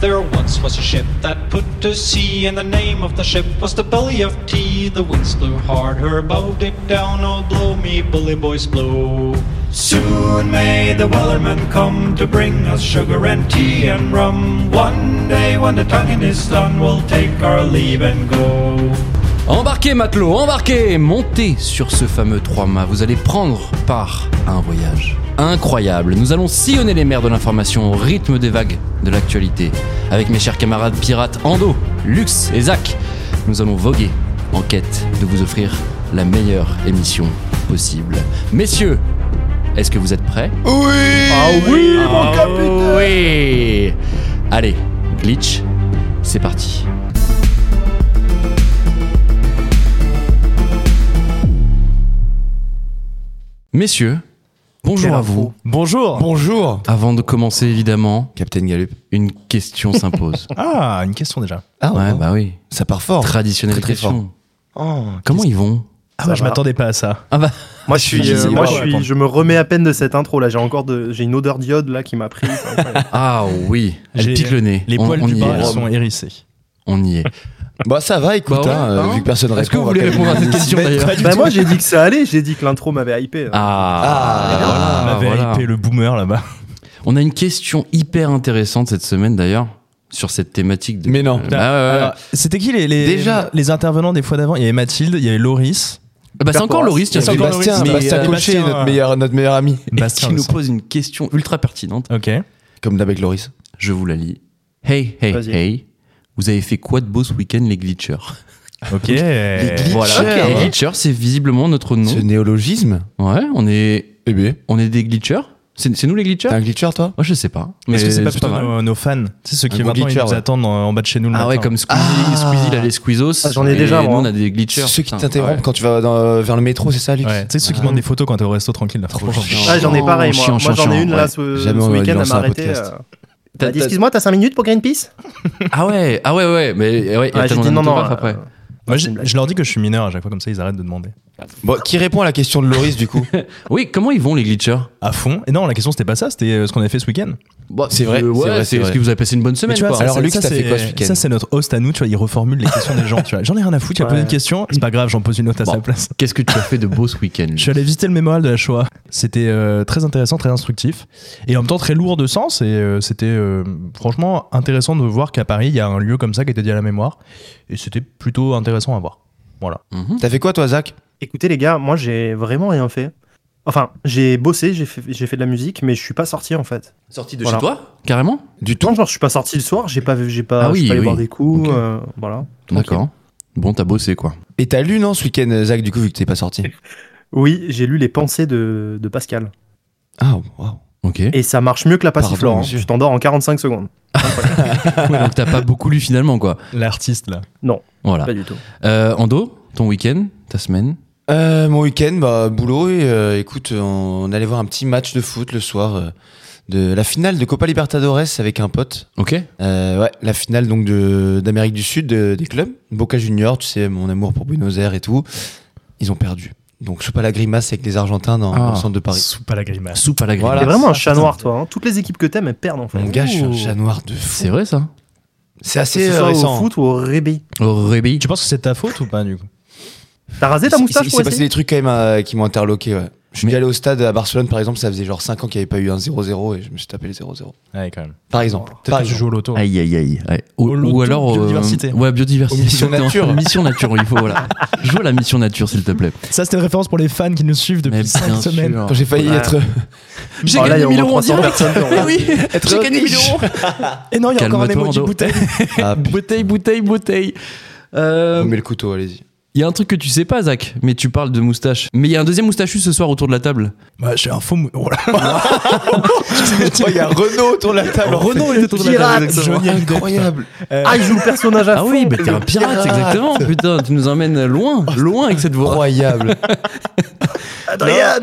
There once was a ship that put to sea, and the name of the ship was the Belly of Tea. The winds blew hard, her bow dipped down. Oh, blow me, bully boys, blow. Soon may the wellerman come to bring us sugar and tea and rum. One day, when the tonguing is done, we'll take our leave and go. Embarquez matelots, embarquez, montez sur ce fameux trois-mâts, vous allez prendre part à un voyage incroyable. Nous allons sillonner les mers de l'information au rythme des vagues de l'actualité. Avec mes chers camarades pirates Ando, Lux et Zach, nous allons voguer en quête de vous offrir la meilleure émission possible. Messieurs, est-ce que vous êtes prêts Oui Ah oui, mon capitaine Oui Allez, glitch, c'est parti. Messieurs, bonjour à vous. Bonjour. Bonjour Avant de commencer, évidemment, Capitaine Oh. Galup. une question s'impose. Ah, une question déjà. Ah ouais, bah oui. Ça part fort. Traditionnelle Oh, Très, très question. Oh, Comment ils vont Ah Ça ouais, je va. m'attendais pas à ça. Ah bah, moi je suis, Je sais euh, pas, moi Ah ouais, je suis, attends. je me remets à peine de cette intro là. J'ai encore de, j'ai une odeur d'iode là qui m'a pris. C'est incroyable. ah oui, elle J'ai- pique le nez. Les on, poils on du y bas est. sont hérissés. On y est. Bah ça va, écoute, Bah ouais, hein, euh, hein. vu que personne répond. Est-ce que vous on va voulez quand répondre à même cette question mettre- d'ailleurs bah moi j'ai dit que ça allait. J'ai dit que l'intro m'avait hypé. hein. Ah, On voilà, avait voilà. hypé le boomer là-bas. On a une question hyper intéressante cette semaine d'ailleurs sur cette thématique. De... Mais non. Euh, bah ouais, ouais, ouais. Alors, C'était qui les, les- Déjà- les intervenants des fois d'avant Il y avait Mathilde, il y avait Loris. Ah bah, c'est encore Loris, tiens, Il y c'est avait encore encore Bastien, Loris, mais, Bastien euh, Cochet, Bastien, notre euh, meilleur, notre meilleur ami. Bastien qui nous aussi. pose une question ultra pertinente. Ok. Comme d'avec Loris. Je vous la lis. Hey, hey, Vas-y. hey. Vous avez fait quoi de beau ce week-end, les glitchers Ok. glitchers. Eh, Voilà. Ok. Les glitchers, c'est visiblement notre nom. Ce néologisme Ouais, on est, Eh bien, on est des glitchers. C'est c'est nous les glitchers t'es un glitcher toi Moi, je sais pas. Mais Est-ce que c'est pas c'est plutôt mal. nos, nos fans C'est ceux Un qui gros maintenant ils glitcher, nous ouais. attendent euh, en bas de chez nous le Ah matin. ouais, comme Squeezie, Ah. Squeezie, il a les Squeezos. Ah, j'en ai et déjà, Nous, moi, on hein. a des glitchers. Ceux qui putain. t'interrompent quand tu vas dans- euh, vers le métro, c'est ça Lux Ouais, Tu sais ceux qui Ouais. demandent des photos quand t'es au resto tranquille là. Trop chiant. Ah, j'en ai Chiant, pareil moi. chiant, moi j'en ai chiant, une ouais. là ce, Jamais ce on aurait dû week-end à lancer un m'arrêter. podcast. T'as- euh. T'as dit Bah, t'as- excuse-moi t'as 5 minutes pour Greenpeace Ah ouais, ah ouais, ouais. Mais ouais, il y a Ouais, J'ai tellement dit non non. d'orthographes après. euh, c'est Moi je une blague. je leur dis que je suis mineur à chaque fois comme ça ils arrêtent de demander. Bon, qui répond à la question de Loris du coup Oui, comment ils vont les glitchers À fond. Et non la question c'était pas ça, c'était euh, ce qu'on avait fait ce week-end. Bah, C'est vrai, euh, c'est ouais, vrai, c'est c'est est-ce vrai. que vous avez passé une bonne semaine Mais tu quoi. vois, ça, Alors, c'est- Luc, ça, t'as fait c'est- quoi ce week-end Ça, c'est notre host à nous, tu vois, il reformule les questions des gens. Tu vois. J'en ai rien à foutre, il a posé Ouais. une question, c'est pas grave, j'en pose une autre à Bon. sa place. Qu'est-ce que tu as fait de beau ce week-end Je suis allé visiter le mémorial de la Shoah. C'était euh, très intéressant, très instructif, et en même temps très lourd de sens. Et euh, c'était euh, franchement intéressant de voir qu'à Paris, il y a un lieu comme ça qui est dédié à la mémoire. Et c'était plutôt intéressant à voir. Voilà. Mhm. T'as fait quoi toi Zach Écoutez les gars, moi j'ai vraiment rien fait. Enfin, j'ai bossé, j'ai fait, j'ai fait de la musique, mais je suis pas sorti en fait. Sorti de Voilà. chez toi Carrément Du Non, tout genre je suis pas sorti le soir, j'ai pas, vu- j'ai pas, Ah je suis oui, pas allé oui. boire des coups, Ok. euh, voilà. D'accord. Bon, t'as bossé quoi. Et t'as lu non ce week-end Zach du coup vu que t'es pas sorti Oui, j'ai lu les pensées de, de Pascal. Ah waouh Ok. Et ça marche mieux que la Pardon, passiflore. Hein. monsieur. Tu t'endors en 45 secondes. Ouais, donc t'as pas beaucoup lu finalement quoi. L'artiste là. Voilà. Pas du tout. Euh, Ando, ton week-end, ta semaine Euh, mon week-end, bah, boulot et euh, écoute, on, allait voir un petit match de foot le soir euh, de la finale de Copa Libertadores avec un pote. Ok. Euh, ouais, la finale donc de d'Amérique du Sud de- des clubs. Boca Junior, tu sais mon amour pour Buenos Aires et tout. Ils ont perdu. Donc je pas la grimace avec les Argentins dans, dans Ah, le centre de Paris. Sous pas la grimace. Soupe à la grille. Voilà. T'es vraiment un ça, chat putain. noir, toi. hein. Toutes les équipes que t'aimes, elles perdent en fait. Mon gars, je suis un Ouh. chat noir de fou. C'est vrai ça C'est Que assez ce euh, soit récent. au foot ou au rébé. Au rébit. Tu penses que c'est de ta faute ou pas du coup T'as rasé ta Il- il- moustache Il pour s'est passé essayer des trucs quand même euh, qui m'ont interloqué. ouais. Je suis Mais- allé au stade à Barcelone par exemple, ça faisait genre 5 ans qu'il n'y avait pas eu un 0-0 et je me suis tapé le 0-0. Ouais, quand même. Par exemple. Peut-être Par que tu exemple. joues au loto. Aïe aïe aïe. Ouais. Ou, Au ou loto, alors euh, biodiversité. ouais, biodiversité. Aux missions nature. mission nature, il faut voilà. Je vois la mission nature s'il te plaît. Ça, c'était une référence pour les fans qui nous suivent Mais depuis 5 bien semaines. sûr. Quand j'ai failli Ouais. être J'ai Oh, là, il gagné y a au 1000 moins euros en 300 direct. personnes qui ont Mais oui, Être j'ai gagné 1000 riche. euros. Et non, il y a encore un Calme-toi, emoji Ando. bouteille. Ah, putain, Bouteille, bouteille, bouteille. on Euh, met le couteau, allez-y. Il y a un truc que tu sais pas, Zach, mais tu parles de moustache. Mais il y a un deuxième moustachu ce soir autour de la table. Bah, j'ai un faux. mou- Oh là. Il y a Renaud autour de la table. Renaud est autour de la pirate, table. exactement. Johnny incroyable. Ah, il joue le personnage à Ah fond. oui, mais t'es un pirate, pirate. exactement. Putain, tu nous emmènes loin, loin avec cette voix. Incroyable. Adrien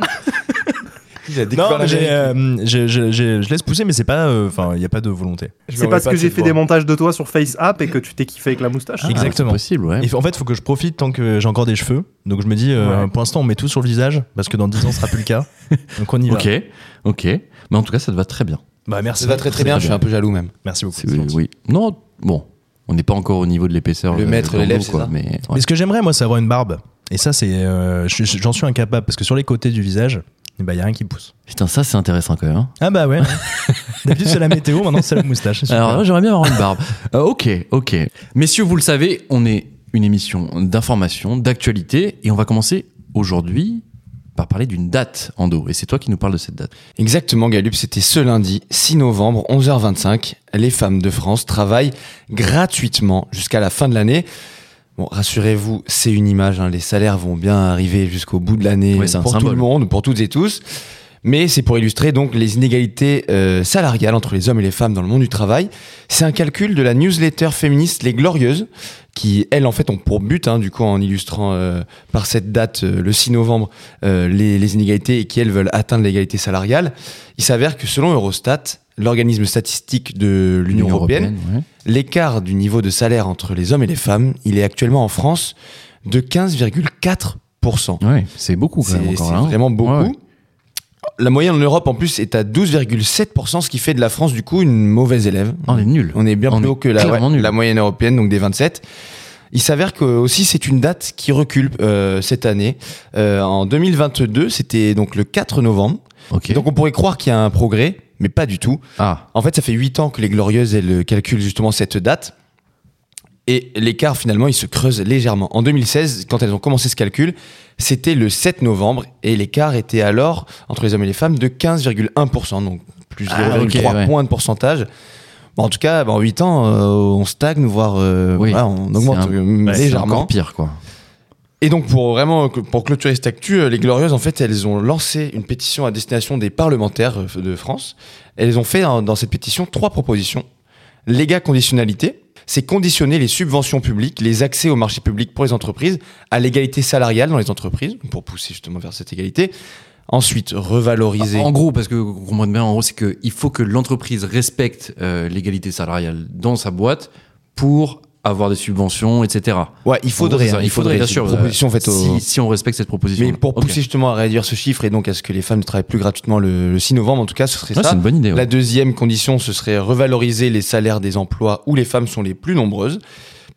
Il a découvert Non, mais la j'ai, vérité. euh, j'ai- j'ai- j'ai- je laisse pousser, mais c'est pas. euh, Enfin, il n'y a pas de volonté. Je C'est me parce remets que de j'ai cette fait voix. des montages de toi sur Face App et que tu t'es kiffé avec la moustache. Ah. Exactement. C'est possible, ouais. Et en fait, il faut que je profite tant que j'ai encore des cheveux. Donc je me dis, euh, Ouais. pour l'instant, on met tout sur le visage parce que dans 10 ans, ce sera plus le cas. Donc on y va. Ok, ok. Mais en tout cas, ça te va très bien. Bah merci. Ça va très très bien, je suis un peu jaloux même. Merci beaucoup. C'est- oui, oui. Non, bon, on n'est pas encore au niveau de l'épaisseur. de- Le maître, de l'anneau, l'élève, c'est quoi, ça Mais, ouais. Mais ce que j'aimerais, moi, c'est avoir une barbe. Et ça, c'est, euh, je- je- j'en suis incapable parce que sur les côtés du visage, il bah, y a rien qui pousse. Putain, ça c'est intéressant quand même. hein. Ah bah ouais. D'habitude, c'est la météo, maintenant, c'est la moustache. c'est Alors super. là, j'aimerais bien avoir une barbe. Euh, ok, ok. Messieurs, vous le savez, on est une émission d'information, d'actualité, et on va commencer aujourd'hui par parler d'une date, Ando. Et c'est toi qui nous parles de cette date. Exactement, Galup, c'était ce lundi 6 novembre, 11h25. Les femmes de France travaillent gratuitement jusqu'à la fin de l'année. Bon, rassurez-vous, c'est une image. hein, Les salaires vont bien arriver jusqu'au bout de l'année Ouais, c'est un pour tout symbole. le monde, pour toutes et tous. Mais c'est pour illustrer donc les inégalités euh, salariales entre les hommes et les femmes dans le monde du travail. C'est un calcul de la newsletter féministe Les Glorieuses, qui, elles, en fait, ont pour but, hein, du coup, en illustrant euh, par cette date, euh, le 6 novembre, euh, les, les inégalités et qui, elles, veulent atteindre l'égalité salariale. Il s'avère que selon Eurostat, l'organisme statistique de l'Union européenne, ouais. l'écart du niveau de salaire entre les hommes et les femmes, il est actuellement en France de 15,4%. Ouais, c'est beaucoup quand C'est même encore c'est là. hein. vraiment beaucoup. Ouais, ouais. La moyenne en Europe, en plus, est à 12,7%, ce qui fait de la France, du coup, une mauvaise élève. Ah, On est nul. On est bien On plus est haut que la, clairement ouais, nul. la moyenne européenne, donc des 27. Il s'avère que aussi c'est une date qui recule euh, cette année. Euh, en 2022, c'était donc le 4 novembre. Ok. Donc on pourrait croire qu'il y a un progrès, mais pas du tout. ah, En fait, ça fait 8 ans que les Glorieuses, elles euh, calculent justement cette date. Et l'écart, finalement, il se creuse légèrement. En 2016, quand elles ont commencé ce calcul, c'était le 7 novembre et l'écart était alors entre les hommes et les femmes de 15,1%, donc plus Ah, 0,3 ok, ouais. points de pourcentage. Bon, en tout cas, bah, en 8 ans, euh, on stagne, voire euh, Oui. voilà, on C'est augmente un- euh, bah, c'est légèrement. encore pire quoi. Et donc pour vraiment pour clôturer cette actu, euh, les Glorieuses en fait elles ont lancé une pétition à destination des parlementaires euh, de France. Elles ont fait hein, dans cette pétition trois propositions. Légat conditionnalité, c'est conditionner les subventions publiques, les accès au marché public pour les entreprises à l'égalité salariale dans les entreprises pour pousser justement vers cette égalité. Ensuite revaloriser. Ah, En gros, parce que vous comprenez bien, en gros, c'est qu'il faut que l'entreprise respecte euh, l'égalité salariale dans sa boîte pour avoir des subventions, etc. ouais, il En gros, faudrait, c'est ça, hein, il faudrait, bien c'est sûr. une euh, proposition faite au- si, si on respecte cette proposition. Mais pour pousser justement à réduire ce chiffre et donc à ce que les femmes ne travaillent plus gratuitement le, le 6 novembre, en tout cas, ce serait ça. c'est une bonne idée. ouais. La deuxième condition, ce serait revaloriser les salaires des emplois où les femmes sont les plus nombreuses.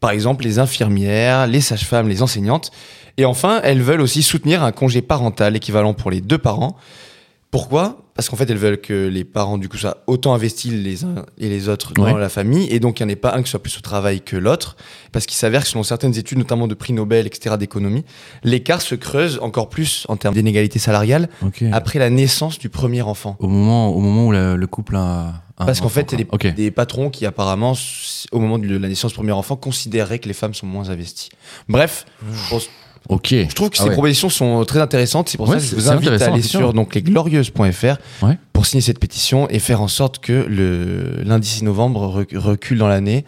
Par exemple, les infirmières, les sages-femmes, les enseignantes. Et enfin, elles veulent aussi soutenir un congé parental équivalent pour les deux parents. Pourquoi Parce qu'en fait, elles veulent que les parents, du coup, soient autant investis les uns et les autres dans Ouais. la famille. Et donc, il n'y en ait pas un qui soit plus au travail que l'autre. Parce qu'il s'avère que selon certaines études, notamment de prix Nobel, etc., d'économie, l'écart se creuse encore plus en termes d'inégalité salariale Ok. après la naissance du premier enfant. Au moment, au moment où la- le couple a. a un Parce qu'en enfant, fait, c'est quoi. des, Ok. des patrons qui, apparemment, s- au moment de la naissance du premier enfant, considéraient que les femmes sont moins investies. Bref, je, pense- Ok. je trouve que Ah ces ouais. propositions sont euh, très intéressantes. C'est pour Ouais, ça que je c'est- vous c'est invite à intéressant, aller effectivement. sur donc, lesglorieuses.fr Ouais. pour signer cette pétition et faire en sorte que le lundi 6 novembre rec- recule dans l'année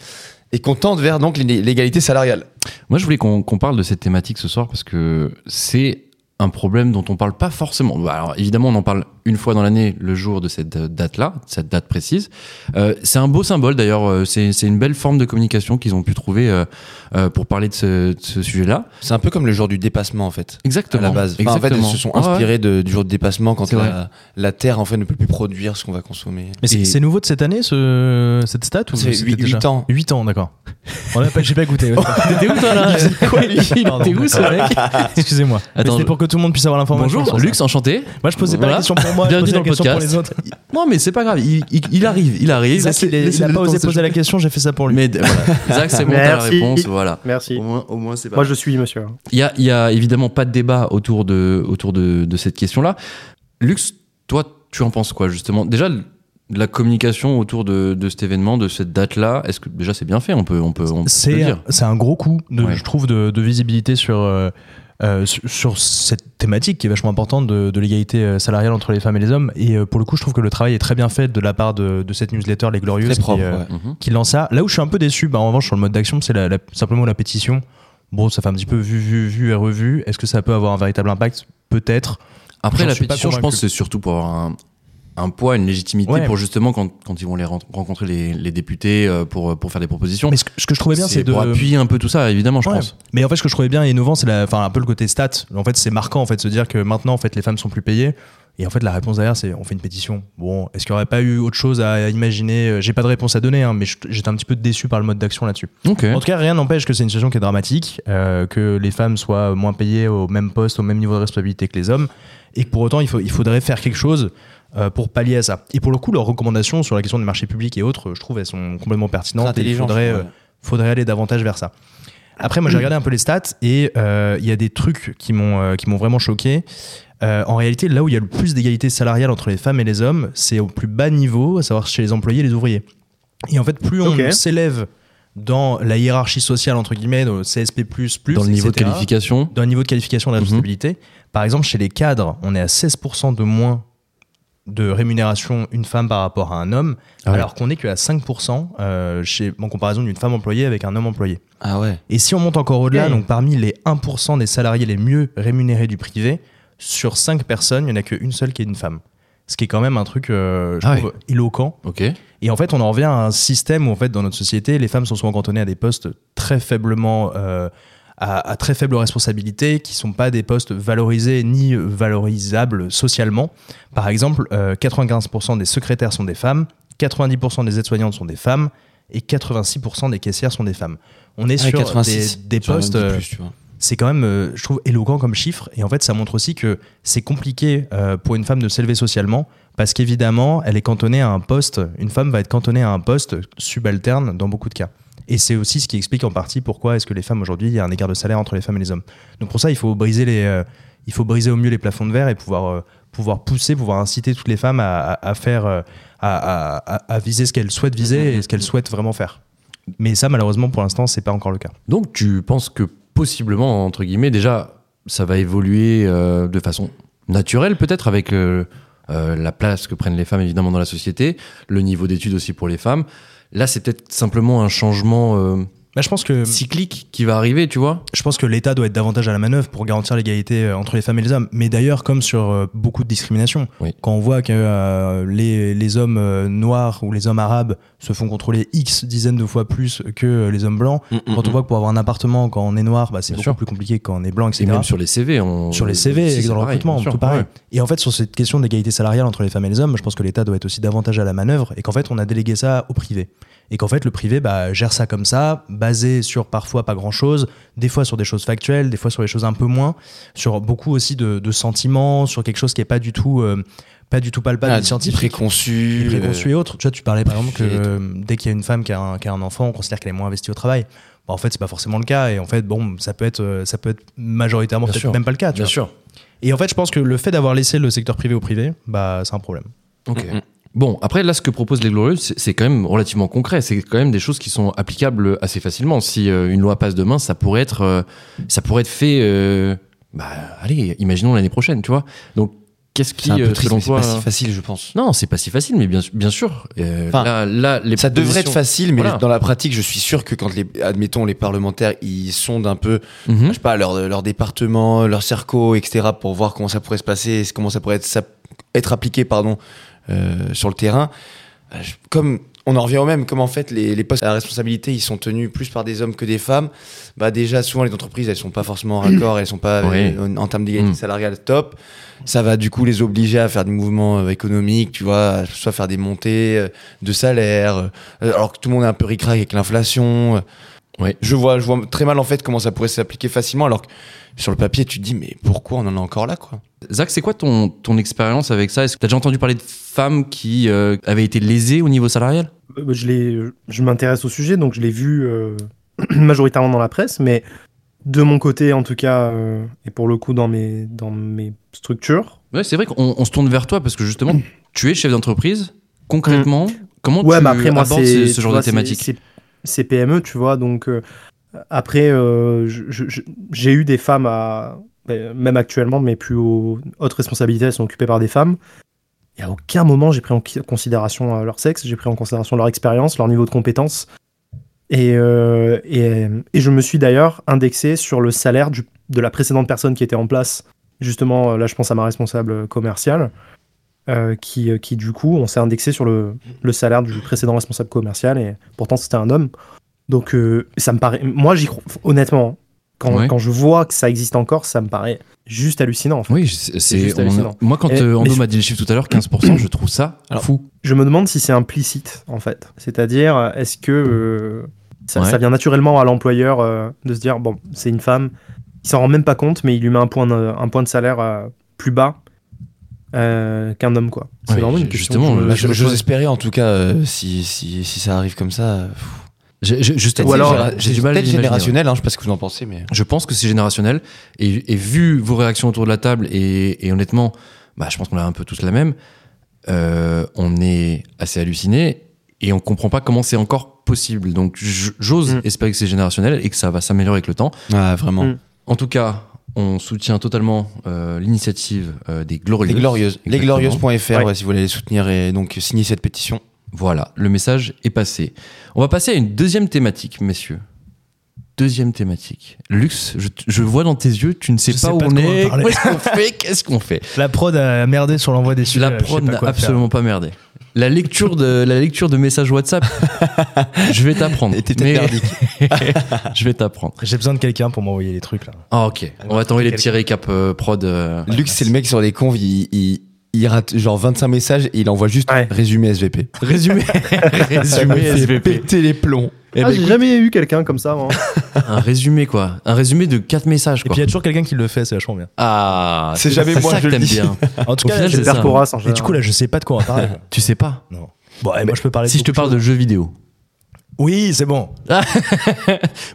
et qu'on tente vers donc l'é- l'égalité salariale. Moi, je voulais qu'on qu'on parle de cette thématique ce soir parce que c'est un problème dont on parle pas forcément. Bah, Alors, évidemment, on en parle une fois dans l'année, le jour de cette euh, date-là, cette date précise. Euh, c'est un beau symbole, d'ailleurs. euh, C'est c'est une belle forme de communication qu'ils ont pu trouver euh, euh, pour parler de ce, de ce sujet-là. C'est un peu comme le jour du dépassement, en fait. À Exactement. la base. Enfin, en fait, elles Exactement. se sont Ah ouais. inspirées de- du jour de dépassement quand C'est la, la Terre en fait ne peut plus produire ce qu'on va consommer. Mais c'est, Et- c'est nouveau de cette année, ce, cette stat ou C'est c'était huit- déjà huit ans. 8 ans, d'accord. Oh, On n'a pas, j'ai pas goûté. T'étais où, toi, là Pardon, T'es où, ce d'accord. mec Excusez-moi. Mais Attends, C'était je- pour que tout le monde puisse avoir l'information. Bonjour, sur ça. Lux, enchanté. Moi, je posais pas Voilà. la question pour moi, je Bienvenue posais dans la le question pour podcast. les autres. Non, mais c'est pas grave. Il, il- il arrive, il arrive. Zach, Laissez- il, est- il laissez-le a le pas temps osé de se poser la jouer. question, j'ai fait ça pour lui. Mais voilà, Zach, c'est bon, t'as la Merci. réponse, voilà. Merci. moins, au moins c'est Moi, je suis, monsieur. hein. Il y a, il y a évidemment pas de débat autour de, autour de, de cette question-là. Lux, toi, tu en penses quoi justement Déjà, l- la communication autour de, de cet événement, de cette date-là, est-ce que déjà c'est bien fait On peut, on peut, on peut le C'est dire. c'est un gros coup, de, Ouais. je trouve, de, de visibilité sur, euh, euh, sur, sur cette thématique qui est vachement importante de, de l'égalité euh, salariale entre les femmes et les hommes. Et euh, pour le coup, je trouve que le travail est très bien fait de la part de, de cette newsletter, Les Glorieuses. Très qui, propre. euh, ouais. Mhm. qui lance ça. Là où je suis un peu déçu, bah, en revanche, sur le mode d'action, c'est la- la- simplement la pétition. Bon, ça fait un petit peu vu, vu, vu et revu. Est-ce que ça peut avoir un véritable impact Peut-être. Après, J'en la suis pas pétition, je pense convaincu. que c'est surtout pour avoir un, un poids, une légitimité Ouais. pour justement quand, quand ils vont les ren- rencontrer les, les députés euh, pour, pour faire des propositions. Mais ce que, ce que je trouvais bien, c'est de. pour appuyer un peu tout ça, évidemment, je Ouais. pense. Mais en fait, ce que je trouvais bien et innovant, c'est la- enfin, un peu le côté stat. En fait, c'est marquant en fait, de se dire que maintenant, en fait, les femmes sont plus payées. Et en fait, la réponse derrière, c'est on fait une pétition. Bon, est-ce qu'il n'y aurait pas eu autre chose à imaginer Euh, J'ai pas de réponse à donner, hein, mais je- j'étais un petit peu déçu par le mode d'action là-dessus. Ok. En tout cas, rien n'empêche que c'est une situation qui est dramatique, euh, que les femmes soient moins payées au même poste, au même niveau de responsabilité que les hommes, et que pour autant, il, faut, il faudrait faire quelque chose euh, pour pallier à ça. Et pour le coup, leurs recommandations sur la question des marchés publics et autres, euh, je trouve, elles sont complètement Très pertinentes. Et il intelligent, faudrait, je trouve, euh, ouais. faudrait aller davantage vers ça. Après, moi, j'ai regardé un peu les stats et euh, il y a des trucs qui m'ont euh, qui m'ont vraiment choqué. Euh, en réalité, là où il y a le plus d'égalité salariale entre les femmes et les hommes, c'est au plus bas niveau, à savoir chez les employés et les ouvriers. Et en fait, plus on Ok. s'élève dans la hiérarchie sociale, entre guillemets, dans le CSP, Dans le niveau de etc., qualification. dans le niveau de qualification et de Mhm. responsabilité, par exemple, chez les cadres, on est à 16% de moins de rémunération une femme par rapport à un homme, Ah ouais. alors qu'on n'est qu'à 5% euh, chez, en comparaison d'une femme employée avec un homme employé. Ah ouais. Et si on monte encore au-delà, Ouais. donc parmi les 1% des salariés les mieux rémunérés du privé, sur 5 personnes, il n'y en a qu'une seule qui est une femme. Ce qui est quand même un truc, euh, je Ah trouve, éloquent. Ok. Et en fait, on en revient à un système où, en fait, dans notre société, les femmes sont souvent cantonnées à des postes très faiblement. euh, à, à très faible responsabilité, qui sont pas des postes valorisés ni valorisables socialement. Par exemple, euh, 95% des secrétaires sont des femmes, 90% des aides-soignantes sont des femmes, et 86% des caissières sont des femmes. On est Ah, sur 86, des, des sur un postes. petit euh, plus, tu vois. c'est quand même, euh, je trouve, éloquent comme chiffre. Et en fait, ça montre aussi que c'est compliqué euh, pour une femme de s'élever socialement parce qu'évidemment, elle est cantonnée à un poste. Une femme va être cantonnée à un poste subalterne dans beaucoup de cas. Et c'est aussi ce qui explique en partie pourquoi est-ce que les femmes aujourd'hui, il y a un écart de salaire entre les femmes et les hommes. Donc pour ça, il faut briser, les, euh, il faut briser au mieux les plafonds de verre et pouvoir, euh, pouvoir pousser, pouvoir inciter toutes les femmes à, à- à faire, euh, à, à- à- à viser ce qu'elles souhaitent viser et ce qu'elles souhaitent vraiment faire. Mais ça, malheureusement, pour l'instant, c'est pas encore le cas. Donc tu penses que possiblement, entre guillemets, déjà, ça va évoluer euh, de façon naturelle peut-être avec euh, euh, la place que prennent les femmes évidemment dans la société, le niveau d'études aussi pour les femmes. Là, c'est peut-être simplement un changement euh, Bah, je pense que cyclique qui va arriver, tu vois. je pense que l'État doit être davantage à la manœuvre pour garantir l'égalité euh, entre les femmes et les hommes. Mais d'ailleurs, comme sur euh, beaucoup de discriminations, Oui. quand on voit que euh, les, les hommes euh, noirs ou les hommes arabes se font contrôler X dizaines de fois plus que euh, les hommes blancs, Mm, mm, quand on voit que pour avoir un appartement, quand on est noir, bah, c'est Mm-hmm. Bien beaucoup sûr. plus compliqué que quand on est blanc, Et etc. même sur les CV, on... Sur les si, CV et c'est dans le pareil, recrutement, bien sûr. tout pareil. Ouais. Et en fait, sur cette question d'égalité salariale entre les femmes et les hommes, je pense que l'État doit être aussi davantage à la manœuvre et qu'en fait, on a délégué ça au privé. Et qu'en fait, le privé bah, gère ça comme ça, basé sur parfois pas grand-chose, des fois sur des choses factuelles, des fois sur des choses un peu moins, sur beaucoup aussi de, de sentiments, sur quelque chose qui est pas du tout, euh, pas du tout palpable, Ah, ni scientifique. préconçu. euh, Des préconçus et autres. Tu vois, tu parlais par exemple que préfets et tout. euh, dès qu'il y a une femme qui a un, qui a un enfant, on considère qu'elle est moins investie au travail. Bah, en fait, c'est pas forcément le cas. Et en fait, bon, ça peut être, euh, ça peut être majoritairement Bien peut-être sûr. même pas le cas. tu Bien vois. sûr. Et en fait, je pense que le fait d'avoir laissé le secteur privé au privé, bah, c'est un problème. Ok. Mm, mm. Bon, après, là, ce que proposent les Glorieuses, c'est- c'est quand même relativement concret. C'est quand même des choses qui sont applicables assez facilement. Si euh, une loi passe demain, ça pourrait être, euh, ça pourrait être fait. euh, bah, allez, imaginons l'année prochaine, tu vois. Donc, qu'est-ce qui, C'est un peu euh, triste, selon mais c'est toi, euh, pas si facile, je pense. non, c'est pas si facile, mais bien, bien sûr. Euh, Enfin, là, là, les Ça devrait être propositions- facile, mais Voilà. dans la pratique, je suis sûr que quand les, admettons, les parlementaires, ils sondent un peu, Mhm. Mm. je sais pas, leur, leur département, leur cerco, etc., pour voir comment ça pourrait se passer, comment ça pourrait être, ça- être appliqué, pardon, euh, sur le terrain. Euh, je- Comme on en revient au même, comme en fait les, les postes à la responsabilité, ils sont tenus plus par des hommes que des femmes. Bah déjà, souvent les entreprises, elles sont pas forcément en raccord, elles sont pas Oui. euh, en, en termes d'égalité Mm. salariale top. Ça va du coup les obliger à faire des mouvements euh, économiques, tu vois, à soit faire des montées euh, de salaire, euh, alors que tout le monde est un peu ricrac avec l'inflation. euh. Ouais. Je vois, je vois très mal en fait comment ça pourrait s'appliquer facilement, alors que sur le papier, tu te dis mais pourquoi on en est encore là, quoi Zach, c'est quoi ton, ton expérience avec ça Est-ce que t'as déjà entendu parler de femmes qui euh, avaient été lésées au niveau salarial Euh, Je, l'ai- je m'intéresse au sujet, donc je l'ai vu euh, majoritairement dans la presse, mais de mon côté, en tout cas, euh, et pour le coup, dans mes, dans mes structures. Ouais, c'est vrai qu'on on se tourne vers toi parce que justement, tu es chef d'entreprise. Concrètement, comment Mm. Ouais, tu mais après, moi, abordes c'est. ce, ce tu genre vois, de c'est- thématique c'est- C'est PME, tu vois, donc euh, après, euh, je- je- je- j'ai eu des femmes à. ben, Même actuellement, mes plus haut- hautes responsabilités, elles sont occupées par des femmes. Et à aucun moment, j'ai pris en qui- considération euh, leur sexe, j'ai pris en considération leur expérience, leur niveau de compétence. Et, euh, et, et je me suis d'ailleurs indexé sur le salaire du- de la précédente personne qui était en place. Justement, euh, là, je pense à ma responsable commerciale, euh, qui, euh, qui, du coup, on s'est indexé sur le, le salaire du précédent responsable commercial, et pourtant, c'était un homme. Donc, euh, ça me paraît. Moi, j'y crois. Honnêtement, Quand, Ouais. quand je vois que ça existe encore, ça me paraît juste hallucinant. en fait. Oui, c'est- c'est. juste on- hallucinant. Moi, quand Et- euh, Eh, mais Ando je- m'a dit le chiffre tout à l'heure, 15%, je trouve ça Alors, fou. Je me demande si c'est implicite, en fait. C'est-à-dire, est-ce que euh, ça, Ouais. ça vient naturellement à l'employeur euh, de se dire, bon, c'est une femme, il s'en rend même pas compte, mais il lui met un point de, un point de salaire euh, plus bas euh, qu'un homme, quoi. C'est Ouais, vraiment une ju- question. justement, que je là, me- Bah, Euh, je je- me J'ose pose. espérer en tout cas, euh, si, si, si ça arrive comme ça. euh, pff. J'ai- j'ai- Juste Ou ouais, alors, j'ai- j'ai Généra- du mal à peut-être l'imaginer, ouais. générationnel, hein, je sais pas ce que vous en pensez, mais. Je pense que c'est générationnel. Et, et vu vos réactions autour de la table, et, et honnêtement, bah, je pense qu'on a un peu tous la même, euh, on est assez halluciné et on comprend pas comment c'est encore possible. Donc j- j'ose Mm. espérer que c'est générationnel et que ça va s'améliorer avec le temps. Ah, vraiment. Mm. En tout cas, on soutient totalement euh, l'initiative euh, des Glorieuses. Les Glorieuses. Exactement. Lesglorieuses.fr, Ouais. ouais, si vous voulez les soutenir et donc signer cette pétition. Voilà, le message est passé. On va passer à une deuxième thématique, messieurs. Deuxième thématique. Luxe, je, je vois dans tes yeux, tu ne sais Je pas sais où pas on de quoi on va est. parler. Qu'est-ce qu'on fait Qu'est-ce qu'on fait La prod a merdé sur l'envoi des La sujets. je sais prod pas n'a quoi faire. absolument pas merdé. La lecture de la lecture de messages WhatsApp, je vais t'apprendre. Et t'es Mais- peut-être merdique. je vais t'apprendre. J'ai besoin de quelqu'un pour m'envoyer les trucs là. Ah ok, on va t'envoyer les petits récaps euh, prod. euh, Luc, c'est le mec sur les conves, il, il, il rate genre 25 messages et il envoie juste Ouais. résumé SVP. Résumé, résumé Il fait SVP. péter les plombs. Eh ben, Ah, j'ai jamais eu quelqu'un comme ça, hein. moi. un résumé quoi, un résumé de quatre messages Et quoi. puis il y a toujours quelqu'un qui le fait, c'est vachement bien. Ah, C'est jamais moi, ça je que le t'aimes dis. bien. En tout Au cas, final, j'ai- c'est ça. Perforas, en et du général. coup là, je sais pas de quoi on va parler. quoi. Tu sais pas. non. Bon, et moi je peux parler. Si je de te parle de jeux vidéo. beaucoup- Oui, c'est bon.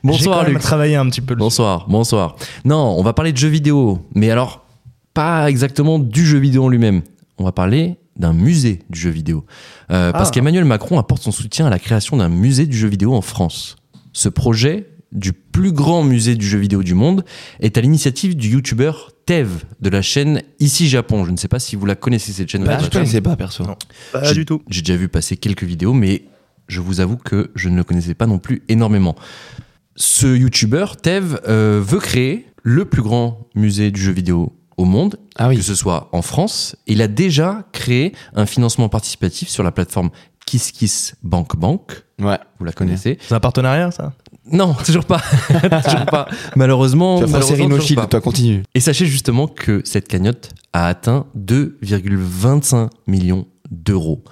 Bonsoir J'ai Luc. travaillé un petit peu. le- Bonsoir, bonsoir. Non, on va parler de jeux vidéo, mais alors pas exactement du jeu vidéo en lui-même. On va parler d'un musée du jeu vidéo. Euh, Parce Ah. qu'Emmanuel Macron apporte son soutien à la création d'un musée du jeu vidéo en France. Ce projet du plus grand musée du jeu vidéo du monde est à l'initiative du youtubeur Tev de la chaîne Ici Japon. Je ne sais pas si vous la connaissez cette chaîne. Pas Voilà. du Je tout. connaissais pas, perso. Non. Pas du tout. J'ai déjà vu passer quelques vidéos, mais je vous avoue que je ne le connaissais pas non plus énormément. Ce youtubeur, Tev, euh, veut créer le plus grand musée du jeu vidéo au monde, Ah que oui. ce soit en France. Il a déjà créé un financement participatif sur la plateforme KissKissBankBank. Ouais. Vous la connaissez C'est un partenariat ça Non, toujours pas. toujours pas. Malheureusement, Tu vas faire malheureusement, Serino toujours pas. Shield, toi, continue. Et sachez justement que cette cagnotte a atteint 2,25 millions d'euros.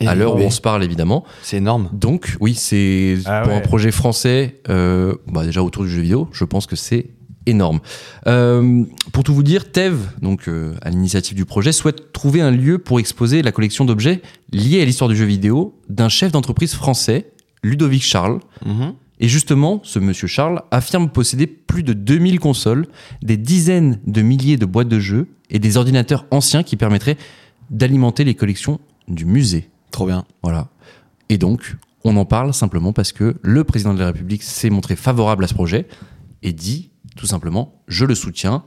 À l'heure où Eh oui. on se parle, évidemment. C'est énorme. Donc, oui, c'est Ah pour un ouais. projet français, euh, bah, déjà autour du jeu vidéo, je pense que c'est énorme. Euh, pour tout vous dire, Tev, donc euh, à l'initiative du projet, souhaite trouver un lieu pour exposer la collection d'objets liés à l'histoire du jeu vidéo d'un chef d'entreprise français, Ludovic Charles. Mm-hmm. Et justement, ce monsieur Charles affirme posséder plus de 2000 consoles, des dizaines de milliers de boîtes de jeux et des ordinateurs anciens qui permettraient d'alimenter les collections du musée. Trop bien. Voilà. Et donc, on en parle simplement parce que le président de la République s'est montré favorable à ce projet et dit tout simplement je le soutiens.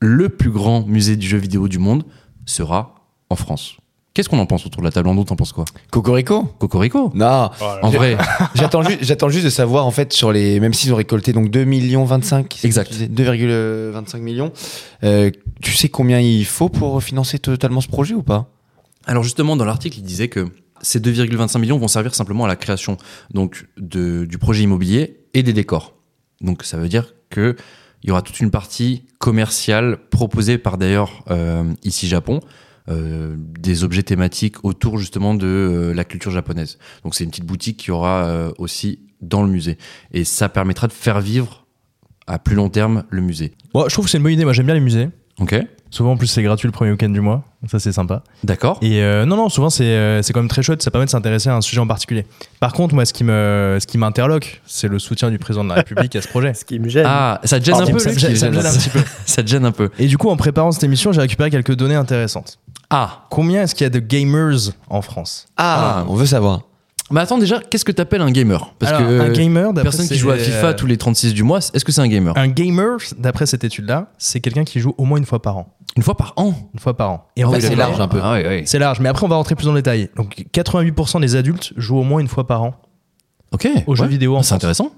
Le plus grand musée du jeu vidéo du monde sera en France. Qu'est-ce qu'on en pense autour de la table en doute T'en penses quoi Cocorico Cocorico Non, En vrai, j'attends juste, j'attends juste de savoir en fait sur les, même s'ils ont récolté donc 2 millions 25, c'est Exact. ce que tu disais, 2,25 millions. Euh, tu sais combien il faut pour financer totalement ce projet ou pas alors justement, dans l'article, il disait que ces 2,25 millions vont servir simplement à la création donc de- du projet immobilier et des décors. Donc ça veut dire que il y aura toute une partie commerciale proposée par d'ailleurs euh, ici Japon. euh, des objets thématiques autour justement de euh, la culture japonaise. Donc c'est une petite boutique qui aura euh, aussi dans le musée et ça permettra de faire vivre à plus long terme le musée. Bon, je trouve que c'est une bonne idée. Moi, j'aime bien les musées. Ok, Souvent, en plus, c'est gratuit le premier week-end du mois. Ça, c'est sympa. d'accord. Et euh, non, non, souvent, c'est euh, c'est quand même très chouette. Ça permet de s'intéresser à un sujet en particulier. Par contre, moi, ce qui me- ce qui m'interloque, c'est le soutien du président de la République à ce projet. Ce qui me gêne. Ah, ça te gêne Pardon, un peu, ça me Luc gêne- ça me gêne un petit peu. Ça te gêne un peu. Et du coup, en préparant cette émission, j'ai récupéré quelques données intéressantes. Ah, Combien est-ce qu'il y a de gamers en France Ah. on veut savoir. Mais Bah, attends déjà, qu'est-ce que t'appelles un gamer Parce Alors, que un gamer, d'après euh, Ah. personne qui ces- joue à FIFA tous les 36 du mois, est-ce que c'est un gamer Un gamer, d'après cette étude-là, c'est quelqu'un qui joue au moins une fois par an. Une fois par an Une fois par an. Et en Ah fait, oui, c'est d'accord. large. un peu. Ah, oui, oui. C'est large, mais après on va rentrer plus en détail. Donc 88% des adultes jouent au moins une fois par an Ok. aux jeux ouais. Ah, vidéo en C'est intéressant.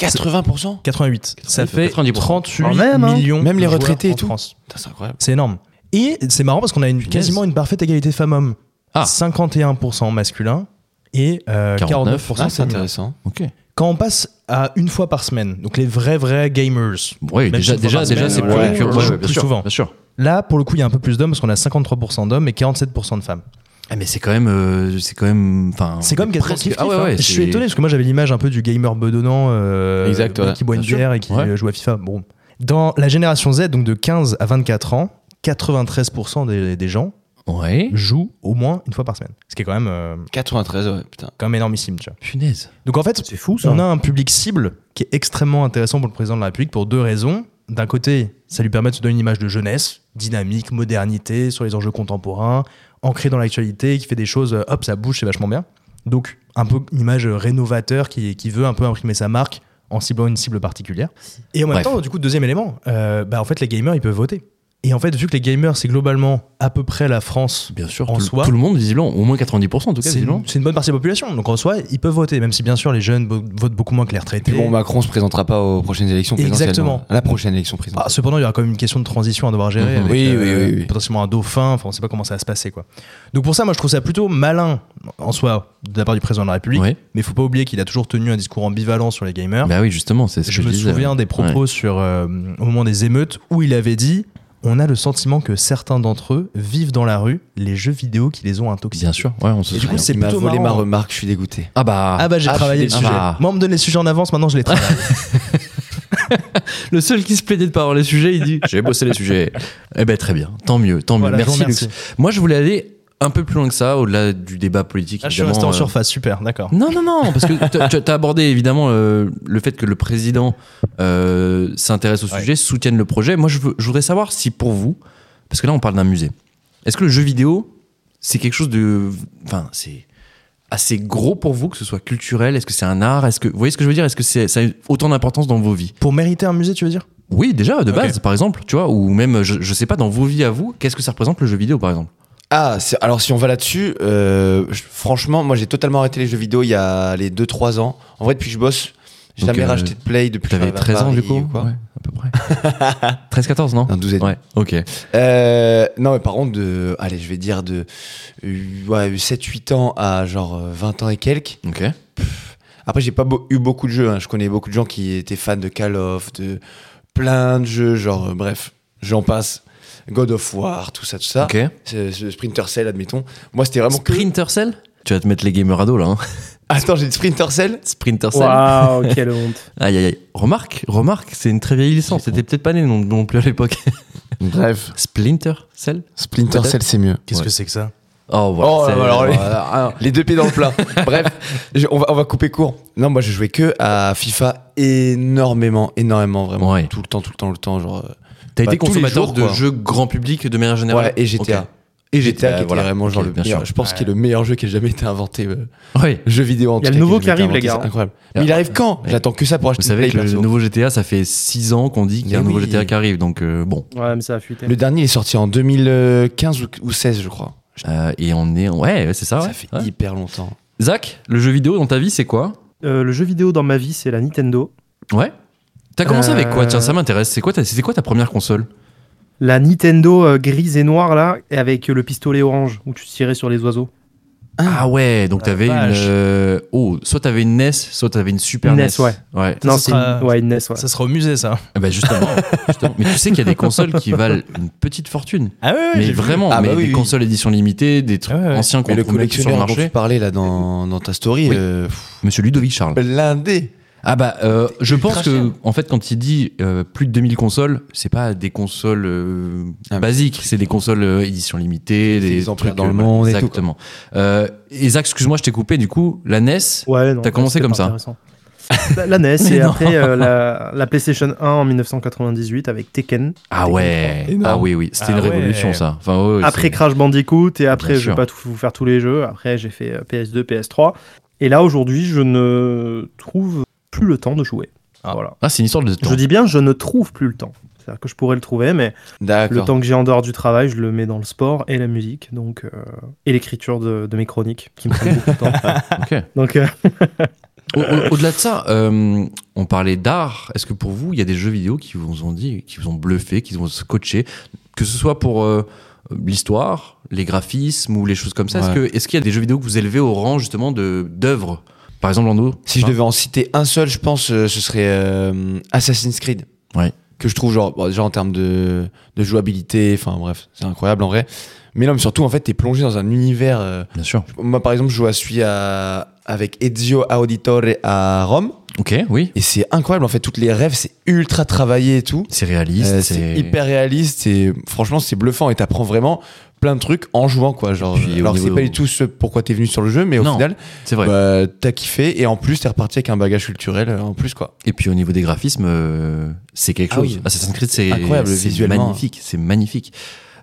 80% 88. Ça 88, fait 90%. 38 Quand même, hein. millions. Même de les joueurs retraités et en tout. France. Putain, C'est incroyable. C'est énorme. Et c'est marrant parce qu'on a une, Punaise. quasiment une parfaite égalité femmes-hommes. Ah. 51% masculin et euh, 49%. 49, Ah, c'est féminin. intéressant. Ok. Quand on passe à une fois par semaine. Donc les vrais, vrais gamers. Oui, Même déjà, si une fois déjà, par déjà, semaine, c'est plus, voilà. plus- Ouais, ouais, plus bien sûr, souvent. bien sûr. Là, pour le coup, il y a un peu plus d'hommes parce qu'on a 53% d'hommes et 47% de femmes. Ah, mais c'est quand même, euh, c'est quand même, enfin, C'est quand même on est quasiment presque. kiff-kiff, Ah ouais, hein. ouais, Je suis c'est- étonné parce que moi j'avais l'image un peu du gamer bedonnant euh, Exact, ouais. qui boit une Bien sûr. bière et qui Ouais. euh, joue à FIFA. Bon. Dans la génération Z, donc de 15 à 24 ans, 93% des, des gens Ouais. jouent au moins une fois par semaine. Ce qui est quand même, euh, 93, ouais, putain. quand même énormissime. Tu vois. Punaise. Donc en fait, C'est fou ça. on a un public cible qui est extrêmement intéressant pour le président de la République pour deux raisons. D'un côté, ça lui permet de se donner une image de jeunesse, dynamique, modernité, sur les enjeux contemporains, ancrée dans l'actualité, qui fait des choses, euh, hop, ça bouge, c'est vachement bien. Donc, un peu une image euh, rénovateur qui, qui veut un peu imprimer sa marque en ciblant une cible particulière. Et en même Bref. temps, du coup, deuxième élément, euh, bah, en fait, les gamers, ils peuvent voter. Et en fait, vu que les gamers, c'est globalement à peu près la France Bien sûr. En tout, soi- tout le monde, visiblement, au moins 90% en tout cas, c'est visiblement. une, c'est une bonne partie de la population. Donc en soi, ils peuvent voter, même si bien sûr les jeunes bo- votent beaucoup moins que les retraités. Puis bon, Macron se présentera pas aux prochaines élections présidentielles. Exactement. non. À la prochaine élection Bah, présidentielle. cependant, il y aura quand même une question de transition à devoir gérer. Mhm. avec, euh, Oui, oui, oui, oui. Potentiellement un dauphin. Enfin, on sait pas comment ça va se passer, quoi. Donc pour ça, moi, je trouve ça plutôt malin en soi de la part du président de la République. Ouais. Mais il faut pas oublier qu'il a toujours tenu un discours ambivalent sur les gamers. Bah oui, justement, c'est ce je que me disais. souviens des propos sur euh, au moment des émeutes où il avait dit on a le sentiment que certains d'entre eux vivent dans la rue les jeux vidéo qui les ont intoxiqués. Bien sûr. Ouais, on se Et du souvient. coup, Ah, c'est Il m'a plutôt volé ma marrant. hein. remarque, je suis dégoûté. Ah bah. Ah bah j'ai Ah, travaillé le je suis sujet. déçu. Ah. Moi on me donne les sujets en avance, maintenant je les travaille. Le seul qui se plaidait de pas avoir les sujets, il dit J'ai bossé les sujets. Eh ben très bien, tant mieux, tant mieux. Voilà, je vous merci, remercie. Lux. Moi, je voulais aller un peu plus loin que ça, au-delà du débat politique. Ah, je suis évidemment, resté en euh, surface, super, d'accord. Non, non, non, parce que t'as- tu as abordé évidemment euh, le fait que le président euh, s'intéresse au Ouais. sujet, soutienne le projet. Moi, je, veux- je voudrais savoir si pour vous, parce que là, on parle d'un musée, est-ce que le jeu vidéo, c'est quelque chose de. Enfin, c'est assez gros pour vous, que ce soit culturel Est-ce que c'est un art Est-ce que Vous voyez ce que je veux dire Est-ce que c'est, ça a autant d'importance dans vos vies Pour mériter un musée, tu veux dire Oui, déjà, de Ok. base, par exemple, tu vois, ou même, je, je sais pas, dans vos vies à vous, qu'est-ce que ça représente le jeu vidéo, par exemple Ah, c'est- alors si on va là-dessus, euh, je- franchement, moi j'ai totalement arrêté les jeux vidéo il y a les 2-3 ans. En vrai, depuis que je bosse, j'ai Donc, jamais euh, racheté de Play depuis que T'avais j'arrive à 13 ans, du Paris coup ou quoi. Ouais, à peu près. 13-14, non Un 12 et demi. Ouais, ok. Euh, non, mais par contre, de, allez, je vais dire de euh, ouais, 7-8 ans à genre euh, 20 ans et quelques. Ok. Après, j'ai pas beau- eu beaucoup de jeux. hein. Je connais beaucoup de gens qui étaient fans de Call of, de plein de jeux, genre, euh, bref, j'en passe. God of War, tout ça, tout ça. Ok. Ce, ce Splinter Cell, admettons. Moi, c'était vraiment que- Sprinter Cell Tu vas te mettre les gamers à dos là. Hein. Attends, j'ai dit Splinter Cell Sprinter Cell. Waouh, quelle honte. Aïe aïe aïe. Remarque, remarque, c'est une très vieille licence. C'était peut-être pas né non, non plus à l'époque. Bref, Splinter Cell Splinter Cell, c'est mieux. Qu'est-ce Ouais. que c'est que ça Oh, voilà. oh, c'est- alors, les, voilà. les deux pieds dans le plat. Bref, je- on, va, on va couper court. Non, moi, je jouais que à FIFA énormément, énormément, vraiment. Ouais. Tout le temps, tout le temps, le temps. Genre, euh, T'as Bah, été tous les consommateur jours, de quoi. jeux grand public de manière générale ouais, et GTA. Ok. Et GTA, Euh, qui était voilà. vraiment Ok, genre le bien meilleur. sûr. Je pense qu'il est le meilleur jeu qui ait jamais été inventé. euh, Ouais. jeu vidéo en Il y a tout le cas, nouveau a jamais qui arrive, été les inventé, gars. hein. c'est Incroyable. Mais il arrive quand Ouais. J'attends que ça pour acheter Vous une savez Play, hein. que le perso. nouveau GTA, ça fait 6 ans qu'on dit qu'il y a un Mais nouveau oui. GTA qui arrive. Donc euh, bon. Ouais, mais ça a fuité. Le dernier il est sorti en 2015 ou- ou 16, je crois. Euh, et on est. Ouais, ouais, c'est ça, Ah ouais. Ça fait Ouais. hyper longtemps. Zach, le jeu vidéo dans ta vie, c'est quoi Euh, le jeu vidéo dans ma vie, c'est la Nintendo. Ouais. T'as commencé avec quoi Euh, Tiens, ça m'intéresse. C'est quoi, ta- c'était quoi ta première console La Nintendo euh, grise et noire, là, et avec euh, le pistolet orange, où tu tirais sur les oiseaux. Ah ouais, donc La t'avais une. vache. E euh, Oh, soit t'avais une NES, soit t'avais une Super Une NES. NES, ouais. Ouais. Ça, non, ça c'est sera- une... ouais, une NES, ouais. Ça sera au musée, ça. Ah bah justement, justement. Mais tu sais qu'il y a des consoles qui valent une petite fortune. Ah ouais, mais vraiment, Ah mais bah oui, des oui. consoles édition limitée, des trucs Ouais, ouais. anciens Mais qu'on le trouvait plus sur le collectionneur dont tu marché. parlais là dans, dans ta story, Oui. euh, pff, Monsieur Ludovic Charles. blindé. Ah bah, euh, je ultra pense que cher. en fait, quand il dit euh, plus de 2000 consoles, c'est pas des consoles euh, Ah, mais basiques, c'est des consoles euh, édition limitée, Des des exemplaires trucs dans le euh, voilà, monde et tout, quoi. Exactement. Euh, et Zach, excuse-moi, je t'ai coupé. Du coup, la E NES. Ouais, non, bah, T'as commencé c'était comme pas ça. intéressant. La, la NES Mais et non. après euh, la, la PlayStation 1 en 1998 avec Tekken. Ah ouais. Énorme. Ah oui, oui. C'était Ah une ouais. révolution, ça. Enfin, ouais, ouais, après c'est- Crash Bandicoot et après Bien je sûr. vais pas tout vous faire tous les jeux. Après j'ai fait euh, PS2, PS3 et là aujourd'hui je ne trouve plus le temps de jouer. Ah. Voilà. Ah, c'est une histoire de temps. Je dis bien je ne trouve plus le temps. C'est-à-dire que je pourrais le trouver, mais le D'accord. temps que j'ai en dehors du travail, je le mets dans le sport et la musique, donc euh, et l'écriture de, de mes chroniques qui me prennent beaucoup de temps. Ok. Donc euh, Au- au- Au-delà de ça, euh, on parlait d'art. Est-ce que pour vous, il y a des jeux vidéo qui vous ont dit, qui vous ont bluffé, qui vous ont scotché, que ce soit pour euh, l'histoire, les graphismes ou les choses comme ça Est-ce Ouais. que- Est-ce qu'il y a des jeux vidéo que vous élevez au rang justement de d'œuvres Par exemple, Lando. Si je devais en citer un seul, je pense, euh, ce serait euh, Assassin's Creed. Ouais. Que je trouve, genre, bon, déjà en termes de, de jouabilité, enfin bref, c'est incroyable en vrai. Mais non, mais surtout, en fait, t'es plongé dans un univers. euh, Bien sûr. moi, par exemple, je joue à celui à- avec Ezio Auditore à Rome. Ok, oui. Et c'est incroyable, en fait, toutes les rêves, c'est ultra travaillé et tout. C'est réaliste. Euh, c'est c'est hyper réaliste et franchement, c'est bluffant et t'apprends vraiment plein de trucs en jouant, quoi. Genre, Et puis, au alors, c'est niveau- pas du tout ce pourquoi t'es venu sur le jeu, mais au Non. final, C'est vrai. bah, t'as kiffé et en plus, t'es reparti avec un bagage culturel euh, en plus, quoi. Et puis au niveau des graphismes, euh, c'est quelque Ah chose. oui. Assassin's Creed, c'est Incroyable, c'est visuellement. hein. magnifique. C'est magnifique.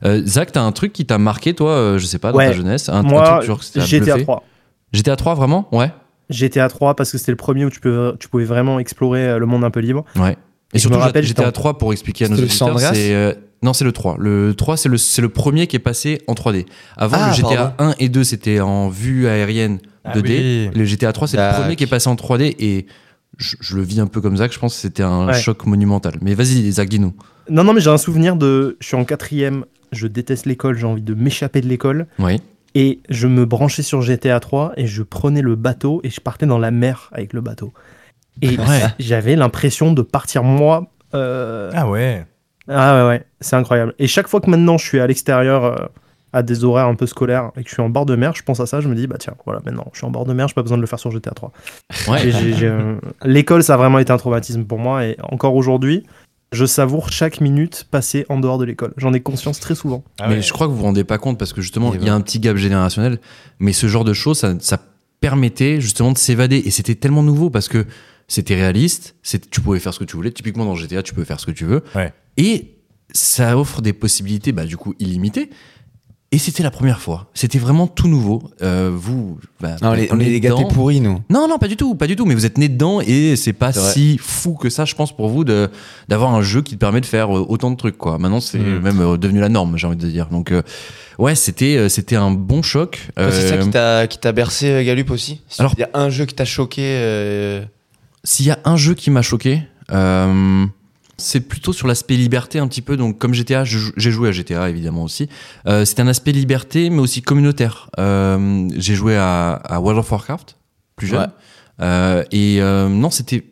Euh, Zach, t'as un truc qui t'a marqué, toi, euh, je sais pas, dans Ouais. ta jeunesse un, un Moi, truc genre que t'as GTA bluffé 3. GTA 3, vraiment Ouais. GTA 3 parce que c'était le premier où tu, peux, tu pouvais vraiment explorer euh, le monde un peu libre. Ouais. Et Je surtout, me rappelle, j'étais GTA en- 3, pour expliquer à nos C'était le auditeurs, San Andreas c'est. euh, non, c'est le 3. Le 3, c'est le, c'est le premier qui est passé en 3D. Avant, Ah, le GTA pardon. 1 et 2, c'était en vue aérienne Ah 2D. Le GTA 3, c'est le Tac. premier qui est passé en 3D et je, je le vis un peu comme Zach. Je pense que c'était un Ouais. choc monumental. Mais vas-y, Zach, dis-nous. Non, non, mais j'ai un souvenir de. Je suis en quatrième, je déteste l'école, j'ai envie de m'échapper de l'école. Oui. Et je me branchais sur GTA 3 et je prenais le bateau et je partais dans la mer avec le bateau. Et Ouais. j'avais l'impression de partir moi. euh, Ah ouais. Ah ouais, ouais, c'est incroyable. Et chaque fois que maintenant je suis à l'extérieur euh, à des horaires un peu scolaires et que je suis en bord de mer, je pense à ça, je me dis, bah tiens, voilà, maintenant je suis en bord de mer, j'ai pas besoin de le faire sur GTA 3. Ouais. Et j'ai- j'ai, euh, L'école, ça a vraiment été un traumatisme pour moi et encore aujourd'hui, je savoure chaque minute passée en dehors de l'école. J'en ai conscience très souvent. Ah mais ouais. je crois que vous vous rendez pas compte parce que justement, Eh il y a un petit gap générationnel. Mais ce genre de choses, ça, ça permettait justement de s'évader. Et c'était tellement nouveau parce que c'était réaliste. c'est- Tu pouvais faire ce que tu voulais. Typiquement, dans GTA, tu peux faire ce que tu veux. Ouais. Et ça offre des possibilités, bah, du coup, illimitées. Et c'était la première fois. C'était vraiment tout nouveau. Euh, vous, bah, Non, les, on est les gars, dedans. t'es pourri, nous. Non, non, pas du tout, pas du tout. Mais vous êtes né dedans et c'est pas C'est vrai. si fou que ça, je pense, pour vous de d'avoir un jeu qui te permet de faire euh, autant de trucs, quoi. Maintenant, c'est Mm. même euh, devenu la norme, j'ai envie de dire. Donc, euh, ouais, c'était euh, c'était un bon choc. Toi, Ah, C'est ça Euh, qui t'a- qui t'a bercé, euh, Galup aussi Alors- Il y a un jeu qui t'a choqué. euh, S'il y a un jeu qui m'a choqué, euh, c'est plutôt sur l'aspect liberté un petit peu. Donc comme GTA, je jou- j'ai joué à GTA évidemment aussi. Euh, c'est un aspect liberté, mais aussi communautaire. Euh, j'ai joué à, à World of Warcraft plus jeune. Ouais. Euh, et euh, non, c'était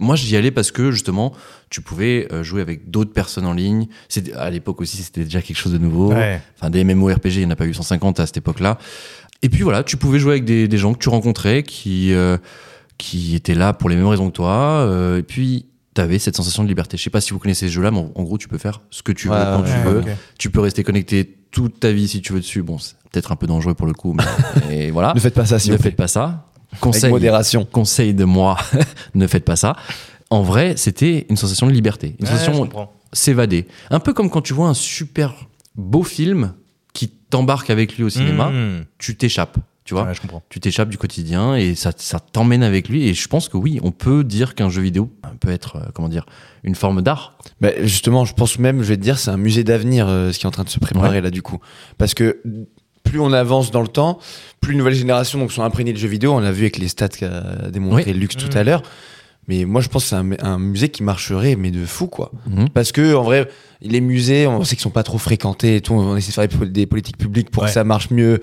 moi j'y allais parce que justement tu pouvais euh, jouer avec d'autres personnes en ligne. C'était- À l'époque aussi, c'était déjà quelque chose de nouveau. Ouais. Enfin, des MMORPG, il n'y en a pas eu 150 à cette époque-là. Et puis voilà, tu pouvais jouer avec des, des gens que tu rencontrais, qui, euh, qui étaient là pour les mêmes raisons que toi. euh, et puis, tu avais cette sensation de liberté. Je sais pas si vous connaissez ce jeu-là, mais en, en gros, tu peux faire ce que tu veux Ouais, quand ouais, tu veux. ok. Tu peux rester connecté toute ta vie si tu veux dessus. Bon, c'est peut-être un peu dangereux pour le coup, mais et voilà. Ne faites pas ça, s'il ne vous plaît. faites pas ça. Avec Conseil, modération. conseil de moi, ne faites pas ça. En vrai, c'était une sensation de liberté, une Ouais, je sensation comprends. s'évader. Un peu comme quand tu vois un super beau film qui t'embarque avec lui au cinéma, Mmh. tu t'échappes, tu vois. Ouais, je comprends. Tu t'échappes du quotidien et ça, ça t'emmène avec lui. Et je pense que oui, on peut dire qu'un jeu vidéo peut être, euh, comment dire, une forme d'art. Bah, justement, je pense même, je vais te dire, c'est un musée d'avenir euh, ce qui est en train de se préparer là du coup. Parce que plus on avance dans le temps, plus les nouvelles générations donc, sont imprégnées de jeux vidéo. On l'a vu avec les stats qu'a démontré Lux tout à Mhm. l'heure. Mais moi, je pense que c'est un, un musée qui marcherait, mais de fou quoi. Mmh. Mhm. Parce que en vrai, les musées, on sait qu'ils sont pas trop fréquentés et tout. On essaie de faire des pol- des politiques publiques pour Ouais. que ça marche mieux.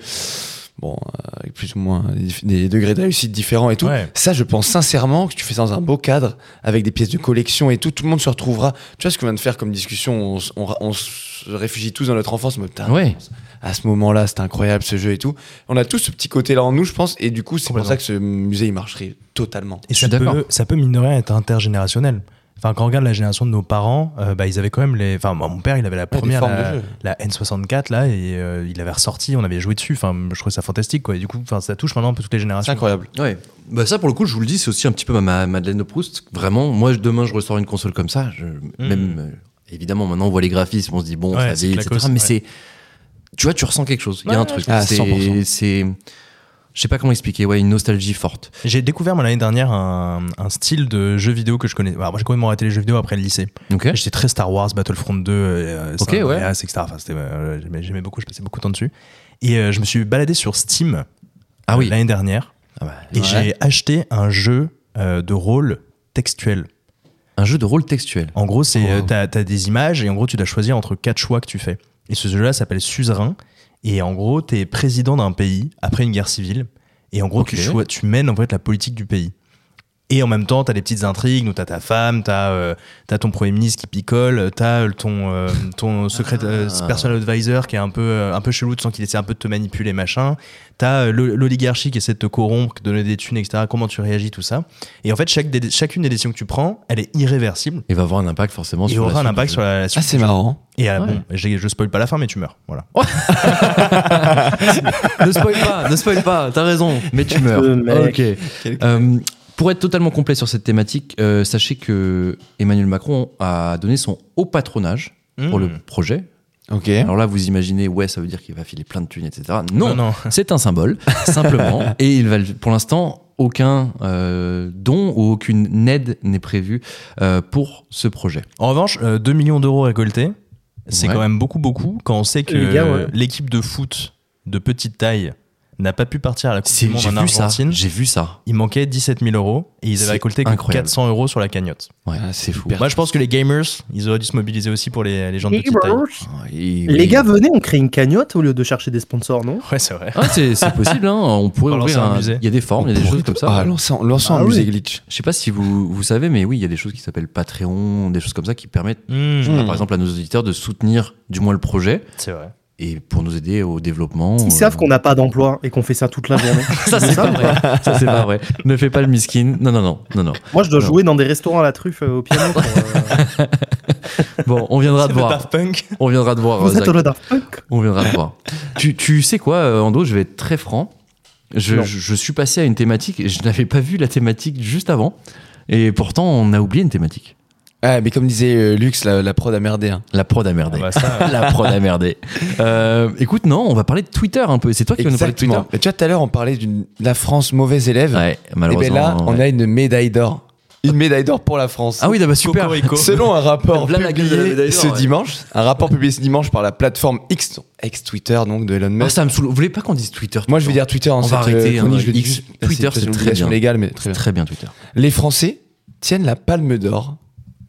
Bon, euh, avec plus ou moins des, des degrés de réussite différents et tout. Ouais. Ça, je pense sincèrement que tu fais ça dans un beau cadre, avec des pièces de collection et tout, tout le monde se retrouvera. Tu vois ce qu'on vient de faire comme discussion, on, s- on ra- on se réfugie tous dans notre enfance, mais putain, Ouais. à ce moment-là, c'était incroyable ce jeu et tout. On a tous ce petit côté-là en nous, je pense, et du coup, c'est pour Complètement. ça que ce musée, il marcherait totalement. Et Je suis ça d'accord. peut, ça peut mine de rien être intergénérationnel. Enfin, quand on regarde la génération de nos parents, euh, bah, ils avaient quand même les. Enfin, moi, mon père, il avait la des première, formes la, de jeu. la N64 là, et euh, il avait ressorti, on avait joué dessus. Enfin, je trouvais ça fantastique, quoi. Et du coup, enfin, ça touche maintenant un peu toutes les C'est générations. incroyable. Ouais. Bah ça pour le coup, je vous le dis, c'est aussi un petit peu ma- ma Madeleine de Proust. Vraiment, moi je- demain je ressors une console comme ça. je- Même euh, évidemment maintenant on voit les graphismes, on se dit bon, Hmm. Ouais, ça c'est vieillit, etc. clacos, mais ouais. c'est, tu vois, tu ressens quelque chose. Il y a Ouais, un ouais, truc. je comprends. Ah, c'est, 100%. c'est, je sais pas comment expliquer. Ouais, une nostalgie forte. J'ai découvert moi, l'année dernière un, un style de jeu vidéo que je connais. Alors, moi, j'ai complètement arrêté les jeux vidéo après le lycée. Ok. J'étais très Star Wars, Battlefront 2, euh, San Ok, ouais. Andreas, etc. Enfin, c'était, euh, j'aimais, j'aimais beaucoup, je passais beaucoup de temps dessus. Et euh, je me suis baladé sur Steam euh, Ah bah, oui. l'année dernière et Ouais. j'ai acheté un jeu euh, de rôle textuel. Un jeu de rôle textuel. En gros, c'est Wow. euh, t'as t'as des images et en gros, tu dois choisir entre quatre choix que tu fais. Et ce jeu-là s'appelle Suzerain. Et en gros, t'es président d'un pays après une guerre civile. Et en gros, tu, Ok. choi- tu mènes en fait la politique du pays. Et en même temps, t'as des petites intrigues, donc t'as ta femme, t'as euh, t'as ton premier ministre qui picole, t'as euh, ton, euh, ton secret euh, Ah. personal advisor qui est un peu, euh, un peu chelou, tu sens qu'il essaie un peu de te manipuler, machin. T'as euh, le- l'oligarchie qui essaie de te corrompre, de donner des thunes, etc. Comment tu réagis, tout ça. Et en fait, chaque des- chacune des décisions que tu prends, elle est irréversible. Il va avoir un impact forcément Et sur la aura un suite impact du sur jeu. la, la Ah, suite. c'est marrant. Et euh, Ouais. bon, j'ai- je spoil pas la fin, mais tu meurs. Voilà. ne spoil pas, ne spoil pas, t'as raison, mais tu meurs. Ce mec. Ok. Euh, pour être totalement complet sur cette thématique, euh, sachez que Emmanuel Macron a donné son haut patronage Mmh. pour Hmm. le projet. hein. Ok. Alors là, vous imaginez, ouais, ça veut dire qu'il va filer plein de thunes, etc. Non, non. c'est un symbole, simplement. Et il va, le- pour l'instant, aucun euh, don ou aucune aide n'est prévue euh, pour ce projet. En revanche, euh, 2 millions d'euros récoltés, c'est Ouais. quand même beaucoup, beaucoup, quand on sait que Les gars, ouais. euh, l'équipe de foot de petite taille n'a pas pu partir à la Coupe du C'est- Monde J'ai en vu ça. Argentine. J'ai vu ça. Il manquait 17 000 euros et ils C'est avaient récolté que incroyable. 400 euros sur la cagnotte. Ouais, Ah, c'est fou. Moi, je pense que les gamers, ils auraient dû se mobiliser aussi pour les, les gens de petite taille. Et- Les gars, venez, on crée une cagnotte au lieu de chercher des sponsors, non Ouais, c'est vrai. Ah, c'est c'est possible, hein. on pourrait On va ouvrir lancer un un- musée. Il y a des formes, il y a des choses comme ça. Ah, lançons, lançons Ah un oui. musée glitch. Je sais pas si vous, vous savez, mais oui, il y a des choses qui s'appellent Patreon, des choses comme ça qui permettent, Mmh, par exemple, à nos auditeurs de soutenir du moins le projet C'est vrai. et pour nous aider au développement. euh, Ils savent qu'on n'a pas d'emploi et qu'on fait ça toute la journée. Ça, c'est pas vrai. Ça, c'est pas vrai. Ne fais pas le miskin. Non, non, non, non, non. Moi, je dois Non. jouer dans des restaurants à la truffe euh, au piano. Pour, euh, Bon, on viendra te C'est le voir. Daft Punk. On viendra te voir. Vous êtes Zach. au Daft Punk On viendra te voir. Tu, tu sais quoi, euh, Ando, je vais être très franc. Je, Non. je- je suis passé à une thématique et je n'avais pas vu la thématique juste avant. Et pourtant, on a oublié une thématique. Ah, mais comme disait euh, Lux, la, la prod a merdé. hein. La prod a merdé. Ah bah ça, euh, la prod a merdé. Euh, écoute, non, on va parler de Twitter un peu. C'est toi qui vas nous parler de Twitter. Exactement. Et tu vois, tout à l'heure, on parlait d'une la France mauvaise élève. Ouais, Et malheureusement. bien Eh ben là, on ouais. a une médaille d'or. Une médaille d'or pour la France. Ah oui, bah super. Cocorico. Selon un rapport Voilà la gueule de la médaille d'or, publié ce ouais. dimanche, un rapport publié ce dimanche par la plateforme X, ex Twitter donc de Elon Ah, Musk. ça me saoule. Vous voulez pas qu'on dise Twitter tout Moi, le je vais temps dire Twitter en On va cette, euh, arrêter, chronique, hein, je le dis X, juste, Twitter, peut-être c'est une très obligation bien. légale, mais très bien. Très bien Twitter. Les Français tiennent la Palme d'Or,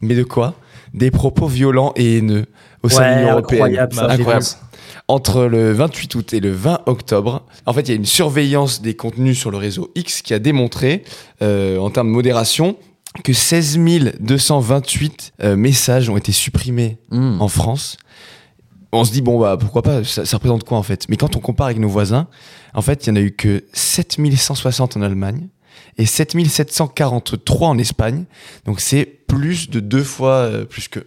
mais de quoi Des propos violents et haineux au sein de l'Union européenne. incroyable, ça, j'ai vu. Incroyable. Entre le 28 août et le 20 octobre, en fait, il y a une surveillance des contenus sur le réseau X qui a démontré, euh, en termes de modération, que 16 228 euh, messages ont été supprimés Hmm. en France. On se dit, bon, bah, pourquoi pas, ça, ça représente quoi en fait Mais quand on compare avec nos voisins, en fait, il n'y en a eu que 7160 en Allemagne et 7743 en Espagne. Donc c'est plus de deux fois euh, plus que.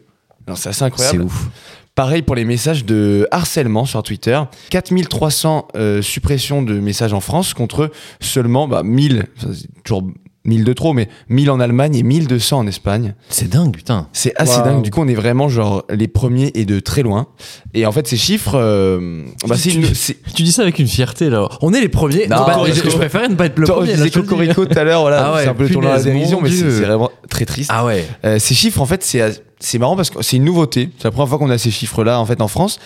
Alors c'est assez C'est incroyable. ouf. Pareil pour les messages de harcèlement sur Twitter. 4300 euh, suppressions de messages en France contre seulement bah, 1000, ça, c'est toujours 1000 de trop, mais 1000 en Allemagne et 1200 en Espagne. C'est dingue, putain. C'est assez Waouh. dingue. Du coup, on est vraiment genre les premiers et de très loin. Et en fait, ces chiffres, euh, bah, c'est une- c'est- Tu dis ça avec une fierté là. On est les premiers. Non, Non, bah, Cocorico. je, je préférais ne pas être le Toi, on premier. là, disait je te le dis. Cocorico tout à l'heure, voilà, Ah ouais, c'est un peu le tournant de la punaise, dérision, mon mais c'est Dieu. c'est vraiment très triste. Ah ouais. Euh, ces chiffres, en fait, c'est as- c'est marrant parce que c'est une nouveauté. C'est la première fois qu'on a ces chiffres-là, en fait, en France.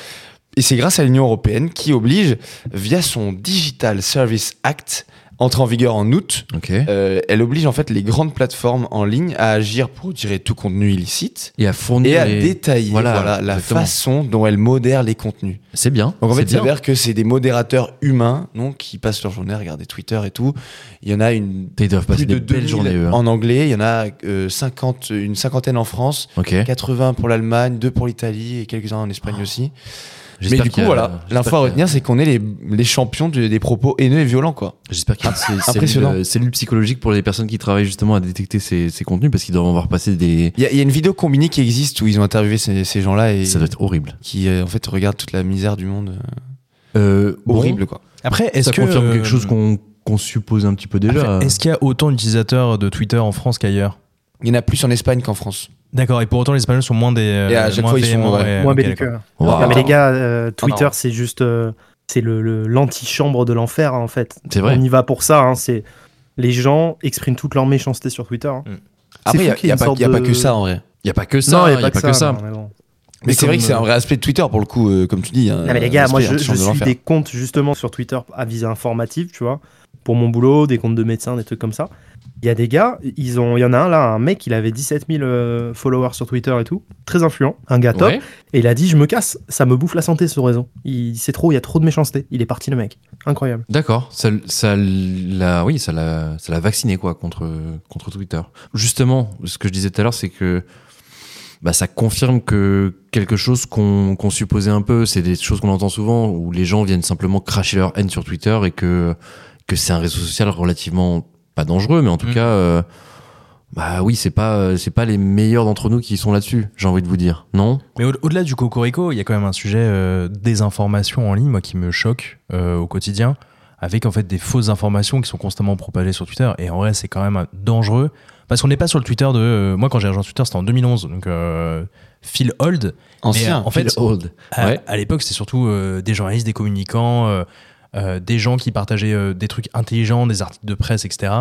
Et c'est grâce à l'Union européenne qui oblige, via son Digital Service Act, entré en vigueur en août, Ok. euh, elle oblige en fait les grandes plateformes en ligne à agir pour retirer tout contenu illicite Et à fournir. et à les- détailler voilà, voilà, la exactement. façon dont elles modèrent les contenus. C'est bien. Donc en c'est fait, il bien. s'avère que c'est des modérateurs humains donc, qui passent leur journée à regarder Twitter et tout. Il y en a une Ils doivent passer plus de des belles 2000 journées, eux. hein. en anglais, il y en a euh, 50, une cinquantaine en France, Ok. 80 pour l'Allemagne, 2 pour l'Italie et quelques-uns en Espagne aussi. Mais J'espère du qu'il coup, y a- voilà, j'espère l'info qu'il à y a- retenir, c'est qu'on est les, les champions de- des propos haineux et violents, quoi. J'espère qu'il y a une cellule- Ah, Impressionnant. euh, cellule psychologique pour les personnes qui travaillent justement à détecter ces, ces contenus parce qu'ils doivent avoir passé des. Il y, a- il y a une vidéo combinée qui existe où ils ont interviewé ces, ces gens-là et Ça doit être horrible. qui, euh, en fait, regardent toute la misère du monde. euh, Euh, bon, Horrible, quoi. Après, est-ce ça que. confirme euh, quelque chose qu'on qu'on suppose un petit peu après, déjà. Est-ce qu'il y a autant d'utilisateurs de Twitter en France qu'ailleurs Il y en a plus en Espagne qu'en France. D'accord, et pour autant, les Espagnols sont moins des. euh, Et à chaque moins fois, ils sont, véhéments ouais, et- Moins ok, belliqueux. d'accord. Waouh. Non, mais les gars, Ah, euh, Twitter, non. c'est juste. euh, c'est l'antichambre le, l'antichambre de l'enfer, hein, en fait. C'est vrai. On y va pour ça. hein, c'est Les gens expriment toute leur méchanceté sur Twitter. hein. Après, il fou n'y a, qu'il y ait y a une pas, sorte y a pas de- que ça en vrai. Il n'y a pas que ça. Non, Il y n'y a, pas que ça. non, mais bon. Mais c'est comme, vrai que c'est euh, un vrai aspect de Twitter pour le coup, euh, comme tu dis. Non, mais les gars, moi, je, je suis des comptes justement sur Twitter à visée informative, tu vois, pour mon boulot, des comptes de médecins, des trucs comme ça. Il y a des gars, ils ont, il y en a un là, un mec, il avait 17 000 euh, followers sur Twitter et tout, très influent, un gars top, Ouais. et il a dit Je me casse, ça me bouffe la santé ce réseau. Il sait trop, il y a trop de méchanceté. Il est parti le mec. Incroyable. D'accord, ça, ça l'a, oui, ça l'a, ça l'a vacciné quoi contre contre Twitter. Justement, ce que je disais tout à l'heure, c'est que bah, ça confirme que quelque chose qu'on qu'on supposait un peu, c'est des choses qu'on entend souvent où les gens viennent simplement cracher leur haine sur Twitter et que que c'est un réseau social relativement pas dangereux, mais en Mmh. tout Mm. cas, euh, bah oui, c'est pas euh, c'est pas les meilleurs d'entre nous qui sont là-dessus. J'ai envie de vous dire, non Mais au- au-delà du cocorico, il y a quand même un sujet euh, désinformation en ligne, moi, qui me choque euh, au quotidien, avec en fait des fausses informations qui sont constamment propagées sur Twitter. Et en vrai, c'est quand même euh, dangereux. Parce qu'on n'est pas sur le Twitter de. euh, moi, quand j'ai rejoint Twitter, c'était en 2011, donc euh, Phil Old. Ancien. euh, en fait, old. À, Ouais. à l'époque, c'était surtout euh, des journalistes, des communicants, euh, euh, des gens qui partageaient euh, des trucs intelligents, des articles de presse, etc.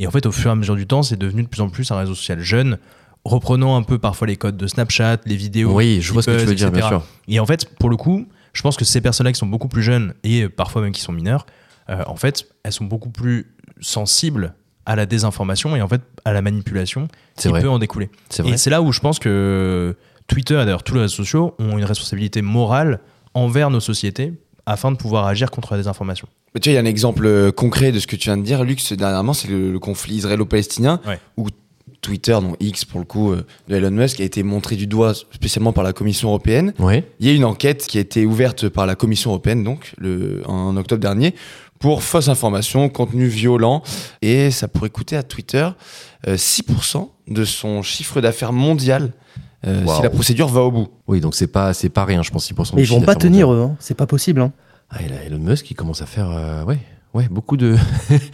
Et en fait, au fur et à mesure du temps, c'est devenu de plus en plus un réseau social jeune, reprenant un peu parfois les codes de Snapchat, les vidéos. Oui, je vois ce que tu veux dire, etc. bien sûr. Et en fait, pour le coup, je pense que ces personnes-là qui sont beaucoup plus jeunes et euh, parfois même qui sont mineures, euh, en fait, elles sont beaucoup plus sensibles à la désinformation et en fait à la manipulation C'est qui vrai, peut en découler. c'est vrai. Et c'est là où je pense que Twitter et d'ailleurs tous les réseaux sociaux ont une responsabilité morale envers nos sociétés afin de pouvoir agir contre la désinformation. Mais tu vois, il y a un exemple euh, concret de ce que tu viens de dire, Lux, dernièrement, c'est le, le conflit israélo-palestinien, Ouais. où Twitter, non X pour le coup, euh, de Elon Musk, a été montré du doigt spécialement par la Commission européenne. Ouais. Il y a une enquête qui a été ouverte par la Commission européenne, donc, le, en octobre dernier, pour fausse information, contenu violent, et ça pourrait coûter à Twitter euh, 6% de son chiffre d'affaires mondial euh, Waouh. si la procédure va au bout. Oui, donc c'est pas, c'est pas rien, je pense, 6% Mais du ils vont chiffre pas d'affaires tenir mondial. eux, hein. c'est pas possible. hein. Ah, et là, Elon Musk, qui commence à faire, euh, ouais, ouais, beaucoup de.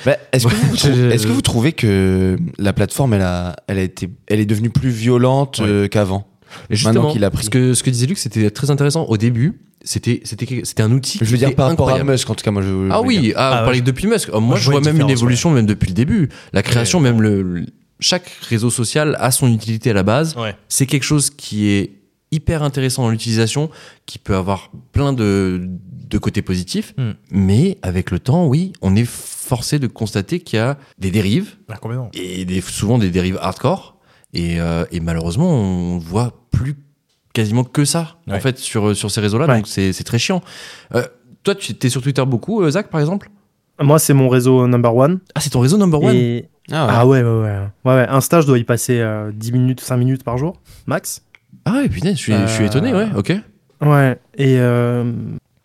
Bah, est-ce, que Ouais, vous je- trou- je- est-ce que vous trouvez que la plateforme, elle, a, elle, a été, elle est devenue plus violente Ouais. euh, qu'avant Et Maintenant qu'il a pris. Ce que, ce que disait Luc, c'était très intéressant. Au début, c'était, c'était, quelque- c'était un outil. Je veux dire qui par était rapport à incroyable. Musk, en tout cas, moi je. je Ah veux dire. oui, ah, Ah, on ouais, parlait depuis Musk. Oh, Moi, moi, je je vois vois une même une différence, évolution, même depuis le début. La création, même le, le- chaque réseau social a son utilité à la base. Ouais. C'est quelque chose qui est hyper intéressant dans l'utilisation, qui peut avoir plein de, de côtés positifs. Hmm. Mais avec le temps, oui, on est forcé de constater qu'il y a des dérives. et des- souvent des dérives hardcore. Et, euh, et malheureusement, on voit plus quasiment que ça en Ouais. fait sur, sur ces réseaux-là. Ouais. Donc c'est c'est très chiant. Euh, toi, tu es sur Twitter beaucoup, euh, Zach, par exemple Moi, c'est mon réseau number one. Ah, c'est ton réseau number one Et- Ah, ouais. Ah ouais, ouais, ouais. ouais, ouais. Un stage doit y passer euh, 10 minutes, 5 minutes par jour, max. Ah, et putain, je suis, je suis Euh, étonné, ouais, ok. Ouais, et euh,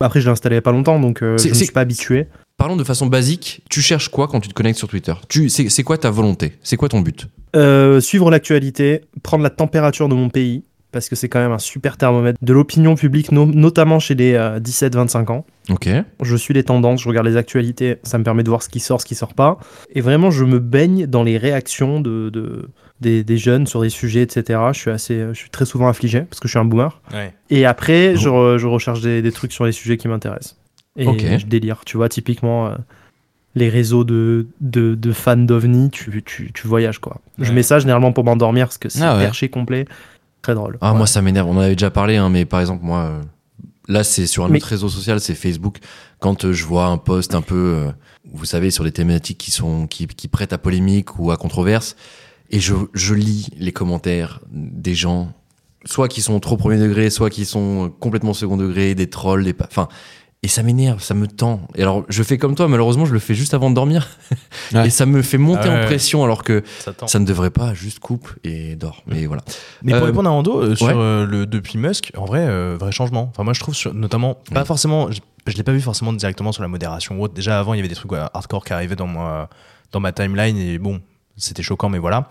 après, je l'ai installé il y a pas longtemps, donc euh, je C'est- ne c'est- suis pas habitué. Parlons de façon basique. Tu cherches quoi quand tu te connectes sur Twitter Tu- C'est c'est quoi ta volonté C'est quoi ton but Euh, suivre l'actualité, prendre la température de mon pays, parce que c'est quand même un super thermomètre de l'opinion publique, no- notamment chez les euh, 17-25 ans. Ok. Je suis les tendances, je regarde les actualités, ça me permet de voir ce qui sort, ce qui sort pas. Et vraiment, je me baigne dans les réactions de, de- des, des jeunes sur des sujets, etc. Je suis, assez, je suis très souvent affligé, parce que je suis un boomer. Et après, je, re- je recherche des, des trucs sur les sujets qui m'intéressent. Et Ok. je délire, tu vois, typiquement euh, les réseaux de, de, de fans d'OVNI, tu, tu, tu voyages quoi. Je Ouais. mets ça généralement pour m'endormir parce que c'est Ah ouais. perché complet. Très drôle. Ah, Ouais. moi, ça m'énerve. On en avait déjà parlé, hein, mais par exemple, moi, euh, là, c'est sur un Mais- autre réseau social, c'est Facebook. Quand euh, je vois un post un peu, euh, vous savez, sur des thématiques qui sont, qui, qui prêtent à polémique ou à controverse, et je, je lis les commentaires des gens, soit qui sont trop premier degré, soit qui sont euh, complètement second degré, des trolls, des, pa- enfin, et ça m'énerve, ça me tend. Et alors, je fais comme toi, malheureusement, je le fais juste avant de dormir, Ouais. et ça me fait monter Ah ouais. en pression, alors que Ça tend. ça ne devrait pas. Juste coupe et dors. Mm. Mais voilà. Mais pour Euh, répondre à Ando, euh, sur ouais. euh, le depuis Musk, en vrai, euh, vrai changement. Enfin, moi, je trouve sur- notamment, pas Oui. forcément, je, je l'ai pas vu forcément directement sur la modération ou autre. Déjà avant, il y avait des trucs euh, hardcore qui arrivaient dans ma, dans ma timeline et bon, c'était choquant, mais voilà.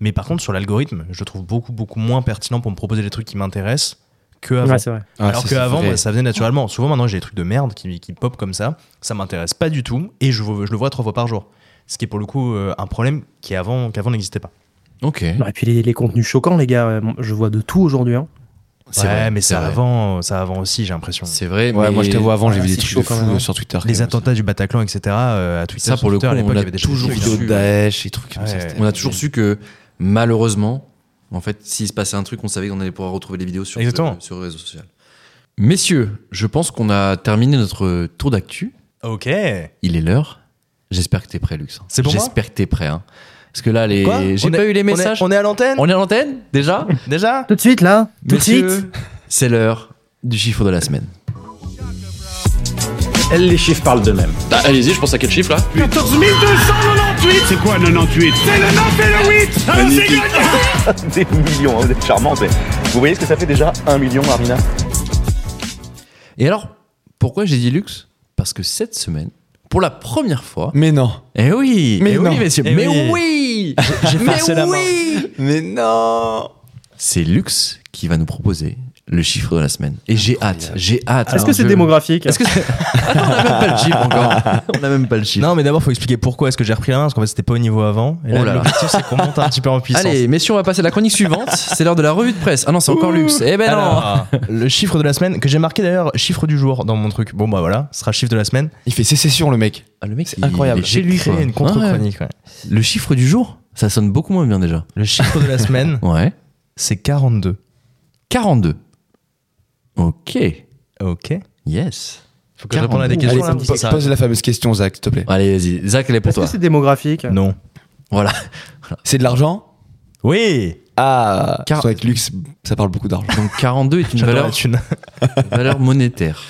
Mais par contre, sur l'algorithme, je le trouve beaucoup, beaucoup moins pertinent pour me proposer des trucs qui m'intéressent que avant. Ouais, c'est vrai. Ah, Alors ça, c'est qu'avant, vrai. moi, ça venait naturellement. Souvent, maintenant, j'ai des trucs de merde qui, qui pop comme ça. Ça m'intéresse pas du tout et je, vois- je le vois trois fois par jour. Ce qui est pour le coup euh, un problème qui avant, qu'avant n'existait pas. Ok. Non, et puis les, les contenus choquants, les gars, euh, je vois de tout aujourd'hui. hein. C'est vrai, mais c'est ça vrai. avant, ça avant aussi, j'ai l'impression. C'est vrai. Ouais, mais- moi je t'avoue, avant, j'ai Ouais, vu c'est des trucs chaud de fou quand même, hein. euh, sur Twitter. Les attentats du Bataclan, etc. euh, à Twitter, Ça, sur pour le Twitter, coup, à l'époque, on a il y avait des choses toujours qui- su. Vidéos de Daesh, des trucs comme ça. Ouais. c'était- On a toujours su que malheureusement, en fait, s'il se passait un truc, on savait qu'on allait pouvoir retrouver les vidéos sur, euh, Exactement. sur le réseau social. Messieurs, je pense qu'on a terminé notre tour d'actu. Ok. Il est l'heure. J'espère que t'es prêt, Lux. C'est pour moi J'espère que t'es prêt. hein. Parce que là, Quoi les... j'ai On pas est- eu les on est- messages. On est à l'antenne On est à l'antenne Déjà Déjà Tout de suite là Tout de Messieurs, suite C'est l'heure du chiffre de la semaine. Elle, les chiffres parlent d'eux-mêmes. Bah, allez-y, je pense à quel chiffre là 14 298 C'est quoi 98 C'est le 9 et le 8 Alors c'est gagné Des millions, hein, vous êtes charmants, mais vous voyez ce que ça fait déjà Un million, Armina Et alors, pourquoi j'ai dit luxe Parce que cette semaine, pour la première fois, Mais non. eh oui, Mais eh non. oui, messieurs, Eh mais oui, oui. j'ai forcé la main. oui Mais non. C'est luxe qui va nous proposer le chiffre de la semaine. Et j'ai hâte, j'ai hâte. Est-ce que c'est démographique Est-ce que c'est- Attends, on n'a même pas le chiffre encore. On n'a même pas le chiffre. Non, mais d'abord, faut expliquer pourquoi est-ce que j'ai repris la main, parce qu'en fait, c'était pas au niveau avant. Oh Et là, là là. l'objectif, c'est qu'on monte un petit peu en puissance. Allez, messieurs, on va passer à la chronique suivante. C'est l'heure de la revue de presse. Ah non, c'est encore luxe. Eh ben non. Alors, le chiffre de la semaine, que j'ai marqué d'ailleurs chiffre du jour dans mon truc. Bon, bah voilà, ce sera chiffre de la semaine. Il fait sécession, le mec. Ah, le mec, C'est il- incroyable. il est J'ai lui quoi. créé une Ah ouais. contre-chronique. ouais. Le chiffre du jour, ça sonne beaucoup moins bien déjà. Le chiffre de la semaine, Ouais. c'est 42. 42. Ok. Ok. Yes. Faut que je réponde à 42. des questions Allez, là, po- parce que pose, ça- la fameuse question, Zach, s'il te plaît. Allez, vas-y. Zach, elle est pour Est-ce toi. que c'est démographique Non. Voilà. C'est de l'argent Oui Ah, Car- soit avec luxe, ça parle beaucoup d'argent. Donc 42 est une J'adore valeur, la thune. valeur monétaire.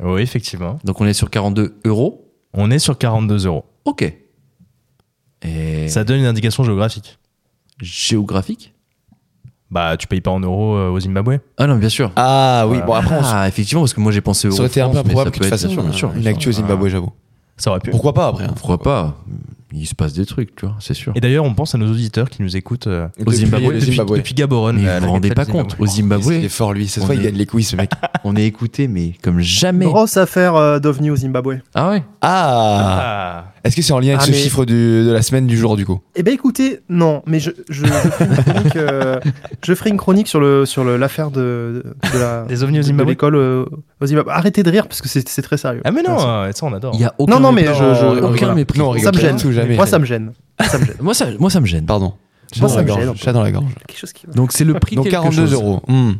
Oui, effectivement. Donc on est sur 42 euros. On est sur 42 euros. Ok. Et Ça donne une indication géographique. géographique Bah, tu payes pas en euros euh, au Zimbabwe Ah non, bien sûr. Ah oui, Voilà. bon après, on s- Ah, effectivement, parce que moi j'ai pensé euro. ça aurait été un peu France, mais improbable ça que peut tu fasses être- ça, hein. bien sûr. Ah, une actu au Zimbabwe, j'avoue. Ça aurait pu. Ah. Pourquoi pas après hein. Pourquoi pas Il se passe des trucs, tu vois, c'est sûr. Et d'ailleurs, on pense à nos auditeurs qui nous écoutent euh, Au Zimbabwe, le depuis- Zimbabwe. depuis Gaborone. Mais la- vous la vous rendez capitale pas du compte, Zimbabwe. au Il est Zimbabwe, fort, lui. Ça se On voit, est- il gagne les couilles, ce mec. on est écouté, mais comme jamais. Grosse affaire euh, d'OVNI au Zimbabwe. Ah ouais Ah Ah. Est-ce que c'est en lien avec Ah, ce mais- chiffre du- de la semaine du jour, du coup Eh ben écoutez, non, mais je, je, je ferai, une chronique, euh, je ferai une chronique sur le sur le- l'affaire de, de la Des ovnis de- au de Zimbabwe l'école euh, au Zimbabwe. Arrêtez de rire parce que c'est c'est très sérieux. Ah mais non, Merci. euh, ça on adore. Il y a aucun Non non mais mépris. je, je- aucun voilà. mépris. Non, on Ça rigole me pas gêne. du tout, jamais. Moi ça me gêne. Ça me gêne. Moi ça, moi ça me gêne. Pardon. Moi, ça me Dans la gêne, gorge, Chat dans la gorge. Quelque chose qui. Donc c'est le prix Donc de quelque 42 chose. euros. Hmm.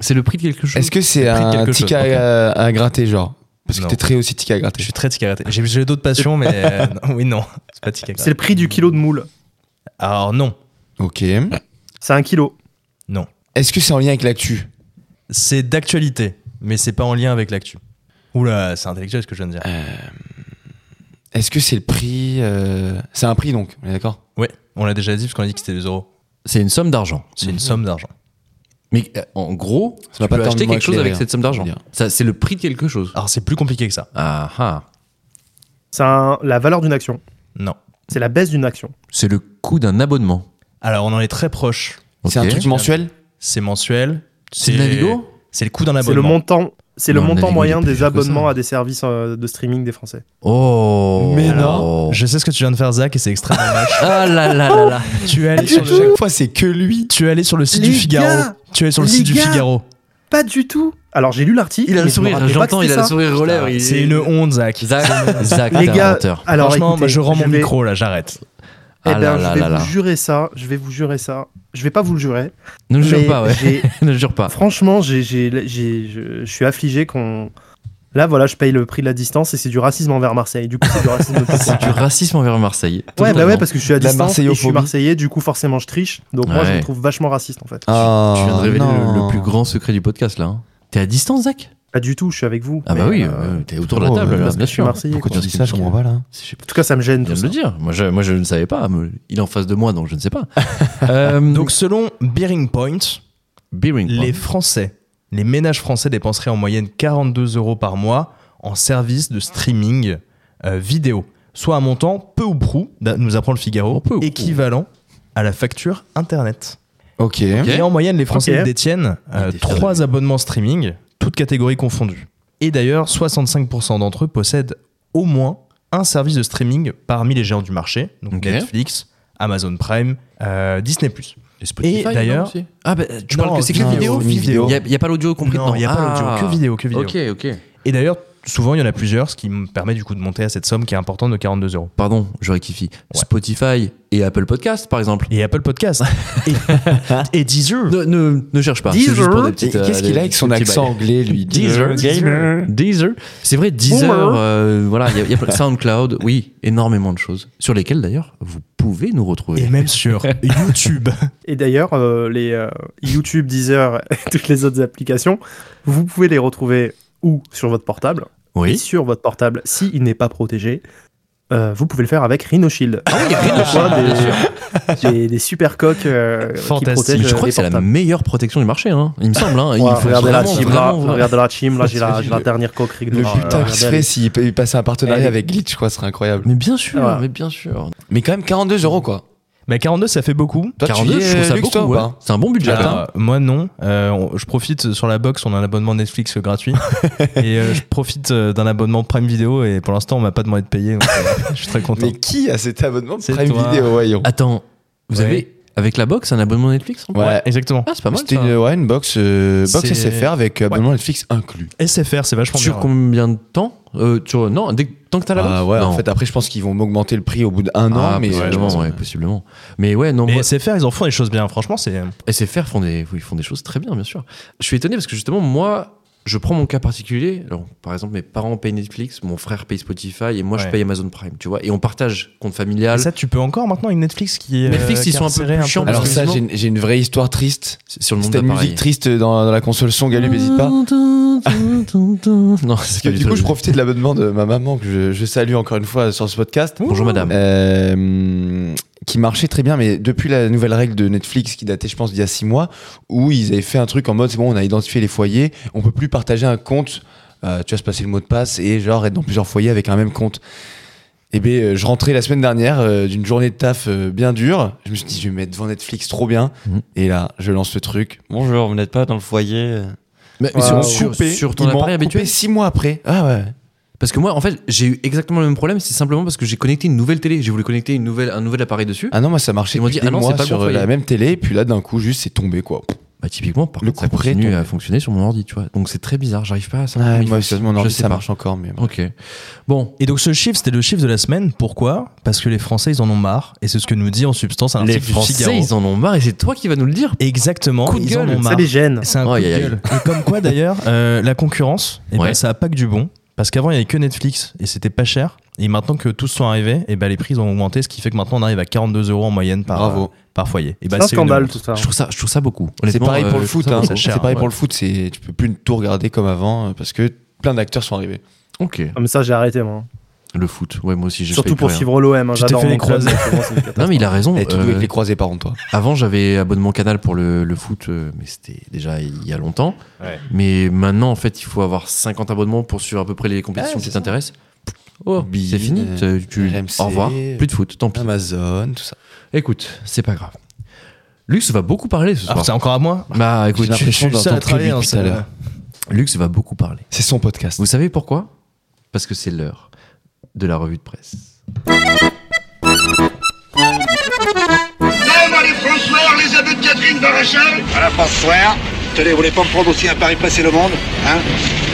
C'est le prix de quelque chose. Est-ce que c'est Le prix de un quelque chose, ticket à, à gratter, genre Parce que Non. t'es très aussi ticket à Je gratter. suis très ticarate. J'ai j'ai d'autres passions, mais euh, non, oui non, c'est pas ticarate. C'est le prix du kilo de moule. Alors non, Ok. C'est un kilo. non. Est-ce que c'est en lien avec l'actu C'est d'actualité, mais c'est pas en lien avec l'actu. Oula, c'est intellectuel ce que je viens de dire. Euh. Est-ce que c'est le prix euh, C'est un prix donc, on est d'accord Ouais, on l'a déjà dit parce qu'on a dit que c'était des euros. C'est une somme d'argent. C'est Mhm. une somme d'argent. Mais euh, en gros, m'a tu pas peux tant acheter moins quelque chose éclairé, avec hein, cette somme d'argent. je veux dire. Ça, c'est le prix de quelque chose. Alors c'est plus compliqué que ça. Ah ah. C'est un- la valeur d'une action. Non. C'est la baisse d'une action. C'est le coût d'un abonnement. Alors on en est très proche. C'est un Ok. truc mensuel C'est mensuel. C'est Navigo C'est le coût d'un C'est le abonnement. montant. C'est le Non, Navigo, montant il est moyen plus cher des que abonnements ça. à des services euh, de streaming des Français. Oh. Mais Alors, Je sais ce que tu viens de faire Zach et c'est extrêmement moche. Ah là là là là. tu es allé sur Chaque le fois, c'est que lui. tu es allé sur le site Les du Figaro. gars tu es allé sur le Les site du gars Figaro. Pas du tout. Alors j'ai lu l'article. Il a mais le je me sourire. rappelais pas que J'entends, il a c'était le ça. sourire relève. il- C'est une honte Zach. Zach, Zach, hein. Les t'es un gars, menteur. alors Franchement, écoutez, moi, je rends mon vais- micro là, j'arrête. Eh Ah ben, là là je vais là vous là. jurer ça. Je vais vous jurer ça. Je vais pas vous le jurer. Ne le mais jure pas, ouais. j'ai- Ne le jure pas. Franchement, j'ai, j'ai- j'ai- je, je suis affligé qu'on. Là, voilà, je paye le prix de la distance et c'est du racisme envers Marseille. Du coup, c'est du racisme. de C'est du racisme envers Marseille. Ouais, bah Totalement. ouais, parce que je suis à La distance et je suis marseillaphobie. marseillais, du coup, forcément, je triche. Donc, moi, je Ouais. me trouve vachement raciste, en fait. Ah, Tu viens de révéler non. le, le plus grand secret du podcast là. hein. T'es à distance, Zach Pas du tout, je suis avec vous. Ah bah mais, oui, euh, ouais, t'es autour de la oh, table mais là, parce bien je suis sûr. marseillais. Pourquoi quoi. tu dis ça Je comprends pas là. Je sais pas, En tout cas, ça me gêne. tu viens tout de le ça. dire. Moi je, moi, je ne savais pas. me- Il est en face de moi, donc je ne sais pas. Euh, Donc selon Bearing Point, Bearing Point. les Français, les ménages français dépenseraient en moyenne 42 euros par mois en services de streaming euh, vidéo, soit un montant peu ou prou, da- nous apprend le Oh, Figaro, peu ou prou. équivalent à la facture Internet. Ok. Et en moyenne, les Français Ok. détiennent Il euh, était fier de trois abonnements streaming, toutes catégories confondues. Et d'ailleurs, 65% d'entre eux possèdent au moins un service de streaming parmi les géants du marché, donc Ok. Netflix, Amazon Prime, euh, Disney+. Spotify, et d'ailleurs- non, aussi Ah bah tu Non, parles que c'est que non, vidéo vidéo. Il n'y a, il y a pas l'audio compris Ah. Ah, Non, il n'y a pas l'audio, que vidéo, que vidéo. Ok, ok. Et d'ailleurs, souvent, il y en a plusieurs, ce qui me permet du coup de monter à cette somme qui est importante de 42 euros. Pardon, je rectifie. Ouais. Spotify et Apple Podcast, par exemple. Et Apple Podcast. et, et Deezer. Ne, ne, ne cherche pas. c'est Deezer. juste pour des petites, euh, Qu'est-ce qu'il des a avec son petits accent bails. anglais, lui Deezer, Deezer, Deezer. C'est vrai, Deezer, Boomer. euh, voilà, il y a- il y, a plein- SoundCloud, oui, énormément de choses. Sur lesquelles, d'ailleurs, vous pouvez nous retrouver. Et même sur YouTube. Et d'ailleurs, euh, les euh, YouTube, Deezer et toutes les autres applications, vous pouvez les retrouver ou sur votre portable, et Oui. sur votre portable, s'il n'est pas protégé, euh, vous pouvez le faire avec RhinoShield. Ah oui, bien des, des, des super coques euh, qui Fantastique. protègent Mais je crois les que c'est la portables. meilleure protection du marché, hein. il me semble. Hein. Il Ouais, faut regardez, vraiment, la chim, là, hein. vraiment, vraiment. regardez la chim, là j'ai la, Le j'ai la dernière coque Le Ah, rigolote. putain Regardez, qui serait s'il peut- il passait un partenariat Elle est- avec Glitch, quoi, ce serait incroyable. Mais bien sûr, Ouais. mais bien sûr. Mais quand même 42 euros, quoi. Mais 42, ça fait beaucoup. Toi, 42, tu y je trouve es, ça Lux, beaucoup. toi, ou ouais. pas C'est un bon budget. J'attends. hein. Alors, moi non, Euh, on- je profite sur la box, on a un abonnement Netflix euh, gratuit et euh, je profite euh, d'un abonnement Prime Video et pour l'instant on m'a pas demandé de payer, donc, euh, je suis très content. Mais qui a cet abonnement de C'est Prime toi. Vidéo, voyons Attends, vous Ouais. avez, avec la box, un abonnement Netflix en plus Ouais. Exactement. Ah, c'est pas mal. C'était ça. une, ouais, une box, euh, box C'est- SFR avec abonnement Netflix inclus. SFR, c'est vachement Sur bien. combien de temps Euh, sur- Non, dès, que- tant que t'as la box Ah ouais, Non. en fait, après, je pense qu'ils vont augmenter le prix au bout d'un Ah, an, mais euh, je possiblement, pense- ouais, possiblement. Mais ouais, non, Mais moi, SFR, ils en font des choses bien. Franchement, c'est SFR font des, oui, font des choses très bien, bien sûr. Je suis étonné parce que justement, moi, je prends mon cas particulier. Alors, par exemple, mes parents payent Netflix, mon frère paye Spotify et moi, je Ouais. paye Amazon Prime, tu vois. Et on partage compte familial. ça, tu peux encore maintenant avec Netflix qui. est, Netflix, euh, ils qui a sont un peu resserré plus chiants le Alors truc. ça, Excuse-moi. j'ai une, j'ai une vraie histoire triste. sur le nombre C'était une d'appareils. musique triste dans, dans la console son, Galu, n'hésite pas. Mmh. Non, c'est Parce que pas tout du coup, je la musique. profitais de l'abonnement de ma maman, que je, je salue encore une fois sur ce podcast. Bonjour madame. Euh, qui marchait très bien, mais depuis la nouvelle règle de Netflix qui datait, je pense, d'il y a six mois, où ils avaient fait un truc en mode c'est bon, on a identifié les foyers, on peut plus partager un compte, euh, tu vas se passer le mot de passe et genre être dans plusieurs foyers avec un même compte. Et ben euh, je rentrais la semaine dernière euh, d'une journée de taf euh, bien dure. Je me suis dit, je vais me mettre devant Netflix trop bien. Mhm. Et là, je lance ce truc. Bonjour, vous n'êtes pas dans le foyer. Mais Wow. sur, Ils sur- Coupé. sur Ils ton m'ont appareil coupé habituel six mois après. Ah ouais. Parce que moi, en fait, j'ai eu exactement le même problème. C'est simplement parce que j'ai connecté une nouvelle télé. J'ai voulu connecter une nouvelle, un nouvel appareil dessus. Ah non, moi ça marchait Ils m'ont dit, depuis des ah non, c'est mois pas le sur bon euh, la foyer. même télé, et puis là d'un coup juste c'est tombé quoi. Bah, typiquement, par Le contre, ça couperet est continue tombé. à fonctionner sur mon ordi, tu vois. Donc c'est très bizarre. J'arrive pas à savoir. Ouais, comment il moi aussi fonctionne. mon Je ordi sais ça pas. marche encore mais bon. Ok. Bon, Et donc ce chiffre, c'était le chiffre de la semaine. Pourquoi Parce que les Français, ils en ont marre. Et c'est ce que nous dit en substance un les article du Figaro. Français, ils en ont marre et c'est toi qui vas nous le dire. Exactement. Coup de ils en gueule. ont Ça marre. les gêne. C'est un Oh, coup de aïe, aïe. gueule. Et comme quoi d'ailleurs, euh, la concurrence, eh ben, Ouais. ça a pas que du bon. Parce qu'avant, il n'y avait que Netflix et c'était pas cher. Et maintenant que tous sont arrivés, eh ben, les prix ont augmenté, ce qui fait que maintenant on arrive à 42 euros en moyenne par, Bravo. par foyer. Et ben, C'est un une scandale honte. tout ça. hein. Je trouve ça, je trouve ça beaucoup. C'est Honnêtement, pareil pour euh, le je trouve foot ça hein. vaut beaucoup. cher, C'est pareil ouais. pour le foot, c'est tu peux plus tout regarder comme avant euh, parce que plein d'acteurs sont arrivés. Ok. Comme Ah, ça, j'ai arrêté moi. Le foot. Ouais, moi aussi, j'ai Surtout failli pour pleurer, suivre l'OM. hein, Tu t'es J'adore fait mon les club, croisés. mais pour moi, c'est une hein. Non, mais catastrophe. il a raison. Et tout euh, avec les croisés par contre toi. Avant, j'avais abonnement canal pour le, le foot, euh, mais c'était déjà il y a longtemps. Ouais. Mais maintenant, en fait, il faut avoir 50 abonnements pour suivre à peu près les compétitions Ouais, c'est qui t'intéressent. Oh, Bein, c'est fini. euh, tu- tu- RMC, au revoir. Plus de foot, tant Ah pis. Amazon, tout ça. Écoute, c'est pas grave. Lux va beaucoup parler ce Ah, soir. c'est encore à moi bah J'ai écoute, l'impression je- je suis d'entendre seul à très travailler, vite hein, tout à ça- l'heure. Lux va beaucoup parler. C'est son podcast. Vous savez pourquoi Parce que c'est l'heure de la revue de presse. Même à les François, les aveux de Catherine Barachal Voilà, François. Tenez, vous voulez pas me prendre aussi un pari passer le monde Hein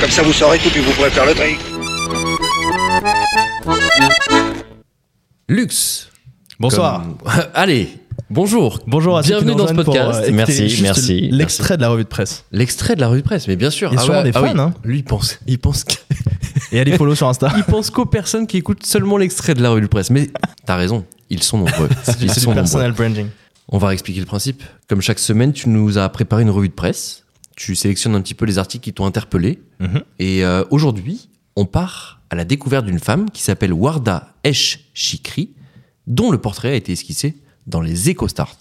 Comme ça, vous saurez tout, puis vous pourrez faire le tri. Lux Bonsoir. comme- Allez, bonjour. Bonjour à ceux qui Bienvenue nous dans ce rejoignent pour, podcast. euh, écouter Merci, juste merci, L'extrait de la revue de presse. L'extrait de la revue de presse, mais bien sûr. Ah Il y a sûrement des oui. fans, hein. Lui, il pense, il pense, que- Et allez follow sur Insta. il pense qu'aux personnes qui écoutent seulement l'extrait de la revue de presse. Mais t'as raison, ils sont nombreux. Ils sont C'est du nombreux. personal branding. On va réexpliquer le principe. Comme chaque semaine, tu nous as préparé une revue de presse. Tu sélectionnes un petit peu les articles qui t'ont interpellé. Mhm. Et euh, aujourd'hui, on part à la découverte d'une femme qui s'appelle Warda Esh Chikri, dont le portrait a été esquissé dans les EcoStart.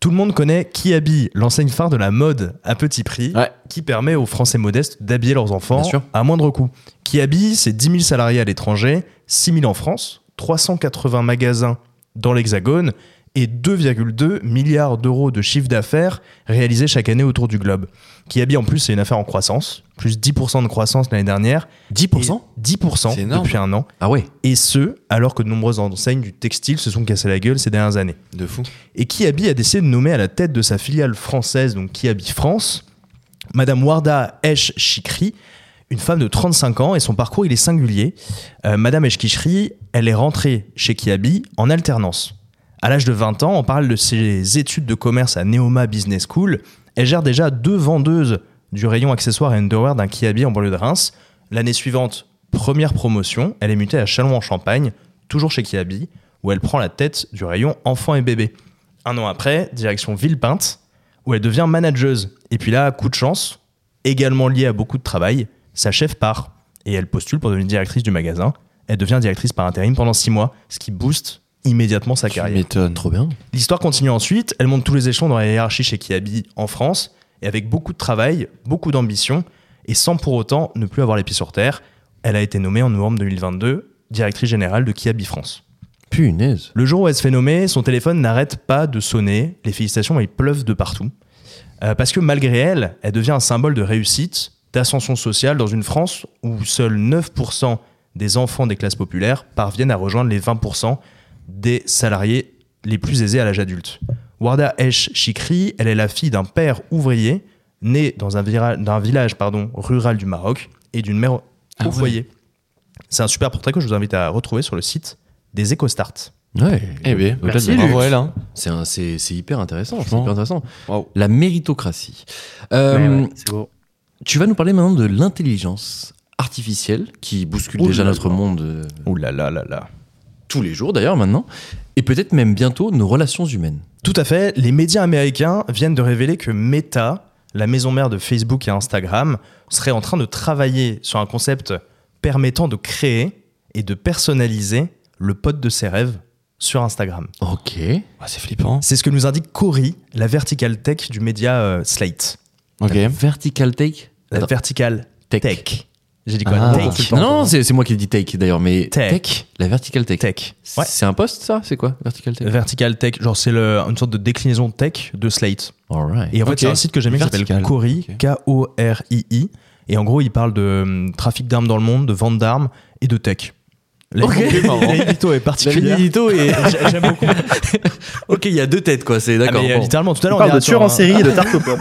Tout le monde connaît Kiabi, l'enseigne phare de la mode à petit prix, Ouais. qui permet aux Français modestes d'habiller leurs enfants Bien sûr. à moindre coût. Kiabi, c'est 10 000 salariés à l'étranger, 6 000 en France, 380 magasins dans l'Hexagone et 2,2 milliards d'euros de chiffre d'affaires réalisés chaque année autour du globe. Kiabi, en plus, c'est une affaire en croissance, plus 10% de croissance l'année dernière. 10% et 10% C'est énorme. depuis un an. Ah ouais Et ce, alors que de nombreuses enseignes du textile se sont cassées la gueule ces dernières années De fou. et Kiabi a décidé de nommer à la tête de sa filiale française, donc Kiabi France, Madame Warda Esh Chikri, une femme de 35 ans et son parcours il est singulier. Euh, Madame Eshkichri, elle est rentrée chez Kiabi en alternance. À l'âge de 20 ans, on parle de ses études de commerce à Neoma Business School. Elle gère déjà deux vendeuses du rayon accessoires et underwear d'un Kiabi en banlieue de Reims. L'année suivante, première promotion, elle est mutée à Châlons-en-Champagne, toujours chez Kiabi, où elle prend la tête du rayon enfants et bébés. Un an après, direction Villepinte, où elle devient manageuse. Et puis là, coup de chance, également liée à beaucoup de travail, sa chef part et elle postule pour devenir directrice du magasin. Elle devient directrice par intérim pendant six mois, ce qui booste immédiatement sa Tu carrière. m'étonnes. Trop bien. L'histoire continue ensuite, elle monte tous les échelons dans la hiérarchie chez Kiabi en France, et avec beaucoup de travail, beaucoup d'ambition, et sans pour autant ne plus avoir les pieds sur terre, elle a été nommée en novembre 2022 directrice générale de Kiabi France. Punaise. Le jour où elle se fait nommer, son téléphone n'arrête pas de sonner, les félicitations elles pleuvent de partout. Euh, parce que malgré elle, elle devient un symbole de réussite, d'ascension sociale dans une France où seuls 9% des enfants des classes populaires parviennent à rejoindre les 20% des salariés les plus aisés à l'âge adulte. Warda Esh Chikri, elle est la fille d'un père ouvrier né dans un, vira- d'un village pardon, rural du Maroc et d'une mère au Ah ouais. foyer. C'est un super portrait que je vous invite à retrouver sur le site des EcoStarts. Ouais. Eh bien, Merci, au-delà de- Luc. bravo elle. hein. C'est un- c'est c'est hyper intéressant. C'est Franchement. hyper intéressant. Wow. La méritocratie. Euh, Ouais, ouais, c'est beau. Tu vas nous parler maintenant de l'intelligence artificielle qui bouscule déjà notre monde euh, Ouh là là là là. tous les jours d'ailleurs maintenant, et peut-être même bientôt nos relations humaines. Tout à fait, les médias américains viennent de révéler que Meta, la maison mère de Facebook et Instagram, serait en train de travailler sur un concept permettant de créer et de personnaliser le pote de ses rêves sur Instagram. Ok. Ah, c'est flippant. C'est ce que nous indique Cory, la vertical tech du média euh, Slate. Ok. Vertical take La Attends, vertical tech. tech. J'ai dit quoi Ah. Tech. Non, non, c'est c'est moi qui dis take d'ailleurs, mais hein. Tech. la vertical take. Tech. Ouais. C'est un poste ça C'est quoi Vertical take Vertical tech, genre c'est le- une sorte de déclinaison tech de Slate. Alright. Et en fait, Ok. c'est un site que j'aime bien qui s'appelle Vertical. Kori, Ok. K-O-R-I-I. Et en gros, il parle de hum, trafic d'armes dans le monde, de vente d'armes et de tech. La Ok. ligne- la ligne édito est particulière. et. J'ai- J'aime beaucoup. ok, il y a deux têtes quoi, c'est Ah, d'accord. mais, euh, bon. littéralement, tout à On l'heure, parle est hein. de sur tueur un- en série et de tarte aux pommes.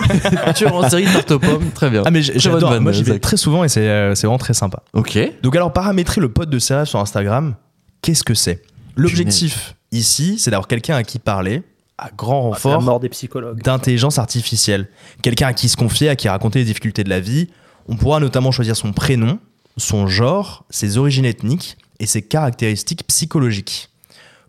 Tueur en série, tarte aux pommes, très bien. Ah, mais Très bonne j'adore. vanne, Moi, j'y vais Zach. très souvent et c'est euh, c'est vraiment très sympa. Ok. Donc alors paramétrer le pote de Seraf sur Instagram, qu'est-ce que c'est L'objectif ici, c'est d'avoir quelqu'un à qui parler, à grand C'est la renfort mort des psychologues. d'intelligence artificielle. Quelqu'un à qui se confier, à qui raconter les difficultés de la vie. On pourra notamment choisir son prénom, son genre, ses origines ethniques et ses caractéristiques psychologiques.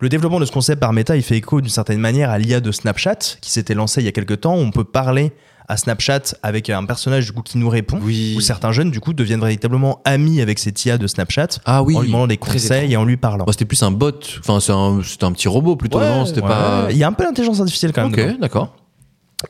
Le développement de ce concept par Meta, il fait écho d'une certaine manière à l'IA de Snapchat, qui s'était lancée il y a quelques temps. où On peut parler à Snapchat avec un personnage du coup qui nous répond, Oui. où certains jeunes du coup deviennent véritablement amis avec cette IA de Snapchat Ah oui. en lui demandant des très conseils et en lui parlant. Bon, c'était plus un bot, enfin c'est un, c'était un petit robot plutôt, non C'était pas. Il y a un peu d'intelligence artificielle quand même. dedans. Ok, d'accord.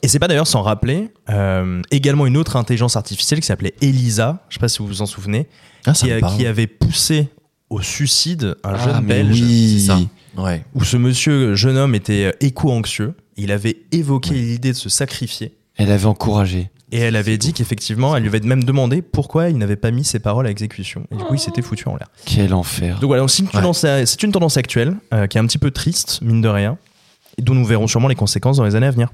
Et c'est pas d'ailleurs sans rappeler euh, également une autre intelligence artificielle qui s'appelait Elisa, je sais pas si vous vous en souvenez, Ah, qui, me a- parle. qui avait poussé au suicide un Ah, jeune mais belge, oui. C'est ça. Ouais. où ce monsieur, jeune homme, était euh, éco-anxieux. Il avait évoqué l'idée de se sacrifier. Elle avait encouragé. Et elle avait dit qu'effectivement, elle lui avait même demandé pourquoi il n'avait pas mis ses paroles à exécution. Et du coup, il s'était foutu en l'air. Quel enfer. Donc voilà, donc c'est une, Ouais. tendance à- c'est une tendance actuelle euh, qui est un petit peu triste, mine de rien, et dont nous verrons sûrement les conséquences dans les années à venir.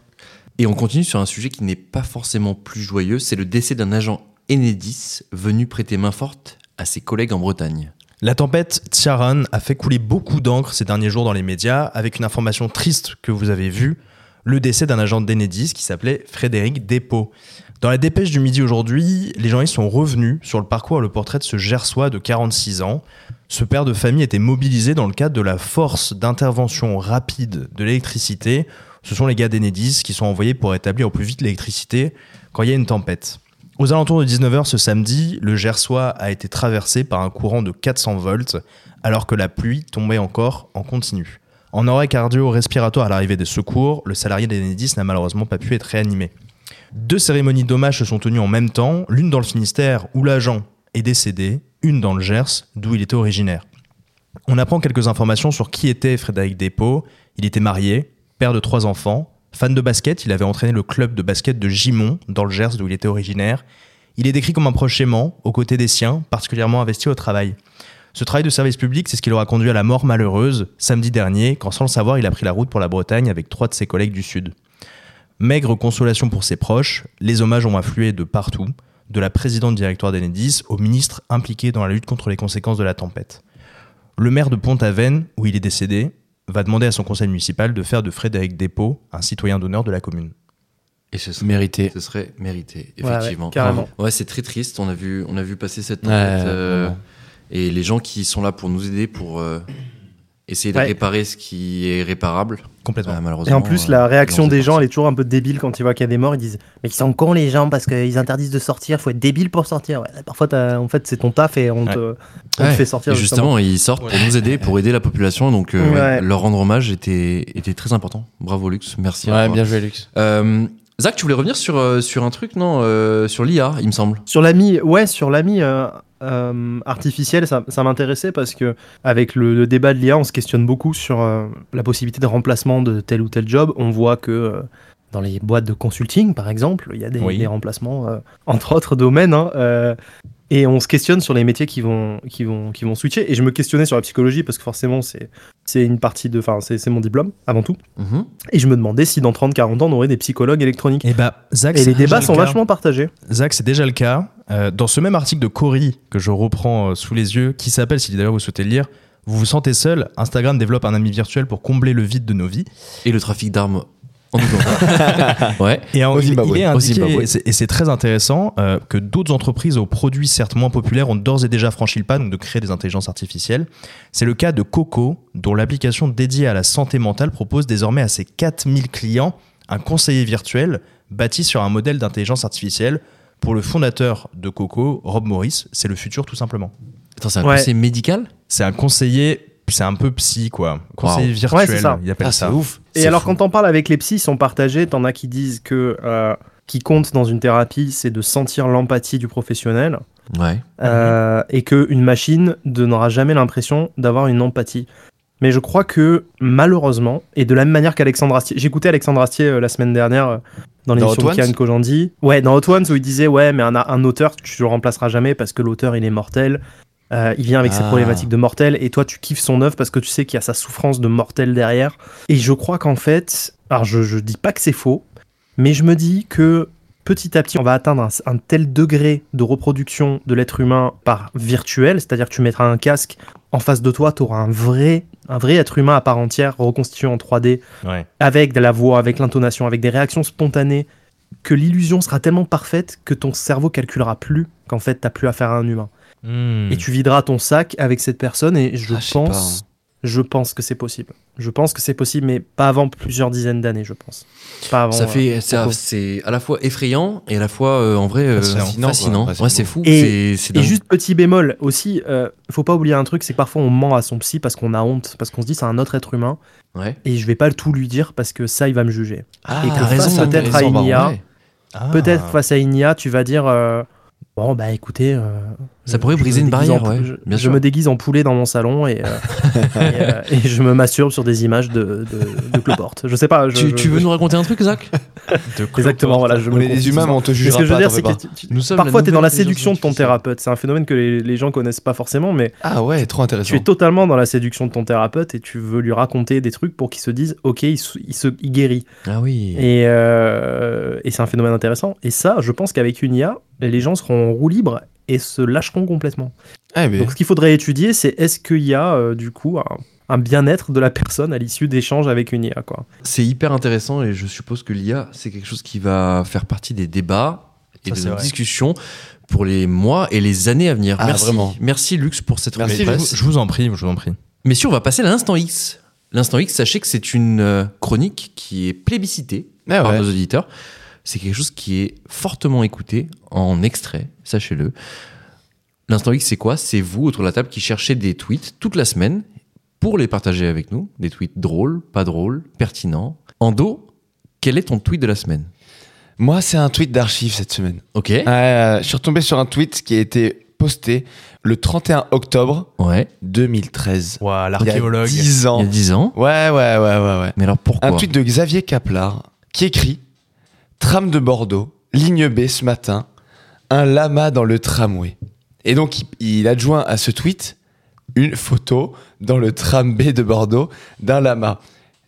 Et on continue sur un sujet qui n'est pas forcément plus joyeux, c'est le décès d'un agent Enedis venu prêter main forte à ses collègues en Bretagne. La tempête Tiaran a fait couler beaucoup d'encre ces derniers jours dans les médias avec une information triste que vous avez vue, le décès d'un agent d'Enedis qui s'appelait Frédéric Despaux. Dans la dépêche du midi aujourd'hui, les journalistes sont revenus sur le parcours et le portrait de ce Gersois de 46 ans. Ce père de famille était mobilisé dans le cadre de la force d'intervention rapide de l'électricité. Ce sont les gars d'Enedis qui sont envoyés pour établir au plus vite l'électricité quand il y a une tempête. Aux alentours de 19h ce samedi, le Gersois a été traversé par un courant de 400 volts alors que la pluie tombait encore en continu. En arrêt cardio-respiratoire à l'arrivée des secours, le salarié d'Enedis n'a malheureusement pas pu être réanimé. Deux cérémonies d'hommage se sont tenues en même temps, l'une dans le Finistère où l'agent est décédé, une dans le Gers d'où il était originaire. On apprend quelques informations sur qui était Frédéric Despaux. Il était marié, père de trois enfants, fan de basket, il avait entraîné le club de basket de Gimont dans le Gers d'où il était originaire. Il est décrit comme un proche aimant, aux côtés des siens, particulièrement investi au travail. Ce travail de service public, c'est ce qui l'aura conduit à la mort malheureuse samedi dernier, quand sans le savoir, il a pris la route pour la Bretagne avec trois de ses collègues du Sud. Maigre consolation pour ses proches, les hommages ont afflué de partout. de la présidente du directoire d'Enedis au ministre impliqué dans la lutte contre les conséquences de la tempête. Le maire de Pont-Aven, où il est décédé, va demander à son conseil municipal de faire de Frédéric Despaux un citoyen d'honneur de la commune. Et ce serait Mérité. Ce serait mérité, Ouais, ouais, effectivement. carrément. Ouais, c'est très triste. On a vu, on a vu passer cette Ouais, tempête. euh, vraiment. et les gens qui sont là pour nous aider, pour euh, essayer de Ouais. réparer ce qui est réparable, Complètement. bah, Et malheureusement. en plus, euh, la réaction dans des cette gens, elle est toujours un peu débile quand ils voient qu'il y a des morts. Ils disent Mais ils sont cons, les gens, parce qu'ils interdisent de sortir. Faut être débile pour sortir. Ouais, parfois, t'as- en fait, c'est ton taf et on, te, on te Ouais. fait sortir. Et justement, ils sortent pour nous aider, pour aider la population. Donc, euh, Ouais. ouais, leur rendre hommage était, était très important. Bravo, Lux. Merci. Ouais, à toi. bien joué, Lux. Euh, Zach, tu voulais revenir sur, euh, sur un truc, non euh, Sur l'IA, il me semble. Sur l'ami, ouais, sur l'ami euh, euh, artificiel, ça, ça m'intéressait parce que avec le, le débat de l'IA, on se questionne beaucoup sur euh, la possibilité de remplacement de tel ou tel job. On voit que euh, dans les boîtes de consulting, par exemple, il y a des, Oui. des remplacements euh, entre autres domaines. hein, euh, et on se questionne sur les métiers qui vont, qui vont, qui vont switcher. Et je me questionnais sur la psychologie parce que forcément, c'est c'est une partie de, enfin, c'est c'est mon diplôme avant tout. Mhm. Et je me demandais si dans 30-40 ans, on aurait des psychologues électroniques. Et bah, Zach, Et c'est les débats déjà sont le cas. vachement partagés. Zach, c'est déjà le cas. Euh, dans ce même article de Cory que je reprends euh, sous les yeux, qui s'appelle, si d'ailleurs vous souhaitez le lire, Vous vous sentez seul, Instagram développe un ami virtuel pour combler le vide de nos vies. Et le trafic d'armes en Ouganda. ouais. Et en, Au Zimbabwe. il est Au indiqué, Zimbabwe. et c'est- et c'est très intéressant, euh, que d'autres entreprises aux produits certes moins populaires ont d'ores et déjà franchi le pas, donc de créer des intelligences artificielles. C'est le cas de Coco, dont l'application dédiée à la santé mentale propose désormais à ses 4000 clients un conseiller virtuel bâti sur un modèle d'intelligence artificielle. Pour le fondateur de Coco, Rob Morris, c'est le futur tout simplement. Attends, c'est un Ouais. conseil médical C'est un conseiller, c'est un peu psy quoi, conseiller Ouais, virtuel, c'est ça. il appelle ça. Ah, ouf. Et alors, quand on parle avec les psys, ils sont partagés. T'en as qui disent que euh, qui compte dans une thérapie, c'est de sentir l'empathie du Mhm. professionnel Ouais. euh, et que une machine ne- n'aura jamais l'impression d'avoir une empathie. Mais je crois que malheureusement, et de la même manière qu'Alexandre Astier, j'écoutais Alexandre Astier euh, la semaine dernière euh, dans l'émission Hot de Kian Ones Kojandi, ouais, dans Hot Ones où il disait ouais, mais un, un auteur, tu le remplaceras jamais parce que l'auteur il est mortel, euh, il vient avec ses Ah. problématiques de mortel, et toi tu kiffes son œuvre parce que tu sais qu'il y a sa souffrance de mortel derrière. Et je crois qu'en fait, alors je, je dis pas que c'est faux, mais je me dis que petit à petit, on va atteindre un, un tel degré de reproduction de l'être humain par virtuel, c'est-à-dire que tu mettras un casque en face de toi, tu auras un vrai, un vrai être humain à part entière reconstitué en 3D, Ouais. avec de la voix, avec l'intonation, avec des réactions spontanées, que l'illusion sera tellement parfaite que ton cerveau calculera plus qu'en fait, t'as plus affaire à un humain. Hmm. Et tu videras ton sac avec cette personne, et je Ah, je sais pense... hein. Je pense que c'est possible. Je pense que c'est possible, mais pas avant plusieurs dizaines d'années, je pense. Pas avant, ça euh, fait, ça- beaucoup. c'est à la fois effrayant et à la fois euh, en vrai euh, Fascinant, fascinant. quoi. Fascinant. Ouais, c'est fou. c'est- Et- c'est Et dingue. juste petit bémol aussi, euh, faut pas oublier un truc, c'est que parfois on ment à son psy parce qu'on a honte, parce qu'on se dit c'est un autre être humain, Ouais. et je vais pas tout lui dire parce que ça il va me juger. Ah, et t'as qu'on raison, fasse peut-être t'as raison, à une IA. pardon, ouais. Ah. Peut-être face à une IA, tu vas dire euh, bon bah écoutez, euh, Ça pourrait briser me une déguise en barrière, pou- ouais, Je, bien je sûr. me déguise en poulet dans mon salon et, euh, et, euh, et je me masturbe sur des images de de, de cloporte. Je sais pas. je- Tu, je- tu veux nous raconter un truc, Zach exactement voilà. Je On me est des confie humains, sans- mais on te Mais jugera ce que je veux pas, dire, t'en c'est fais que pas. tu- tu- Nous sommes parfois t'es dans la nouvelle séduction de ton intelligence artificielle. thérapeute. C'est un phénomène que les, les gens connaissent pas forcément, mais Ah ouais, trop Tu intéressant. es totalement dans la séduction de ton thérapeute et tu veux lui raconter des trucs pour qu'il se dise ok, il, se, il se- il guérit. Ah oui. Et, euh, et c'est un phénomène intéressant. Et ça, je pense qu'avec une IA, les gens seront en roue libre et se lâcheront complètement. Ah, mais- Donc ce qu'il faudrait étudier, c'est est-ce qu'il y a euh, du coup un, un bien-être de la personne à l'issue d'échanges avec une IA quoi. C'est hyper intéressant et je suppose que l'IA, c'est quelque chose qui va faire partie des débats et Ça, des c'est vrai. discussions pour les mois et les années à venir. Ah, Merci. vraiment. Merci Lux pour cette Merci, revue de Lux. presse. bah, Je vous en prie, je vous en prie. Messieurs, on va passer à l'instant X. L'instant X, sachez que c'est une euh, chronique qui est plébiscitée Ah par ouais. nos auditeurs. C'est quelque chose qui est fortement écouté en extrait, sachez-le. L'instant X, c'est quoi C'est vous autour de la table qui cherchez des tweets toute la semaine pour les partager avec nous. Des tweets drôles, pas drôles, pertinents. Ando, quel est ton tweet de la semaine Moi, c'est un tweet d'archives cette semaine. Ok. Euh, je suis retombé sur un tweet qui a été posté le 31 octobre Ouais, 2013. Waouh, Il y a l'archéologue. 10 il y ans. a 10 ans. Ouais, ouais, ouais, ouais, ouais. Mais alors pourquoi Un tweet de Xavier Caplar qui écrit Tram de Bordeaux, ligne B ce matin, un lama dans le tramway. Et donc, il- il adjoint à ce tweet une photo dans le tram B de Bordeaux d'un lama.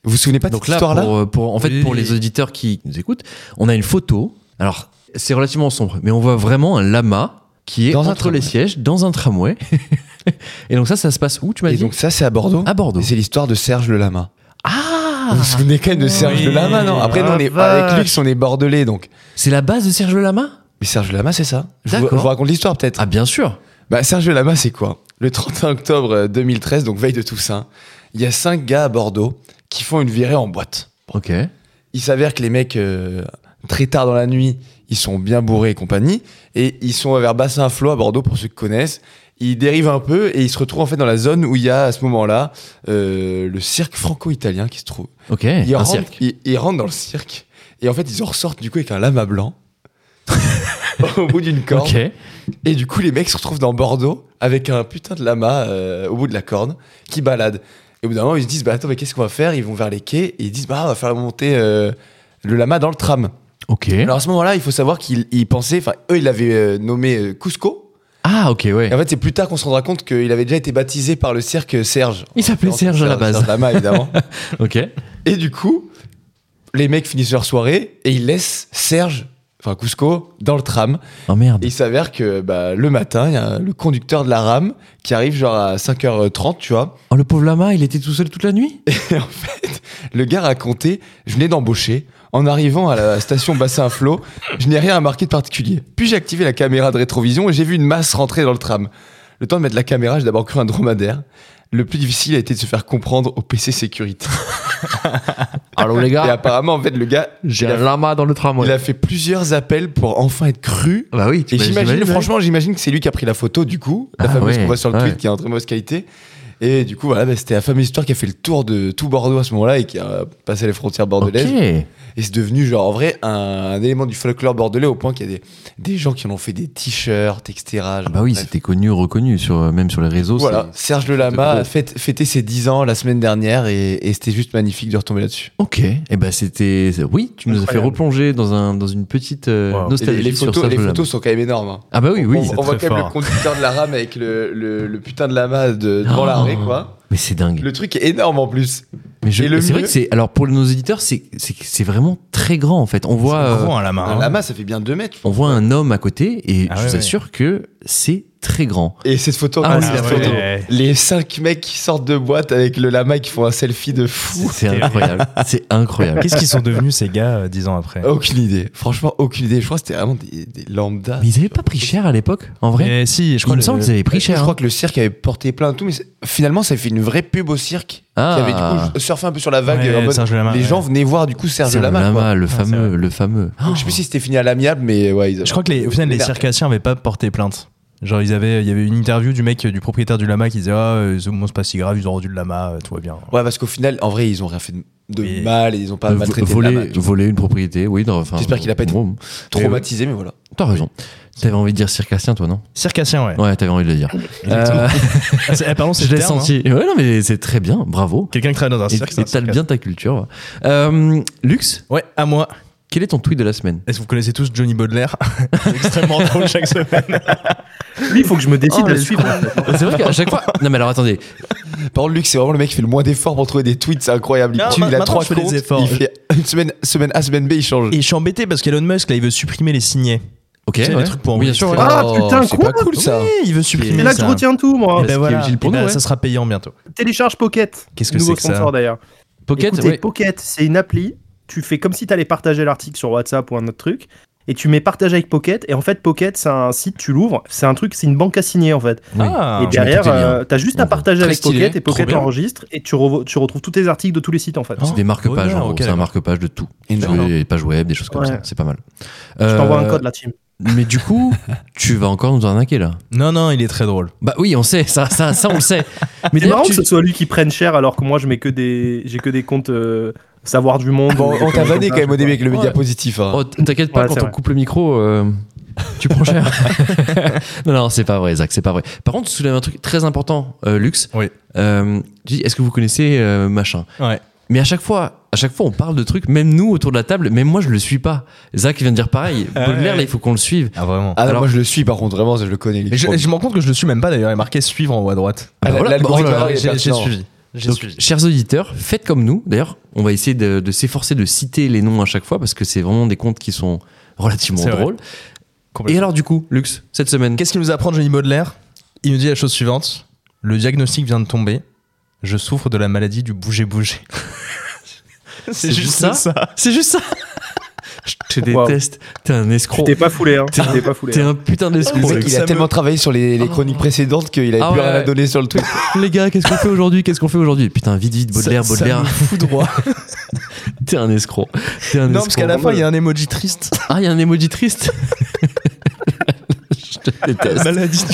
Vous vous souvenez pas de Donc cette là, euh, histoire-là pour, pour- en fait, Oui. pour les auditeurs qui nous écoutent, on a une photo. Alors, C'est relativement sombre, mais on voit vraiment un lama qui est Dans un entre les tramway. sièges, dans un tramway. et donc ça, ça se passe où, tu m'as Et dit donc ça, c'est à Bordeaux. À Bordeaux. Et c'est l'histoire de Serge le Lama. Ah Vous vous souvenez quand même de Serge le Lama, non Après, nous, on est, avec Lux, on est bordelais, donc. C'est la base de Serge le Lama Mais Serge le Lama, c'est ça Je vous, D'accord. je vous raconte l'histoire, peut-être. Ah, bien sûr Bah, Serge le Lama, c'est quoi Le 31 octobre euh, 2013, donc veille de Toussaint, il y a cinq gars à Bordeaux qui font une virée en boîte. Ok. Il s'avère que les mecs, euh, très tard dans la nuit, ils sont bien bourrés et compagnie, et ils sont vers Bassin-Flot à Bordeaux, pour ceux qui connaissent. Ils dérivent un peu et ils se retrouvent en fait dans la zone où il y a à ce moment-là euh, le cirque franco-italien qui se trouve. Ok, Ils un rentrent, cirque. Ils, ils rentrent dans le cirque et en fait ils en ressortent du coup avec un lama blanc au bout d'une corde. Ok. Et du coup les mecs se retrouvent dans Bordeaux avec un putain de lama euh, au bout de la corde qui balade. Et au bout d'un moment ils se disent bah attends mais qu'est-ce qu'on va faire Ils vont vers les quais et ils disent bah on va faire monter euh, le lama dans le tram. Ok. Alors à ce moment-là il faut savoir qu'ils ils pensaient, enfin eux ils l'avaient euh, nommé euh, Cusco. Ah, ok, ouais. Et en fait c'est plus tard qu'on se rendra compte qu'il avait déjà été baptisé par le cirque Serge. Il s'appelait Serge à la base. Serge Lama évidemment. Ok. Et du coup, les mecs finissent leur soirée et ils laissent Serge, enfin Cusco, dans le tram. Oh merde. Et il s'avère que bah, le matin, il y a le conducteur de la rame qui arrive genre à 5h30, tu vois. Oh, le pauvre lama, il était tout seul toute la nuit Et en fait, le gars racontait Je venais d'embaucher. En arrivant à la station Bassin à Flot, je n'ai rien à marquer de particulier. Puis j'ai activé la caméra de rétrovision et j'ai vu une masse rentrer dans le tram. Le temps de mettre la caméra, j'ai d'abord cru un dromadaire. Le plus difficile a été de se faire comprendre au PC sécurité. Allô, les Et gars apparemment, en fait, le gars, Ah. J'ai il a un lama dans le Il tramway. a fait plusieurs appels pour enfin être cru. Bah oui, Et j'imagine, ouais. franchement, j'imagine que c'est lui qui a pris la photo, du coup, la Ah fameuse ouais, qu'on voit sur le ouais. tweet qui est en très mauvaise qualité. Et du coup, voilà, bah, c'était la fameuse histoire qui a fait le tour de tout Bordeaux à ce moment-là et qui a passé les frontières bordelaises. Ok. Et c'est devenu, genre, en vrai, un, un élément du folklore bordelais au point qu'il y a des, des gens qui en ont fait des t-shirts, etc. Ah bah oui, Bref. c'était connu, reconnu, sur, euh, même sur les réseaux. Voilà, c'est- Serge Le Lama a fête- fêté ses 10 ans la semaine dernière et, et c'était juste magnifique de retomber là-dessus. Ok. Et bah c'était. Oui, tu nous as fait Incroyable. replonger dans, un, dans une petite euh, Wow. Et les- Et Les, nostalgie les sur photos, Serge les le Lama. photos sont quand même énormes. hein. Ah bah oui, oui. on, on voit très quand même fort. le conducteur de la rame avec le, le, le putain de lama de, devant Oh. l'arrêt, quoi. Mais c'est dingue. Le truc est énorme en plus. Mais je- Et le c'est vrai mieux- que c'est. Alors pour nos éditeurs, c'est c'est c'est vraiment très grand en fait. On voit. C'est euh, gros, hein, la main. Un lama, ça fait bien 2 mètres. je On pense. voit un homme à côté et Ah je ouais, vous ouais. assure que c'est très grand. Et cette photo, Ah ah, oui, c'est la la photo. ouais. Les 5 mecs qui sortent de boîte avec le lama et qui font un selfie de C'est fou. c'est incroyable. C'est incroyable. Qu'est-ce qu'ils sont devenus ces gars euh, dix ans après Aucune idée. Franchement, aucune idée. Je crois que c'était vraiment des, des lambda. Mais ils avaient pas pris cher à l'époque, en vrai. Eh, si, je Il crois me que semble qu'ils avaient pris Je cher. crois hein. que le cirque avait porté plein de tout, mais c'est- finalement, ça fait une vraie pub au cirque. Qui avait Ah. du coup surfé un peu sur la vague. Ouais, en mode- Serge Lama, les ouais. gens venaient voir du coup Serge, Serge Lama. quoi. Ah, Lama, le c'est fameux, vrai. le fameux. Donc, Oh, je sais plus si c'était fini à l'amiable, mais ouais. Ils... Je crois que les, au final, les Merde. circassiens n'avaient pas porté plainte. Genre, ils avaient, il y avait une interview du mec, euh, du propriétaire du lama qui disait Ah, euh, c'est bon, c'est pas si grave, ils ont rendu le lama, euh, tout va bien. Ouais, parce qu'au final, en vrai, ils ont rien fait de, de Mais- mal et ils ont pas Euh, maltraité le lama, voler, tu vois. voler une propriété, oui. non, enfin, J'espère qu'il a pas été- bon, Traumatisé, mais voilà. T'as raison. T'avais envie de dire circassien, toi, non Circassien, ouais. Ouais, t'avais envie de le dire. Euh, Ah, c'est- eh, pardon, c'est je le l'ai terme, hein. senti. Ouais, non, mais c'est très bien. Bravo. Quelqu'un qui travaille dans un Et cirque. c'est un t'étales circassien. bien ta culture. Euh, Lux, Ouais, à moi. quel est ton tweet de la semaine Est-ce que vous connaissez tous Johnny Baudelaire C'est Extrêmement drôle chaque semaine. Lui, il faut que je me décide Oh, de le les suivre. en fait. C'est vrai qu'à chaque fois. Non, mais alors attendez. Par Luc, c'est vraiment le mec qui fait le moins d'efforts pour trouver des tweets, c'est incroyable. Il, Non, tue, ma- il a maintenant, trois je fais des comptes, efforts. il fait une semaine, semaine A, semaine B, il change. Et je suis embêté parce qu'Elon Musk, là, il veut supprimer les signets. Ok, Tu sais, les ouais. trucs pour Oui, bien sûr. enregistrer. ouais. Ah, putain, c'est quoi pas cool ça. Oui, il veut supprimer C'est là que je ça. retiens tout, moi. Eh Et ben voilà, utile Eh pour et ben, nous, ouais. ça sera payant bientôt. Télécharge Pocket. Qu'est-ce que Nouveau c'est que ça sponsor d'ailleurs. Pocket, Écoutez, hein. ouais. Pocket, c'est une appli. Tu fais comme si tu allais partager l'article sur WhatsApp ou un autre truc. Et tu mets partager avec Pocket. Et en fait, Pocket, c'est un site, tu l'ouvres. C'est un truc, c'est une banque à signer en fait. Oui. Ah, et derrière, tous tes liens. euh, t'as juste à Bon, partager très avec stylé, Pocket. Et trop Pocket bien. Ah, l'enregistre. Et tu, revo- tu retrouves tous tes articles de tous les sites en fait. C'est des marque-pages, bonheur, en gros. ok, c'est un d'accord. marque-page de tout. Énorme. Des pages web, des choses comme Ouais. ça. C'est pas mal. Je Euh, t'envoie un code là, team. Mais du coup, tu vas encore nous arnaquer là. Non, non, il est très drôle. Bah oui, on sait, ça, ça, ça on le sait. Mais C'est d'ailleurs, marrant tu- que ce soit lui qui prenne cher alors que moi, je mets que des, j'ai que des comptes euh, savoir du monde. Bon, ou des on t'a trucs comme vanné ça, quand même je au début sais avec le Ouais. média positif. hein. Oh, t- t'inquiète pas, Ouais, quand c'est on vrai. coupe le micro, euh, tu prends cher. non, non, c'est pas vrai, Zach, c'est pas vrai. Par contre, tu soulèves un truc très important, euh, Lux. Oui. Euh, tu dis, est-ce que vous connaissez euh, machin Ouais. Mais à chaque fois, à chaque fois, on parle de trucs, même nous autour de la table, même moi, je le suis pas. Zach vient de dire pareil. Ah Baudelaire, ouais. là, il faut qu'on le suive. Ah, vraiment. Ah, non, alors- moi je le suis par contre, vraiment, je le connais. il est Et je, trop- et je me rends compte que je le suis même pas d'ailleurs, il est marqué suivre en haut à droite. Ah, bah la- voilà, l'algorithme, bon, alors, il est J'ai j'ai pertinent. suivi. J'ai Donc, suivi. chers auditeurs, faites comme nous. D'ailleurs, on va essayer de, de s'efforcer de citer les noms à chaque fois parce que c'est vraiment des comptes qui sont relativement C'est vrai. drôles. Et Complètement. alors, du coup, Lux, cette semaine, Qu'est-ce qu'il nous apprend Johnny Baudelaire Il nous dit la chose suivante le diagnostic vient de tomber. Je souffre de la maladie du bouger bouger. C'est juste ça c'est juste ça Je te Wow. déteste. T'es un Tu escroc. t'es pas foulé, hein. Tu t'es pas foulé. T'es un putain Le d'escroc. mec, il ça a me- tellement travaillé sur les, les chroniques précédentes qu'il avait Ah plus ouais, rien à ouais. donner sur le truc. Les gars, qu'est-ce qu'on fait aujourd'hui Qu'est-ce qu'on fait aujourd'hui Putain, vite, vite, Baudelaire, Ça- ça Baudelaire. me fout droit. T'es un escroc. T'es un non, escroc. parce qu'à la fin, il y a un emoji triste. Ah, il y a un emoji triste. Je te déteste. maladie du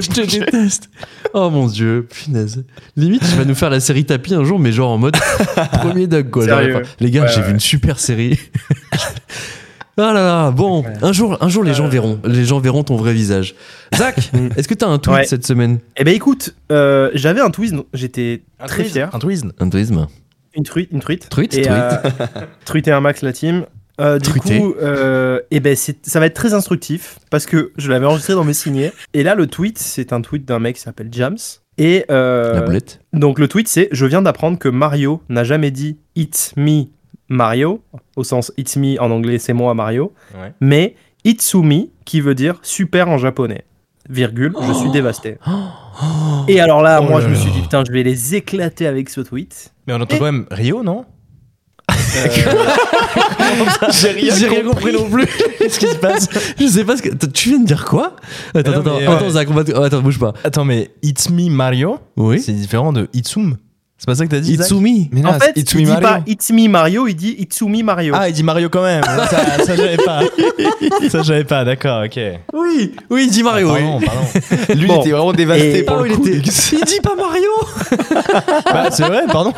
je te déteste. Oh mon dieu, punaise. Limite, tu vas nous faire la série tapis un jour, mais genre en mode premier dog, quoi. Genre, Sérieux. enfin, les gars, Ouais, j'ai ouais. vu une super série. Ah là là, bon, un jour, un jour les gens verront, les gens verront ton vrai visage. Zach, est-ce que t'as un tweet Mm. Ouais. cette semaine Eh ben écoute, euh, j'avais un tweet, donc j'étais très fier. Un twist. Un tweetisme. Une tweet, une tweet. Tweet, et, tweet. euh, tweeter un max la team. Euh, du Tweeter. coup, euh, eh ben c'est- ça va être très instructif parce que je l'avais enregistré dans mes signets. Et là, le tweet, c'est un tweet d'un mec qui s'appelle Jams. Et euh, La boulette. donc le tweet, c'est Je viens d'apprendre que Mario n'a jamais dit It's me Mario, au sens It's me en anglais, c'est moi Mario, Ouais. mais Itsumi qui veut dire super en japonais. Virgule, je suis dévasté. Et alors là, Oh moi, là je me là. suis dit, putain, je vais les éclater avec ce tweet. Mais on entend quand même Rio, non J'ai rien, compris. non plus. Qu'est-ce qui se passe Je sais pas ce que. Attends, Tu viens de dire quoi Attends, Non, attends, mais, attends, ouais. Zach, on va te- oh, attends, bouge pas. Attends, mais It's Me Mario, Oui. c'est différent de Itsum. C'est pas ça que t'as dit Zach Itsumi. Mais non, en fait, il Ah, It's dit Me Mario. pas It's me Mario, il dit Itsumi Mario. Ah, il dit Mario quand même. ça, ça, j'avais pas. Ça, j'avais pas, d'accord, ok. Oui, oui, il dit Mario. oui. Pardon, pardon. Lui, Bon. il était vraiment dévasté Et- pour Ah, le il, coup. était- il dit pas Mario Bah, c'est vrai, pardon.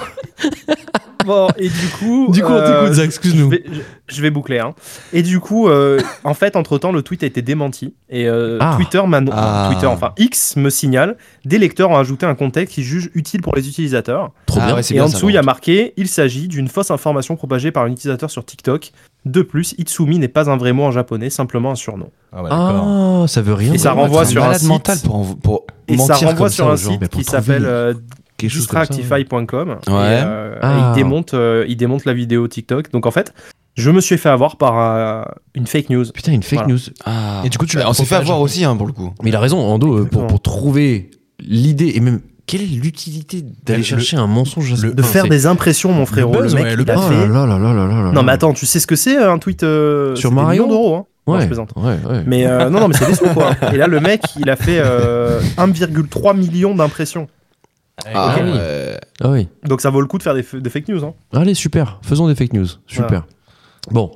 Bon, et du coup. Du coup, on euh, t'écoute, Zach, excuse-nous. Je vais, je- je vais boucler. Hein. Et du coup, euh, en fait, entre-temps, le tweet a été démenti. Et euh, Ah. Twitter, m'annon- Ah. Twitter, enfin X, me signale des lecteurs ont ajouté un contexte qu'ils jugent utile pour les utilisateurs. Trop Ah bien. ouais, c'est Et bien en ça, dessous, par il y a contre. marqué il s'agit d'une fausse information propagée par un utilisateur sur TikTok. De plus, Itsumi n'est pas un vrai mot en japonais, simplement un surnom. Ah, ouais, Ah, ça veut rien. Et ça dire. renvoie C'est sur un malade site. mental pour, en- pour Et ça mentir renvoie comme sur ça un aux gens. site mais pour qui trouver s'appelle une- euh, quelque chose comme ça, ouais. distractify.com. Et, Ouais. euh, et Ah. il démonte, euh, il démonte la vidéo TikTok. Donc en fait, je me suis fait avoir par euh, une fake news. Putain, une fake Voilà. news. Ah. Et du coup, tu Bah, l'as On s'est fait propagé. avoir aussi, hein, pour le coup. Mais il a raison, Ando, euh, pour, Exactement. pour trouver l'idée et même. Quelle est l'utilité d'aller Le- chercher un mensonge à ce le- point, De faire Ah, c'est- des impressions, mon frérot. Le, buzz, mec, ouais, le il a Oh fait- là là là là là là là. Non, mais attends, tu sais ce que c'est euh, un tweet euh, Sur c'est des Mario millions d'euros. Hein. Non, Ouais, je plaisante. ouais, ouais. Mais euh, non, non, mais c'est des sous quoi. Et là, le mec, il a fait euh, 1,3 million d'impressions. Ah, ok. ouais. Ah oui. Donc ça vaut le coup de faire des, f- des fake news. Hein. Allez, super. Faisons des fake news. Super. Bon.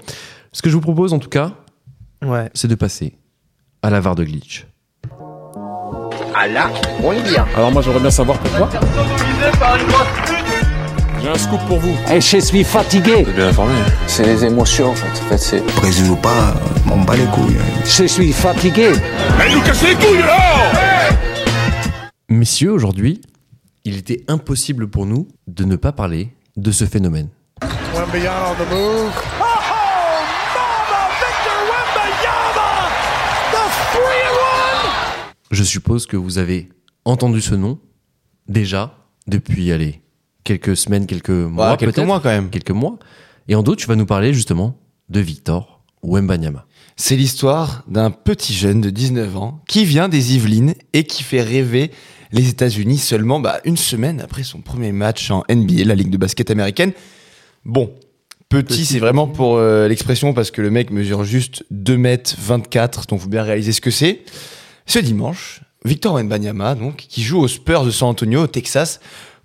Ce que je vous propose, en tout cas, Ouais. c'est de passer à la VAR de glitch. Ah là, on est bien. Alors moi j'aimerais bien savoir pourquoi. J'ai un scoop pour vous. Et Eh, je suis fatigué. Bien informé. C'est les émotions, en fait. En fait, c'est- Après, je joue pas, m'en bats les couilles. hein. Je suis fatigué. Messieurs, aujourd'hui, il était impossible pour nous de ne pas parler de ce phénomène. Je suppose que vous avez entendu ce nom déjà depuis, allez, quelques semaines, quelques mois Ouais, quelques peut-être. mois, quand même. Quelques mois. Et en dos, tu vas nous parler justement de Victor Wembanyama. C'est l'histoire d'un petit jeune de 19 ans qui vient des Yvelines et qui fait rêver les États-Unis seulement bah, une semaine après son premier match en NBA, la Ligue de basket américaine. Bon, petit, c'est vraiment pour euh, l'expression parce que le mec mesure juste 2 mètres 24, donc faut bien réaliser ce que c'est. Ce dimanche, Victor Wembanyama, donc, qui joue aux Spurs de San Antonio, au Texas,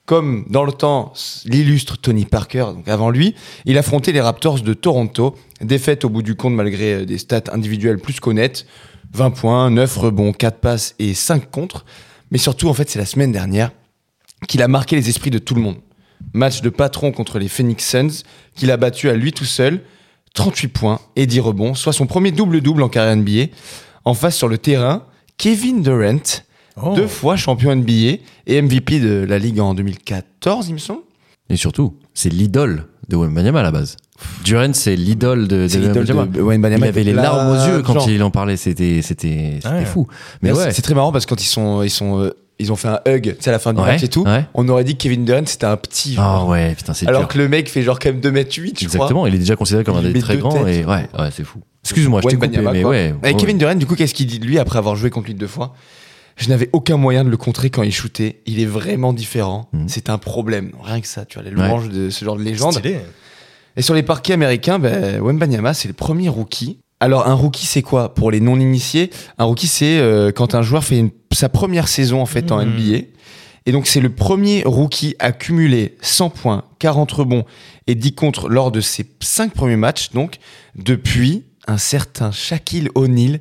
comme dans le temps l'illustre Tony Parker, donc avant lui, il affrontait les Raptors de Toronto. Défaite au bout du compte malgré euh, des stats individuelles plus qu'honnêtes. 20 points, 9 rebonds, 4 passes et 5 contre. Mais surtout, en fait, c'est la semaine dernière qu'il a marqué les esprits de tout le monde. Match de patron contre les Phoenix Suns, qu'il a battu à lui tout seul, 38 points et 10 rebonds, soit son premier double-double en carrière NBA. En face sur le terrain, Kevin Durant, deux fois champion NBA et MVP de la Ligue en 2014, il me semble. Et surtout, c'est l'idole de Wembanyama à la base. Durant, c'est l'idole de, de C'est l'idole Wembanyama. de Wayne Il Banyama. avait les larmes aux yeux quand il en parlait, c'était c'était c'était Ouais. fou. Mais Mais ouais, c'est- c'est très marrant parce que quand ils sont, ils sont euh, ils ont fait un hug, c'est à la fin du Ouais, match et tout. ouais. On aurait dit que Kevin Durant c'était un petit. Ah ouais, putain, c'est alors dur. que le mec fait genre quand même 2m8, je crois. Exactement, il est déjà considéré comme un Il des met très deux grands têtes. et ouais, ouais, c'est fou. Excuse-moi, je t'ai coupé, Wembanyama, mais quoi. ouais. Et ouais. Kevin Durant, du coup, qu'est-ce qu'il dit de lui après avoir joué contre lui deux fois Je n'avais aucun moyen de le contrer quand il shootait. Il est vraiment différent. Mhm. C'est un problème. Rien que ça, tu vois, les louanges de ce genre de légende. Stylé. Et sur les parquets américains, ben, Wembanyama, c'est le premier rookie. Alors, un rookie, c'est quoi Pour les non-initiés, un rookie, c'est euh, quand un joueur fait une- sa première saison en fait en Hmm. Mhm. NBA. Et donc, c'est le premier rookie à cumuler 100 points, 40 rebonds et 10 contre lors de ses 5 premiers matchs, donc, depuis un certain Shaquille O'Neal,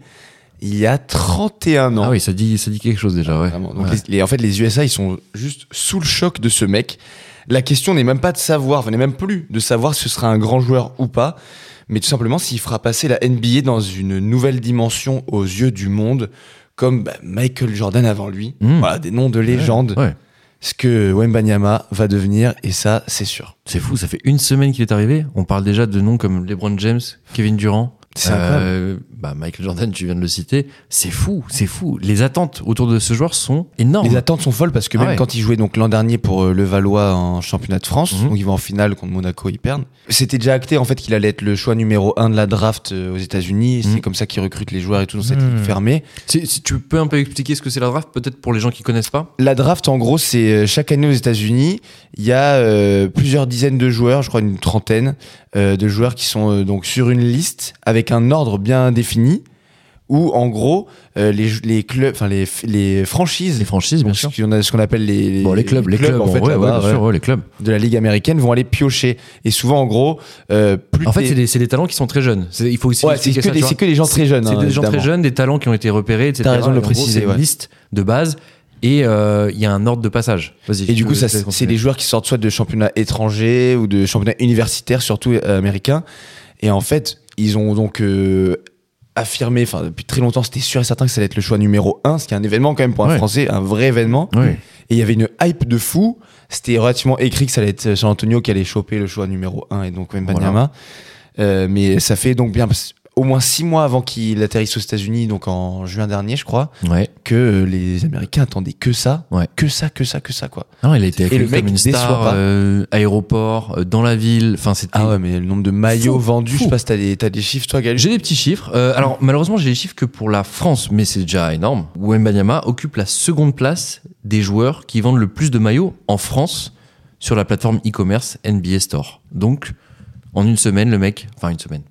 il y a 31 ans. Ah oui, ça dit, ça dit quelque chose déjà, ouais. Vraiment. Donc Ouais. les- les- en fait, les USA, ils sont juste sous le choc de ce mec. La question n'est même pas de savoir, enfin, n'est même plus de savoir si ce sera un grand joueur ou pas, mais tout simplement s'il fera passer la NBA dans une nouvelle dimension aux yeux du monde, comme bah, Michael Jordan avant lui. Mmh. Voilà, des noms de légende. Ouais. Ce que Wembanyama va devenir, et ça, c'est sûr. C'est fou, ça fait une semaine qu'il est arrivé. On parle déjà de noms comme LeBron James, Kevin Durant, C'est incroyable. euh, bah Michael Jordan, tu viens de le citer. C'est fou, c'est fou. Les attentes autour de ce joueur sont énormes. Les attentes sont folles parce que Ah même ouais. quand il jouait donc l'an dernier pour euh, le Valois en championnat de France, Mhm. donc il va en finale contre Monaco, il perd. C'était déjà acté en fait qu'il allait être le choix numéro un de la draft euh, aux États-Unis. et C'est Mhm. comme ça qu'ils recrutent les joueurs et tout dans cette Mhm. ligue fermée. Si, si tu peux un peu expliquer ce que c'est la draft, peut-être pour les gens qui connaissent pas. La draft, en gros, c'est euh, chaque année aux États-Unis, il y a euh, plusieurs dizaines de joueurs, je crois une trentaine euh, de joueurs qui sont euh, donc sur une liste avec un ordre bien défini. Où en gros euh, les, jou- les clubs, enfin les, f- les franchises, Les franchises, bien sûr. ce qu'on a- ce qu'on appelle les, les- Bon, les clubs, les clubs, en fait, ouais, là-bas, ouais, bien ouais. sûr, ouais, les clubs. de la ligue américaine vont aller piocher. Et souvent, en gros, euh, plus En fait, t'es- c'est des, c'est des talents qui sont très jeunes. C'est- Il faut aussi Ouais, c'est expliquer que, ça, des- tu vois. c'est que des gens très jeunes. C'est hein, des gens très évidemment. jeunes, des talents qui ont été repérés, etc. T'as raison Et de le en gros, préciser, C'est ouais. une liste de base et euh, il y a un ordre de passage. Vas-y. Et du je coup, te ça, laisse c'est c'est continuer. des joueurs qui sortent soit de championnats étrangers ou de championnats universitaires, surtout euh, américains. Et en fait, ils ont donc euh, affirmé, enfin, depuis très longtemps, c'était sûr et certain que ça allait être le choix numéro un, ce qui est un événement quand même pour un Ouais. Français, un vrai événement. Oui. Et il y avait une hype de fou. C'était relativement écrit que ça allait être San Antonio qui allait choper le choix numéro 1 et donc même Banyama. mais ça fait donc bien au moins six mois avant qu'il atterrisse aux États-Unis, donc en juin dernier, je crois, Ouais. que euh, les Américains attendaient que ça, Ouais. que ça, que ça, que ça, quoi. Non, il a été accueilli le mec comme une déçoit star, pas. euh, aéroport, euh, dans la ville. Enfin, c'était. Ah ouais, mais le nombre de maillots Fou, vendus, fou. je sais pas si t'as des, t'as des chiffres, toi, Galu. J'ai des petits chiffres. Euh, alors malheureusement, j'ai des chiffres que pour la France, mais c'est déjà énorme. Wembanyama occupe la seconde place des joueurs qui vendent le plus de maillots en France sur la plateforme e-commerce NBA Store. Donc en une semaine, le mec, enfin une semaine,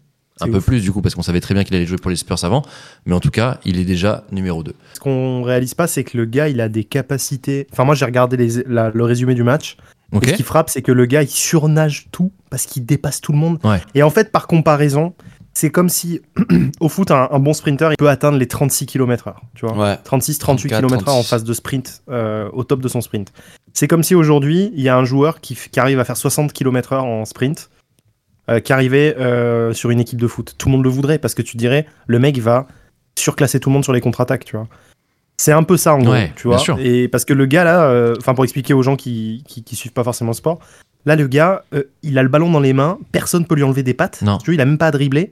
un C'est peu ouf. plus du coup parce qu'on savait très bien qu'il allait jouer pour les Spurs avant, mais en tout cas, il est déjà numéro 2. Ce qu'on réalise pas, c'est que le gars, il a des capacités. Enfin, moi, j'ai regardé les- la- le résumé du match. Et Ok. ce qui frappe, c'est que le gars, il surnage tout parce qu'il dépasse tout le monde. Ouais. Et en fait, par comparaison, c'est comme si au foot, un, un bon sprinter, il peut atteindre les 36 km/h. Tu vois Ouais. 36, 38 34, km/h en 36. phase de sprint, euh, au top de son sprint. C'est comme si aujourd'hui, il y a un joueur qui, f- qui arrive à faire 60 km/h en sprint, euh, qui arrivait euh, sur une équipe de foot. Tout le monde le voudrait parce que tu dirais, le mec va surclasser tout le monde sur les contre-attaques, tu vois. C'est un peu ça en gros, Ouais, tu vois. bien sûr. Et parce que le gars là, euh, enfin pour expliquer aux gens qui, qui, qui suivent pas forcément le sport, là le gars, euh, il a le ballon dans les mains, personne peut lui enlever des pattes. Non. Tu vois, il a même pas à dribbler.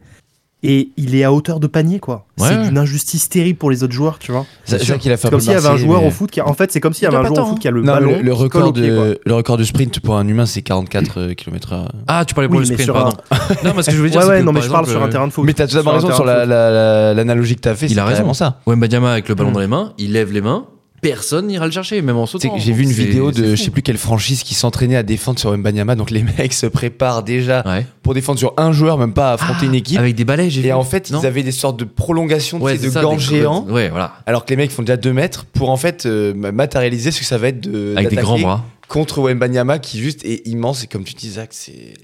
Et il est à hauteur de panier, quoi. Ouais, c'est ouais. une injustice terrible pour les autres joueurs, tu vois. C'est ça qu'il a fait C'est un comme peu s'il y avait un Marseille, joueur mais- au foot qui a... En fait, c'est comme s'il y Il avait un doit pas joueur au tant, foot qui a le Non, mais ballon. le, le qui colle record au pied, quoi. de, le record de sprint pour un humain, c'est euh, 44 km/h. Ah, tu parlais pour Oui, le mais sprint, sur pardon. non, parce que je voulais dire Ouais, c'est ouais, que, non, par mais je parle exemple, sur un euh, terrain de foot. Mais t'as tout à fait un raison terrain sur de la- foot. la- la- l'analogie que t'as fait. Il c'est a raison. carrément ça. Wembanyama avec le ballon Mm. dans les mains, il lève les mains, personne n'ira le hein. chercher, même en Tu sais sautant. que J'ai vu une C'est- vidéo de c'est je sais fou. plus quelle franchise qui s'entraînait à défendre sur Mbanyama. Donc les mecs se préparent déjà Ouais. pour défendre sur un joueur, même pas à affronter Ah, une équipe. Avec des balais, j'ai vu. Et en fait, Non ils avaient des sortes de prolongations tu Ouais, sais, c'est de ça, gants des- géants. Ouais, voilà. Alors que les mecs font déjà 2 mètres pour en fait euh, matérialiser ce que ça va être de Avec des d'attaquer grands bras. contre Wembanyama qui juste est immense et comme tu dis Zach c'est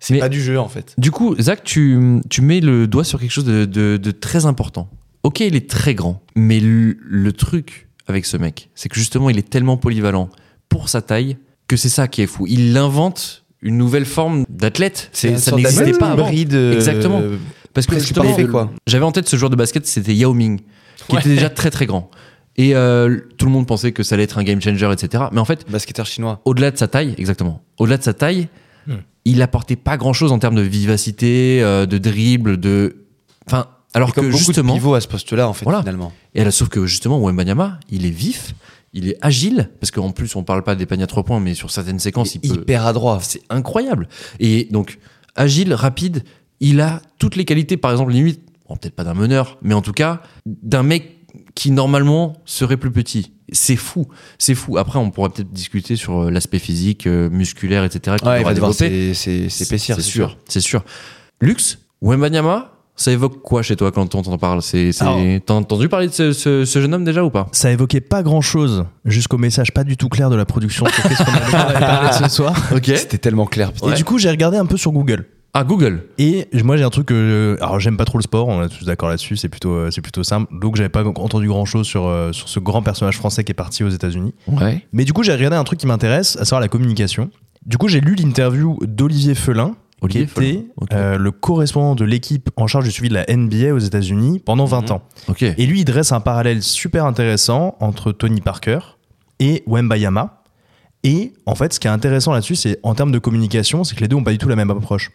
c'est Mais- pas du jeu en fait. Du coup, Zach, tu, tu mets le doigt sur quelque chose de, de- de très important. Ok, il est très grand, mais le, le truc avec ce mec, c'est que justement, il est tellement polyvalent pour sa taille que c'est ça qui est fou. Il invente une nouvelle forme d'athlète. C'est- Une Ça sorte n'existait d'athlète pas avant. hybride, euh, Exactement. Parce que presque justement, parfait, le- quoi. j'avais en tête ce joueur de basket, c'était Yao Ming, qui était déjà très très grand. Et euh, tout le monde pensait que ça allait être un game changer, etc. Mais en fait, basketteur chinois. au-delà de sa taille, exactement. Au-delà de sa taille, Hmm. il apportait pas grand-chose en termes de vivacité, euh, de dribble, de. Enfin, alors Et comme que beaucoup justement. de pivots à ce poste-là en fait Voilà. finalement. Et alors, sauf que justement, Wembanyama, il est vif, Il est agile, parce qu'en plus, on parle pas des paniers à trois points, mais sur certaines séquences, il, peut- hyper adroit. C'est incroyable. Et donc, agile, rapide, il a toutes les qualités, par exemple, limite, bon, peut-être pas d'un meneur, mais en tout cas, d'un mec qui normalement serait plus petit. C'est fou, c'est fou. Après, on pourrait peut-être discuter sur euh, l'aspect physique, euh, musculaire, etc. qu'il Ouais, il devra va devoir développer. s'é- s'é- s'épaissir, C'est sûr, c'est sûr. Lux, Wembanyama, ça évoque quoi chez toi quand on t'en parle C'est, c'est- Alors- T'as entendu parler de ce, ce- ce jeune homme déjà ou pas Ça évoquait pas grand chose jusqu'au message pas du tout clair de la production sur qu'est-ce qu'on avait parlé ce soir. Ok. C'était tellement clair. putain. Et du coup, j'ai regardé un peu sur Google. Ah, Google. Et moi j'ai un truc que alors j'aime pas trop le sport, on est tous d'accord là-dessus, c'est plutôt euh, c'est plutôt simple. Donc j'avais pas entendu grand-chose sur euh, sur ce grand personnage français qui est parti aux États-Unis. Ouais. Mais du coup, j'ai regardé un truc qui m'intéresse, à savoir la communication. Du coup, j'ai lu l'interview d'Olivier Felin, Olivier qui était Folland. Ok. euh, le correspondant de l'équipe en charge du suivi de la NBA aux États-Unis pendant 20 Mhm. ans. Ok. Et lui, il dresse un parallèle super intéressant entre Tony Parker et Wembayama. Et en fait, ce qui est intéressant là-dessus, c'est en termes de communication, c'est que les deux n'ont pas du tout la même approche.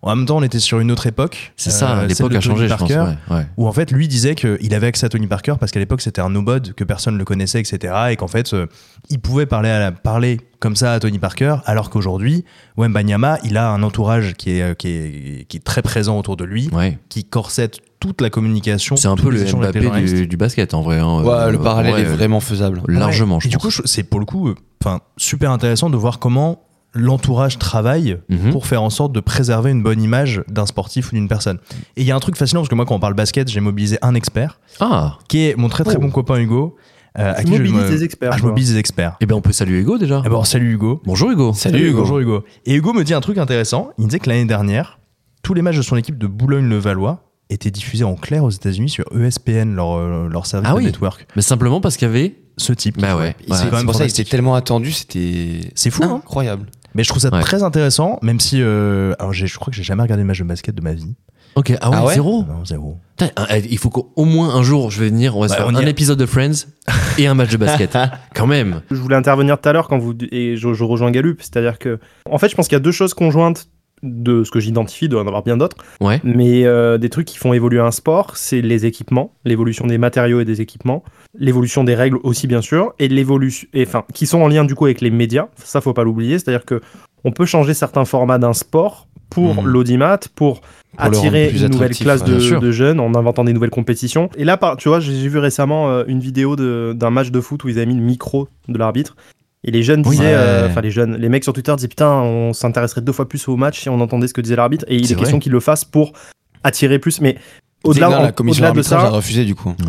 En même temps, on était sur une autre époque. C'est ça, euh, celle l'époque de a Tony changé, je pense. Parker, ouais, ouais. où en fait lui disait qu'il avait accès à Tony Parker parce qu'à l'époque c'était un nobody, que personne ne le connaissait, etc. Et qu'en fait euh, il pouvait parler, à la- parler comme ça à Tony Parker, alors qu'aujourd'hui Wembanyama il a un entourage qui est, euh, qui, est, qui est très présent autour de lui, Ouais. qui corsette toute la communication. C'est un tous peu les le échanges avec les Mbappé journalistes. du, du basket en vrai. hein. Ouais, Euh, le parallèle ouais, est vraiment faisable. Largement, Ah Ouais. je Et du coup, pense. je- c'est pour le coup, enfin, super intéressant de voir comment l'entourage travaille Mhm. pour faire en sorte de préserver une bonne image d'un sportif ou d'une personne. Et il y a un truc fascinant parce que moi, quand on parle basket, j'ai mobilisé un expert Ah, qui est mon très très Oh. bon copain Hugo. euh, à Tu qui je mobilises me- des experts, Ah, je toi. mobilise des experts. et bien on peut saluer Hugo déjà. Eh ben, salut Hugo. Bonjour Hugo. Bonjour Hugo. Et Hugo me dit un truc intéressant. Il me disait que l'année dernière, tous les matchs de son équipe de Boulogne-le-Valois étaient diffusés en clair aux États-Unis sur E ESPN, leur, euh, leur service Ah de oui. network. Mais simplement parce qu'il y avait. Ce type. Bah ouais. Il- C'est quand même pour ça, il fantastique. était tellement attendu, c'était. C'est fou, hein Incroyable. Mais je trouve ça Ouais. très intéressant, même si. euh, alors, j'ai- je crois que j'ai jamais regardé de match de basket de ma vie. Ok, ah ouais, Ah ouais zéro. Non, zéro. Putain, un- il faut qu'au moins un jour je vais venir, on va se Bah, faire on y un a- épisode de Friends et un match de basket. Quand même. Je voulais intervenir tout à l'heure quand vous et je, je rejoins Galup, c'est-à-dire que en fait, je pense qu'il y a deux choses conjointes de ce que j'identifie, il doit y en avoir bien d'autres, Ouais. mais euh, des trucs qui font évoluer un sport, c'est les équipements, l'évolution des matériaux et des équipements, l'évolution des règles aussi bien sûr, et l'évolution, et enfin, qui sont en lien du coup avec les médias. Ça, faut pas l'oublier, c'est-à-dire que on peut changer certains formats d'un sport pour Mhm. l'audimat, pour Pour le attirer rendre plus une nouvelle attractif, classe ouais, bien de, sûr. de jeunes en inventant des nouvelles compétitions. Et là, par- tu vois, j'ai j'ai vu récemment euh, une vidéo de- d'un match de foot où ils avaient mis le micro de l'arbitre. Et les jeunes Oui. disaient, euh, Ouais. enfin les jeunes, les mecs sur Twitter disaient putain, on s'intéresserait deux fois plus au match si on entendait ce que disait l'arbitre. Et il C'est est question vrai. qu'ils le fassent pour attirer plus. Mais C'est que là, au-delà la commission au-delà de d'arbitrage a ça, refusé du coup. Ouais. ils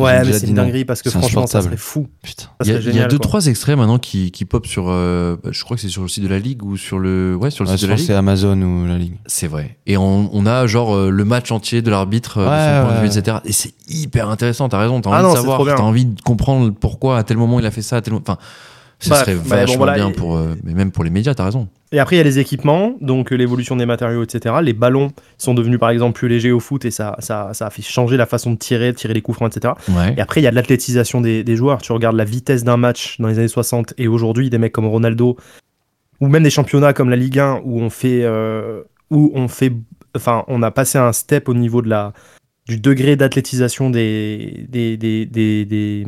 ont ouais, mais déjà c'est dit une non. dinguerie parce que C'est franchement, ça serait insupportable. fou. Putain. Ça Il y a, il serait y a génial, deux, quoi. trois extraits maintenant qui, qui pop sur. euh, bah, je crois que c'est sur le site de la Ligue ou sur le. Ouais, sur le Ouais, site je de la pense que Ligue. c'est Amazon ou la Ligue. C'est vrai. Et on, on a genre euh, le match entier de l'arbitre, euh, de Ouais, son point de ouais. vue, etc. Et c'est hyper intéressant, t'as raison, t'as Ah envie non, de c'est savoir, trop bien. t'as envie de comprendre pourquoi à tel moment il a fait ça, à tel moment. Enfin, ce Bref, serait bah, bon, vachement voilà, bien et- pour. euh, mais même pour les médias, t'as raison. Et après, il y a les équipements, donc euh, l'évolution des matériaux, etc. Les ballons sont devenus par exemple plus légers au foot et ça, ça, ça a fait changer la façon de tirer, de tirer les coups francs, etc. Ouais. Et après, il y a de l'athlétisation des, des joueurs. Tu regardes la vitesse d'un match dans les années 60 et aujourd'hui, des mecs comme Ronaldo, ou même des championnats comme la Ligue 1, où on fait. euh, où on fait enfin, on a passé un step au niveau de la, du degré d'athlétisation des, des, des, des, des-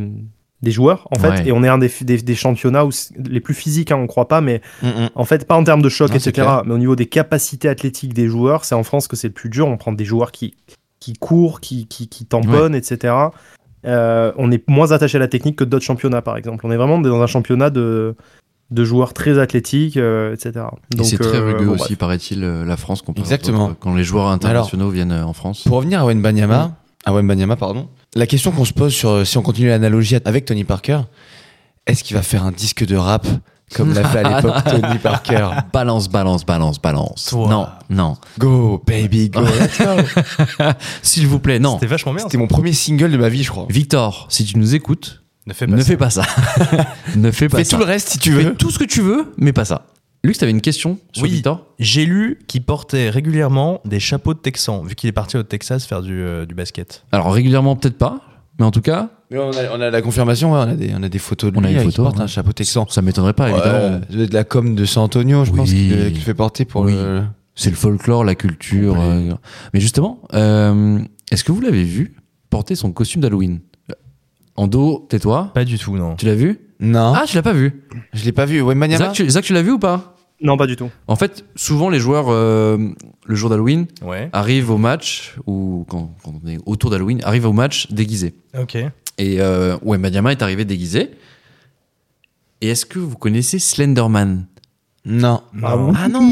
des joueurs, en fait. Ouais. Et on est un des, des, des championnats où c'est- les plus physiques, hein, on croit pas, mais Mm-mm. en fait, pas en termes de choc, Non, c'est etc., mais au niveau des capacités athlétiques des joueurs, c'est en France que c'est le plus dur. On prend des joueurs qui, qui courent, qui, qui, qui tamponnent, etc. Euh, on est moins attaché à la technique que d'autres championnats, par exemple. On est vraiment dans un championnat de, de joueurs très athlétiques, euh, etc. Et c'est très euh, rugueux bon, aussi, paraît-il, euh, la France. comparé aux Exactement. autres, Quand les joueurs internationaux viennent euh, en France. Pour revenir à Wenbanyama, à Wenbanyama, pardon, la question qu'on se pose sur euh, si on continue l'analogie avec Tony Parker, est-ce qu'il va faire un disque de rap comme l'a fait à l'époque Tony Parker Balance, balance, balance, balance. Toi. Non, non. Go baby go. S'il vous plaît, non. C'était vachement bien. C'était hein. mon premier single de ma vie, je crois. Victor, si tu nous écoutes, Ne fais ne fais pas ça. ne fais pas Fais ça. tout le reste si tu Fais veux. tout ce que tu veux, mais pas ça. Luc, t'avais une question sur Oui. Victor J'ai lu qu'il portait régulièrement des chapeaux de Texan, vu qu'il est parti au Texas faire du, euh, du basket. Alors régulièrement peut-être pas, mais en tout cas, Mais on a, on a la confirmation, ouais, on, a des, on a des photos de On a lui une euh, qui photo, porte ouais. un chapeau texan. ça m'étonnerait pas Ah, évidemment. Euh, ça doit être de la com de San Antonio, je Oui. pense, qu'il qu'il fait porter pour Oui. le. C'est le folklore, la culture. Oui. euh, Mais justement, euh, est-ce que vous l'avez vu porter son costume d'Halloween Ando, tais-toi. Pas du tout, non. Tu l'as vu Hein? Non, Ah, tu l'as pas vu. je l'ai pas vu. Ouais, Maniama Zach, tu, Zach, tu l'as vu ou pas Non, pas du tout. En fait, souvent les joueurs, euh, le jour d'Halloween, Ouais. arrivent au match, ou quand, quand on est autour d'Halloween, arrivent au match déguisés. Ok. Et euh, Wembanyama est arrivé déguisé. Et est-ce que vous connaissez Slenderman Non. Ah bon Ah non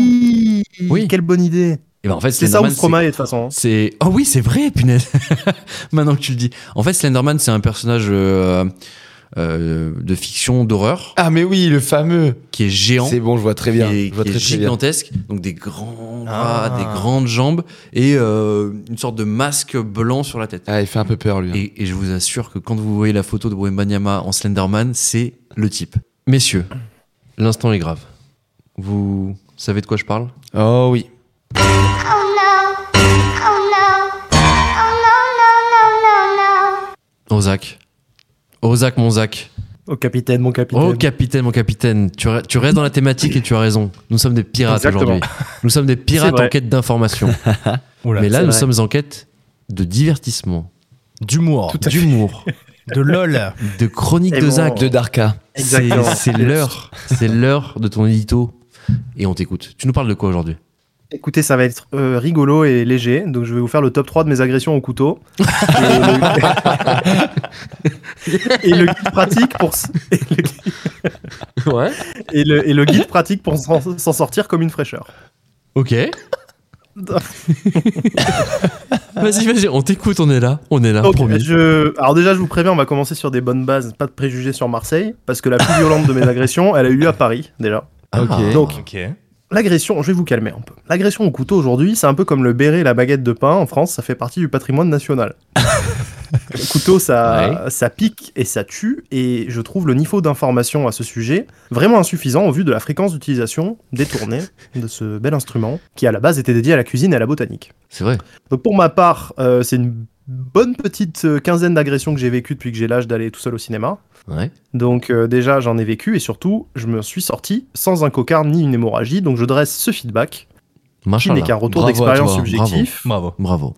Oui. Quelle bonne idée. Et ben en fait, C'est ça ou Slenderman, c'est- Stromae de toute façon. hein. c'est... Oh oui, c'est vrai, punaise Maintenant que tu le dis. En fait, Slenderman, c'est un personnage euh, euh, de fiction, d'horreur, Ah, mais oui, le fameux. qui est géant. C'est bon, je vois très qui bien. est, Je vois qui est très, très bien. gigantesque, donc des grands bras, Ah. des grandes jambes et euh, une sorte de masque blanc sur la tête. Ah, il fait un peu peur, lui. hein. Et, et je vous assure que quand vous voyez la photo de Wembanyama en Slenderman, c'est le type. Messieurs, l'instant est grave. Vous savez de quoi je parle Oh oui. Ozak. Ozak, mon Zach. Oh capitaine, mon capitaine. Oh capitaine, mon capitaine. Tu, re- tu restes dans la thématique et tu as raison. Nous sommes des pirates Exactement. aujourd'hui. Nous sommes des pirates vrai. en quête d'information. Oh Oula, Mais là, c'est nous vrai. sommes en quête de divertissement, D'humour. d'humour, De LOL. de chronique Et de bon, Zach. De Darka. C'est Exactement. c'est l'heure, c'est l'heure de ton édito et on t'écoute. Tu nous parles de quoi aujourd'hui Écoutez, ça va être euh, rigolo et léger, donc je vais vous faire le top 3 de mes agressions au couteau. et, le... et le guide pratique pour s- et le, Ouais. et le- et le guide pratique pour s'en s'en sortir comme une fraîcheur. Ok. vas-y, vas-y, on t'écoute, on est là, on est là, Donc, promis. je... Alors déjà, je vous préviens, on va commencer sur des bonnes bases, pas de préjugés sur Marseille, parce que la plus violente de mes agressions, elle a eu lieu à Paris déjà. Ah, Ok. Donc Ok. l'agression, je vais vous calmer un peu. L'agression au couteau aujourd'hui, c'est un peu comme le béret et la baguette de pain en France, ça fait partie du patrimoine national. le couteau, ça, ça pique et ça tue, et je trouve le niveau d'information à ce sujet vraiment insuffisant au vu de la fréquence d'utilisation détournée de ce bel instrument qui à la base était dédié à la cuisine et à la botanique. c'est vrai. Donc pour ma part, euh, c'est une bonne petite euh, quinzaine d'agressions que j'ai vécues depuis que j'ai l'âge d'aller tout seul au cinéma. Ouais. Donc euh, déjà, j'en ai vécu et surtout, je me suis sorti sans un cocard ni une hémorragie, donc je dresse ce feedback qui Machin. n'est qu'un retour Oh Bravo à d'expérience toi, subjectif. Bravo. Bravo.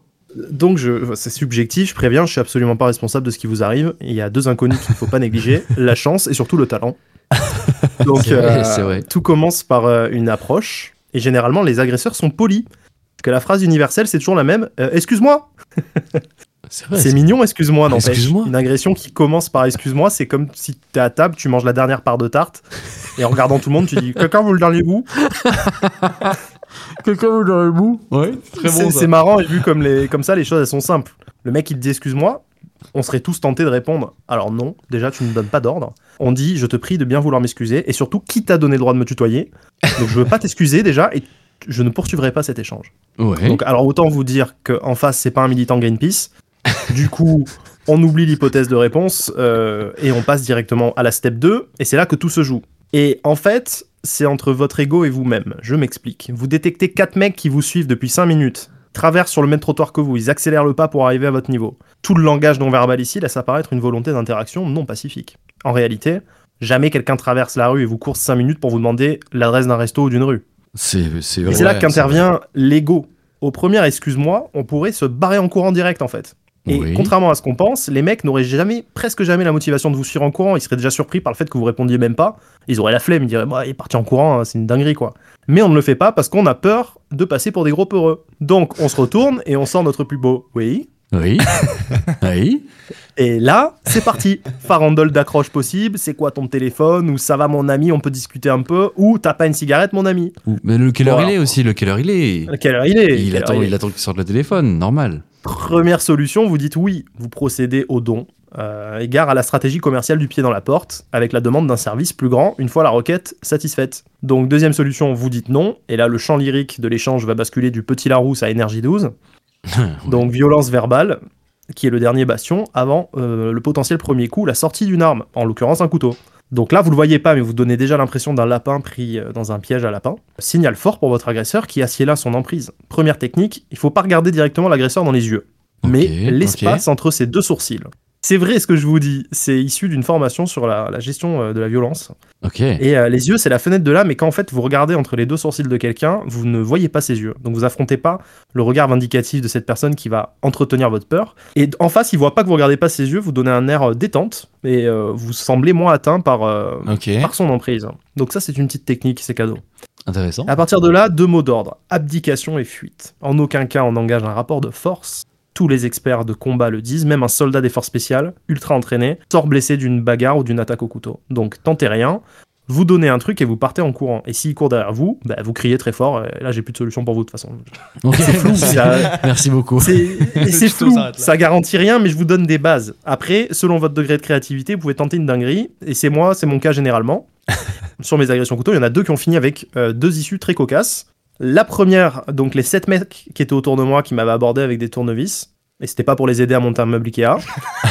Donc je, c'est subjectif, je préviens, je suis absolument pas responsable de ce qui vous arrive. Il y a deux inconnus qu'il ne faut pas négliger, la chance et surtout le talent. Donc C'est vrai, euh, c'est vrai. tout commence par euh, une approche et généralement les agresseurs sont polis. Parce que la phrase universelle, c'est toujours la même. Euh, excuse-moi, Bah, C'est vrai. c'est mignon, excuse-moi, n'empêche. Excuse-moi. Une agression qui commence par excuse-moi, c'est comme si t'es à table, tu manges la dernière part de tarte, et en regardant tout le monde, tu dis Quelqu'un veut le dernier bout Quelqu'un veut dans le bout Ouais, très C'est c'est marrant, et vu comme, les, comme ça, les choses elles sont simples. Le mec, il te dit excuse-moi, on serait tous tentés de répondre Alors non, déjà, tu ne me donnes pas d'ordre. On dit Je te prie de bien vouloir m'excuser, et surtout, qui t'a donné le droit de me tutoyer Donc je veux pas t'excuser déjà, et je ne poursuivrai pas cet échange. Ouais. Donc, alors autant vous dire qu'en face, c'est pas un militant Greenpeace. Du coup, on oublie l'hypothèse de réponse euh, et on passe directement à la step 2. Et c'est là que tout se joue. Et en fait, c'est entre votre ego et vous-même. Je m'explique. Vous détectez quatre mecs qui vous suivent depuis 5 minutes, traversent sur le même trottoir que vous, ils accélèrent le pas pour arriver à votre niveau. Tout le langage non verbal ici laisse apparaître une volonté d'interaction non pacifique. En réalité, jamais quelqu'un traverse la rue et vous course 5 minutes pour vous demander l'adresse d'un resto ou d'une rue. C'est c'est vrai. Et c'est là qu'intervient l'ego. Au premier excuse-moi, on pourrait se barrer en courant direct en fait. Et Oui. contrairement à ce qu'on pense, les mecs n'auraient jamais, presque jamais la motivation de vous suivre en courant. Ils seraient déjà surpris par le fait que vous répondiez même pas. Ils auraient la flemme, ils diraient bah, il est parti en courant, hein, c'est une dinguerie quoi. Mais on ne le fait pas parce qu'on a peur de passer pour des gros peureux. Donc on se retourne et on sort notre plus beau. Oui. Oui. oui. Et là, c'est parti. Farandole d'accroche possible. C'est quoi ton téléphone Ou ça va mon ami On peut discuter un peu. Ou t'as pas une cigarette mon ami Ou- Mais le quelle heure Voilà. il est aussi, le quelle heure il est. Quelle heure il est Il Quelle attend, heure il attend qu'il sorte le téléphone, normal. Première solution, vous dites oui, vous procédez au don, euh, égard à la stratégie commerciale du pied dans la porte, avec la demande d'un service plus grand une fois la requête satisfaite. Donc deuxième solution, vous dites non, et là le champ lyrique de l'échange va basculer du petit Larousse à énergie 12, donc violence verbale, qui est le dernier bastion, avant euh, le potentiel premier coup, la sortie d'une arme, en l'occurrence un couteau. Donc là, vous le voyez pas, mais vous donnez déjà l'impression d'un lapin pris euh, dans un piège à lapin. Signal fort pour votre agresseur qui assied là son emprise. Première technique, il faut pas regarder directement l'agresseur dans les yeux, mais Ok, l'espace entre ses deux sourcils. C'est vrai ce que je vous dis. C'est issu d'une formation sur la, la gestion euh, de la violence. Ok. Et euh, les yeux, c'est la fenêtre de l'âme. Et quand en fait vous regardez entre les deux sourcils de quelqu'un, vous ne voyez pas ses yeux. Donc vous affrontez pas le regard vindicatif de cette personne qui va entretenir votre peur. Et d- en face, il voit pas que vous regardez pas ses yeux. Vous donnez un air euh, détente et euh, vous semblez moins atteint par euh, Ok. par son emprise. Donc ça, c'est une petite technique, c'est cadeau. Intéressant. À partir de là, deux mots d'ordre abdication et fuite. En aucun cas, on engage un rapport de force. Tous les experts de combat le disent, même un soldat des forces spéciales, ultra entraîné, sort blessé d'une bagarre ou d'une attaque au couteau. Donc tentez rien, vous donnez un truc et vous partez en courant. Et s'il court derrière vous, bah, vous criez très fort, et là j'ai plus de solution pour vous de toute façon. Ok. Ça- Merci beaucoup. C'est et c'est tuto flou, s'arrête là. ça garantit rien, mais je vous donne des bases. Après, selon votre degré de créativité, vous pouvez tenter une dinguerie, et c'est moi, c'est mon cas généralement. Sur mes agressions couteaux, il y en a deux qui ont fini avec euh, deux issues très cocasses. La première, donc les sept mecs qui étaient autour de moi, qui m'avaient abordé avec des tournevis, et c'était pas pour les aider à monter un meuble Ikea.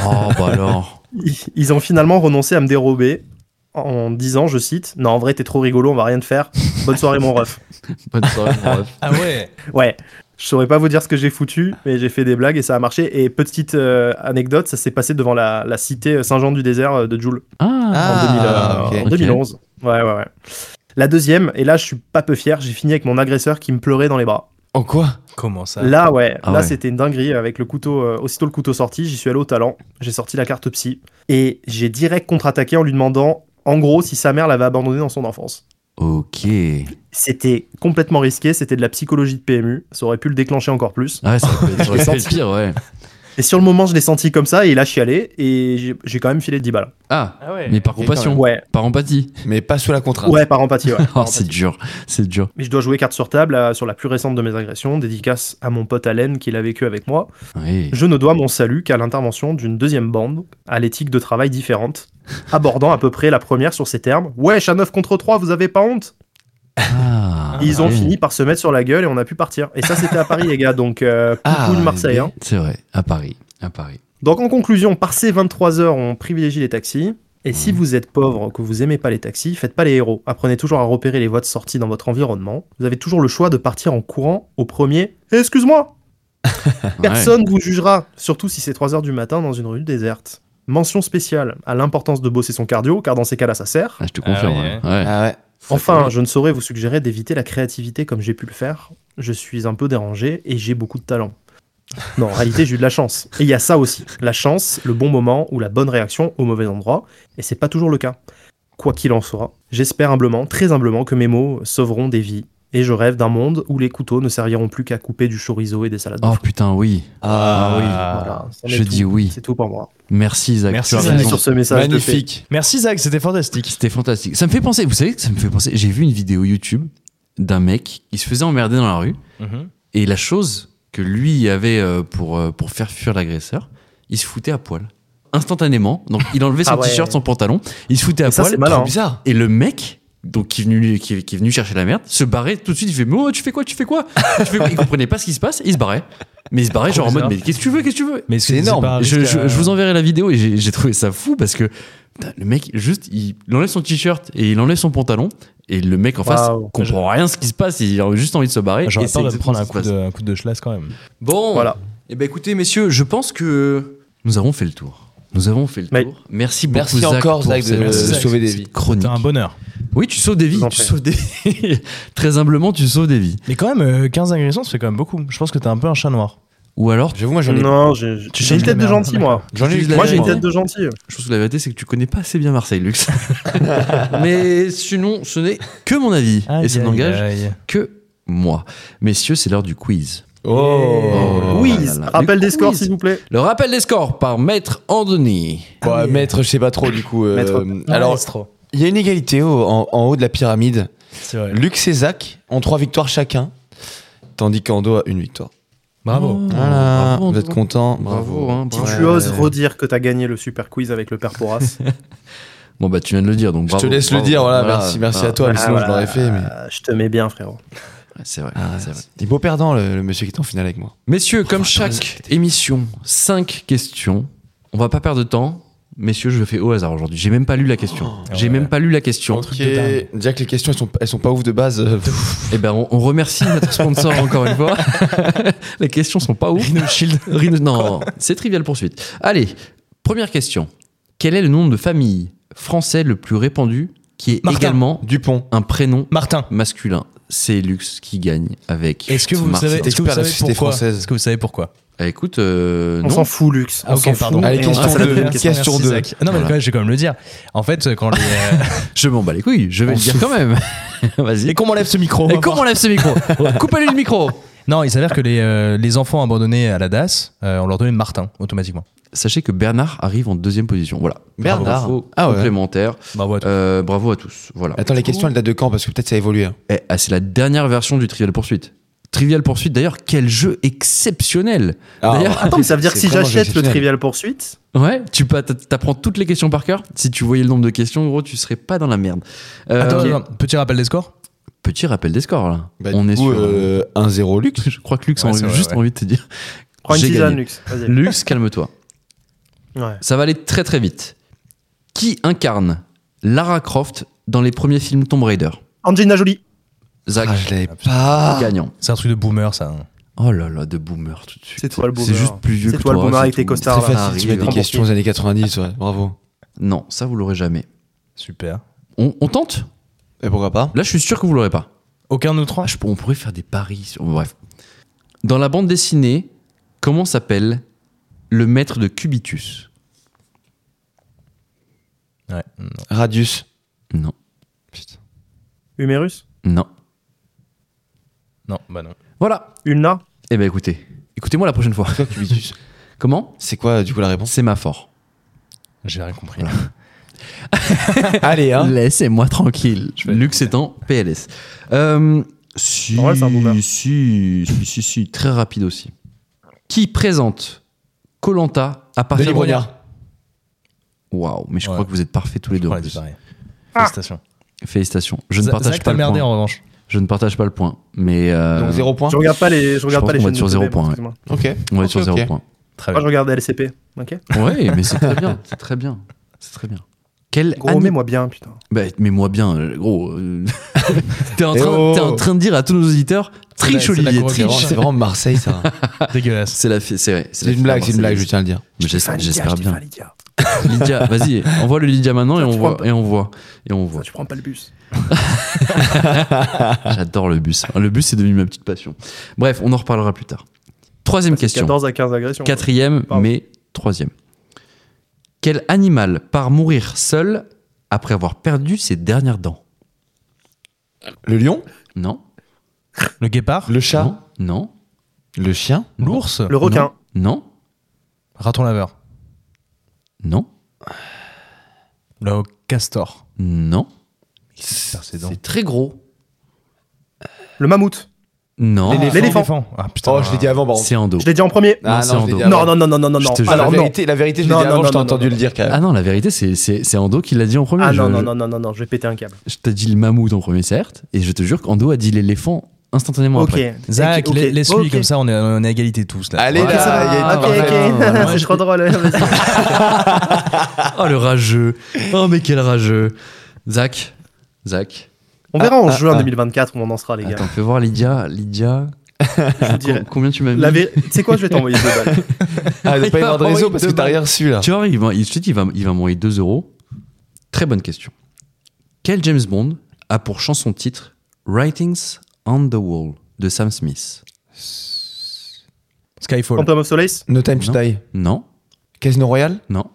Oh, bah alors. Ils- Ils ont finalement renoncé à me dérober en disant, je cite, Non, en vrai, t'es trop rigolo, on va rien te faire. Bonne soirée, mon ref. Bonne soirée, mon ref. Ah ouais Ouais. Je saurais pas vous dire ce que j'ai foutu, mais j'ai fait des blagues et ça a marché. Et petite euh, anecdote, ça s'est passé devant la, la cité Saint-Jean-du-Désert euh, de Joule Ah, en, 2000, Ah, euh, ok. en 2011. Ouais, ouais, ouais. La deuxième, et là je suis pas peu fier, j'ai fini avec mon agresseur qui me pleurait dans les bras. En quoi Comment ça Là, ouais, Ah là ouais. c'était une dinguerie avec le couteau, euh, aussitôt le couteau sorti, j'y suis allé au talent, j'ai sorti la carte psy et j'ai direct contre-attaqué en lui demandant en gros si sa mère l'avait abandonné dans son enfance. Ok. C'était complètement risqué, c'était de la psychologie de PMU, ça aurait pu le déclencher encore plus. Ah ouais, ça aurait ça aurait été le pire, ouais. Et sur le moment, je l'ai senti comme ça et il a chialé et j'ai- j'ai quand même filé 10 balles. Ah, Ah ouais. mais par compassion, Ouais, par empathie. Mais pas sous la contrainte. ouais, par empathie, ouais. Oh, c'est dur, c'est dur. Mais je dois jouer carte sur table euh, sur la plus récente de mes agressions, dédicace à mon pote Allen qui l'a vécu avec moi. Oui. Je ne dois mon salut qu'à l'intervention d'une deuxième bande, à l'éthique de travail différente, abordant à peu près la première sur ces termes. Wesh, à 9 contre 3, vous avez pas honte Ah, Et Ils ont oui. fini par se mettre sur la gueule et on a pu partir. Et ça, c'était à Paris, les gars, donc euh, coucou Ah, le Marseille. mais- hein. C'est vrai, à Paris, à Paris. Donc en conclusion, par ces 23 heures, on privilégie les taxis. Et si vous êtes pauvre, que vous aimez pas les taxis, faites pas les héros. Apprenez toujours à repérer les voies de sortie dans votre environnement. Vous avez toujours le choix de partir en courant au premier. Eh, Excuse-moi Personne vous jugera, surtout si c'est 3 heures du matin dans une rue déserte. Mention spéciale à l'importance de bosser son cardio, car dans ces cas-là, ça sert. Ah, je te confirme. Ah ouais. ouais. ouais. Ah ouais. Enfin, je ne saurais vous suggérer d'éviter la créativité comme j'ai pu le faire. Je suis un peu dérangé et j'ai beaucoup de talent. Non, en réalité, j'ai eu de la chance. Et il y a ça aussi. La chance, le bon moment ou la bonne réaction au mauvais endroit. Et c'est pas toujours le cas. Quoi qu'il en soit, j'espère humblement, très humblement, que mes mots sauveront des vies. Et je rêve d'un monde où les couteaux ne serviront plus qu'à couper du chorizo et des salades. de Oh fruits. putain, oui. Ah, Voilà, c'en est Je tout. dis oui. C'est tout pour moi. Merci Isaac. Merci, tu as Isaac. raison. Sur ce message de paix. Magnifique. Merci Zach, c'était fantastique. C'était fantastique. Ça me fait penser, vous savez que ça me fait penser, j'ai vu une vidéo YouTube d'un mec, il se faisait emmerder dans la rue, et la chose que lui avait euh, pour, euh, pour faire fuir l'agresseur, il se foutait à poil. Instantanément. Donc il enlevait son Ah ouais. t-shirt, son pantalon, il se foutait à Ça, poil. c'est malin. hein. Trop bizarre. Et le mec, donc qui est venu, lui- qui, est- qui est venu chercher la merde, se barrait tout de suite. Il fait mais oh, tu fais quoi Tu fais quoi Tu fais quoi Il comprenait pas ce qui se passe. Il se barrait. Mais il se barrait Trop genre en mode bizarre. mais qu'est-ce que tu veux Qu'est-ce que tu veux Mais est-ce C'est Ah, que énorme. pas un risque euh, je, je- à- je vous enverrai la vidéo et j'ai j'ai trouvé ça fou parce que putain, le mec juste il, il enlève son t-shirt et il enlève son pantalon et le mec en face Waouh. comprend rien ce qui se passe. Il a juste envie de se barrer. J'aurais et c'est peur de me exactement prendre ce un qui coup, se de, passe. un coup de schlass quand même. Bon Voilà. Et ben écoutez messieurs, je pense que nous avons fait le tour. Nous avons fait le Mais- tour. Merci beaucoup Merci Zach encore, pour Zach, de cette- Merci, euh, Zach. sauver des cette vies. chronique. C'était un bonheur. Oui, tu sauves des vies. vous en Tu prie. sauves des vies. Très humblement, tu sauves des vies. Mais quand même, euh, 15 agressions, ça fait quand même beaucoup. Je pense que t'es un peu un chat noir. Ou alors, J'avoue, moi, j'en ai. Non, j'ai j'ai changes une la tête de merde, gentil, moi. J'en ai eu Juste la Moi, j'ai une merde. tête de gentil. je trouve que la vérité, c'est que tu connais pas assez bien Marseille, Lux. Mais sinon, ce n'est que mon avis. et ça n'engage que moi. Messieurs, c'est l'heure du quiz. Oh. oui, là là, le rappel des scores, quiz. s'il vous plaît. Le rappel des scores par Maître Andoni. Bon, euh, maître, je sais pas trop du coup. euh, Maître. Alors, c'est trop. il y a une égalité au- en, en haut de la pyramide. C'est vrai. Luc et Zach ont trois victoires chacun, tandis qu'Ando a une victoire. Bravo. Oh, Voilà, bravo, vous êtes bravo. contents Bravo, hein, Si bravo. tu oses redire que t'as gagné le super quiz avec le père Porras, Bon, bah, tu viens de le dire, donc Je bravo, te laisse bravo. le dire, voilà, Voilà, merci, merci voilà. à toi, mais Ah, sinon voilà. je l'aurais fait. Mais... euh, je te mets bien, frérot. Bah Ouais, c'est vrai, Ah, c'est vrai. c'est Ah, beau perdant le, le monsieur qui est en finale avec moi. Messieurs, comme chaque émission, 5 questions. On va pas perdre de temps. Messieurs, je le fais au hasard aujourd'hui. J'ai même pas lu la question. Oh. J'ai ouais. même pas lu la question. Ok, déjà que les questions elles sont, elles sont pas ouf de base. euh, Eh ben, on, on remercie notre sponsor encore une fois. Les questions sont pas ouf. Rhino Shield. non, c'est trivial poursuite. Allez, Première question. Quel est le nom de famille français le plus répandu qui est Martin. également Dupont. un prénom Martin. masculin C'est Lux qui gagne avec. Est-ce que vous Martin. savez, est-ce que vous Expert de la savez société pourquoi française. Est-ce que vous savez pourquoi Ah, Écoute, euh, On non. s'en fout, Lux. Ah, on s'en ok, pardon. fout. Allez, Et question on- ça deux. donne une Question Merci, deux. Zach. Non, mais Voilà. quand même, je vais quand même le dire. En fait, quand les. euh, Je m'en bats les couilles, je vais On le dire se quand même. Vas-y. Et qu'on m'enlève ce micro. on Et va comment on voir. lève ce micro Coupez-lui le micro non, il s'avère que les, euh, les enfants abandonnés à la DAS, euh, on leur donnait Martin automatiquement. Sachez que Bernard arrive en deuxième position. Voilà. Bernard. Bravo. Ah ouais. Complémentaire. Bravo à toi. Euh, bravo à tous. Voilà. Attends, les questions, elles datent de quand Parce que peut-être ça a évolué. hein. Eh, ah, c'est la dernière version du Trivial Poursuite. Trivial Poursuite, d'ailleurs, quel jeu exceptionnel Ah. Ah, D'ailleurs- Attends, mais ça veut dire que si C'est vraiment j'achète le exceptionnel. Trivial Poursuite, Ouais, tu peux- t'a- t'apprends toutes les questions par cœur. Si tu voyais le nombre de questions, gros, tu serais pas dans la merde. Euh, Attends, ok. attends, petit rappel des scores Petit rappel des scores, là. Bah, On du est coup, sur... euh, 1-0 Luc. Je crois que Lux Ouais, a c'est vrai, juste ouais. envie de te dire... prends une J'ai tisane, gagné. Lux. Vas-y. Lux, calme-toi. Ouais. Ça va aller très très vite. Qui incarne Lara Croft dans les premiers films Tomb Raider Angelina Jolie. Zach, Ah, je l'avais pas. gagnant. C'est un truc de boomer, ça. hein. Oh là là, de boomer tout de suite. C'est toi le boomer. C'est juste plus vieux C'est que toi le boomer c'est avec tes tout. costards, Très là. facile, Il y a des Remporté. questions des années 90, ouais. Bravo. Non, ça vous l'aurez jamais. Super. On, on tente Et pourquoi pas Là, je suis sûr que vous l'aurez pas. Aucun de nous trois Ah, je pour- on pourrait faire des paris. sur- Bref. Dans la bande dessinée, comment s'appelle le maître de Cubitus Ouais. non. Radius. Non, Humérus. non. Non, bah non. Voilà. Ulna. Eh ben écoutez, écoutez-moi la prochaine fois. Cubitus. Comment C'est quoi, du coup, la réponse Sémaphore. J'ai rien compris. Allez, hein. Laissez-moi tranquille. vais- Lux est en PLS. Euh, si, En vrai, c'est un boomer. si, si, si, si, très rapide aussi. Qui présente Colanta à partir Denis Brognard. Waouh, mais je Ouais. crois que vous êtes parfaits tous les deux. Voilà, en plus. c'est pareil. Félicitations. Félicitations. Je ne Zach, partage pas t'as le merdé point. en revanche. Je ne partage pas le point, mais euh, Donc 0 points. Je regarde pas les, je regarde pense pas les qu'on va être chaînes sur YouTube, zéro point, ouais. excuse-moi. Ok. on est Ok, sur ok. zéro point. Très Moi, bien. je regardais LCP. Ok. Oui, mais c'est très bien, c'est très bien, c'est très bien. Quel Gros, ani- mets-moi bien, putain. Bah, mets-moi bien, euh, gros. euh, t'es, en Eh train, oh. t'es en train de dire à tous nos auditeurs, la- triche c'est la Olivier, gros C'est triche. vraiment- C'est vraiment Marseille, ça. Ah. Dégueulasse. C'est la fi- c'est vrai. C'est une blague, c'est une blague, je tiens à le dire. Mais j'espère, Enfin, Lydia, j'espère je t'ai bien. fait Lydia. Lydia, vas-y, envoie le Lydia maintenant et Ça, on tu voit, prends et on voit, et on voit. Ça, Tu prends pas le bus. J'adore le bus. Le bus, c'est devenu ma petite passion. Bref, on en reparlera plus tard. Troisième question. 14 à 15 agressions. Quatrième, Pardon. mais troisième. Quel animal part mourir seul après avoir perdu ses dernières dents Le lion Non. Le guépard Le chat Non. Non. Le chien L'ours Le requin. Non. Raton laveur. Non. Le castor. Non. Putain, c'est dingue. C'est très gros. Le mammouth. Non. L'éléphant. Ah putain. Oh, je l'ai dit avant, pardon. C'est en dos. Je l'ai dit en premier. Ah Non, c'est non, je l'ai en dit dos. avant. Non, non, non, non, non, non, non. Je te jure. Alors, la, non. vérité, la vérité, je l'ai Non, dit avant, non, je t'ai non, entendu non, le dire quand même. Ah non, la vérité, c'est- c'est c'est Ando qui l'a dit en premier. Ah Je- non, non, je- non, non, non, non, je vais péter un câble. je t'ai dit le mammouth en premier, certes. Et je te jure qu'Ando a dit l'éléphant instantanément Ok. après. Zach, Ok, la- ok, laisse-lui ok. comme ça, on est, on est à égalité tous là. Allez, Ok, là, ça va. il y a Ah, été ok, parfait. ok. Voilà. C'est trop drôle. vas-y. Oh, le rageux. Oh, mais quel rageux. Zach. Zach. On verra en Ah, juin ah. 2024 où on en sera, les gars. Attends, fais voir Lydia. Lydia. Je vous dirai. Com- Combien tu m'as mis La vé- Tu sais quoi, je vais t'envoyer deux balles. Ah, il doit pas y avoir de Il m'a réseau envoyé parce que deux t'as balles. rien reçu là. Tu vois, il va, il, je te dis, il va, il va m'envoyer 2 euros. Très bonne question. Quel James Bond a pour chanson titre Writings on the Wall de Sam Smith Skyfall. Phantom of Solace, No Time to Non. Die. Non, Casino Royale non,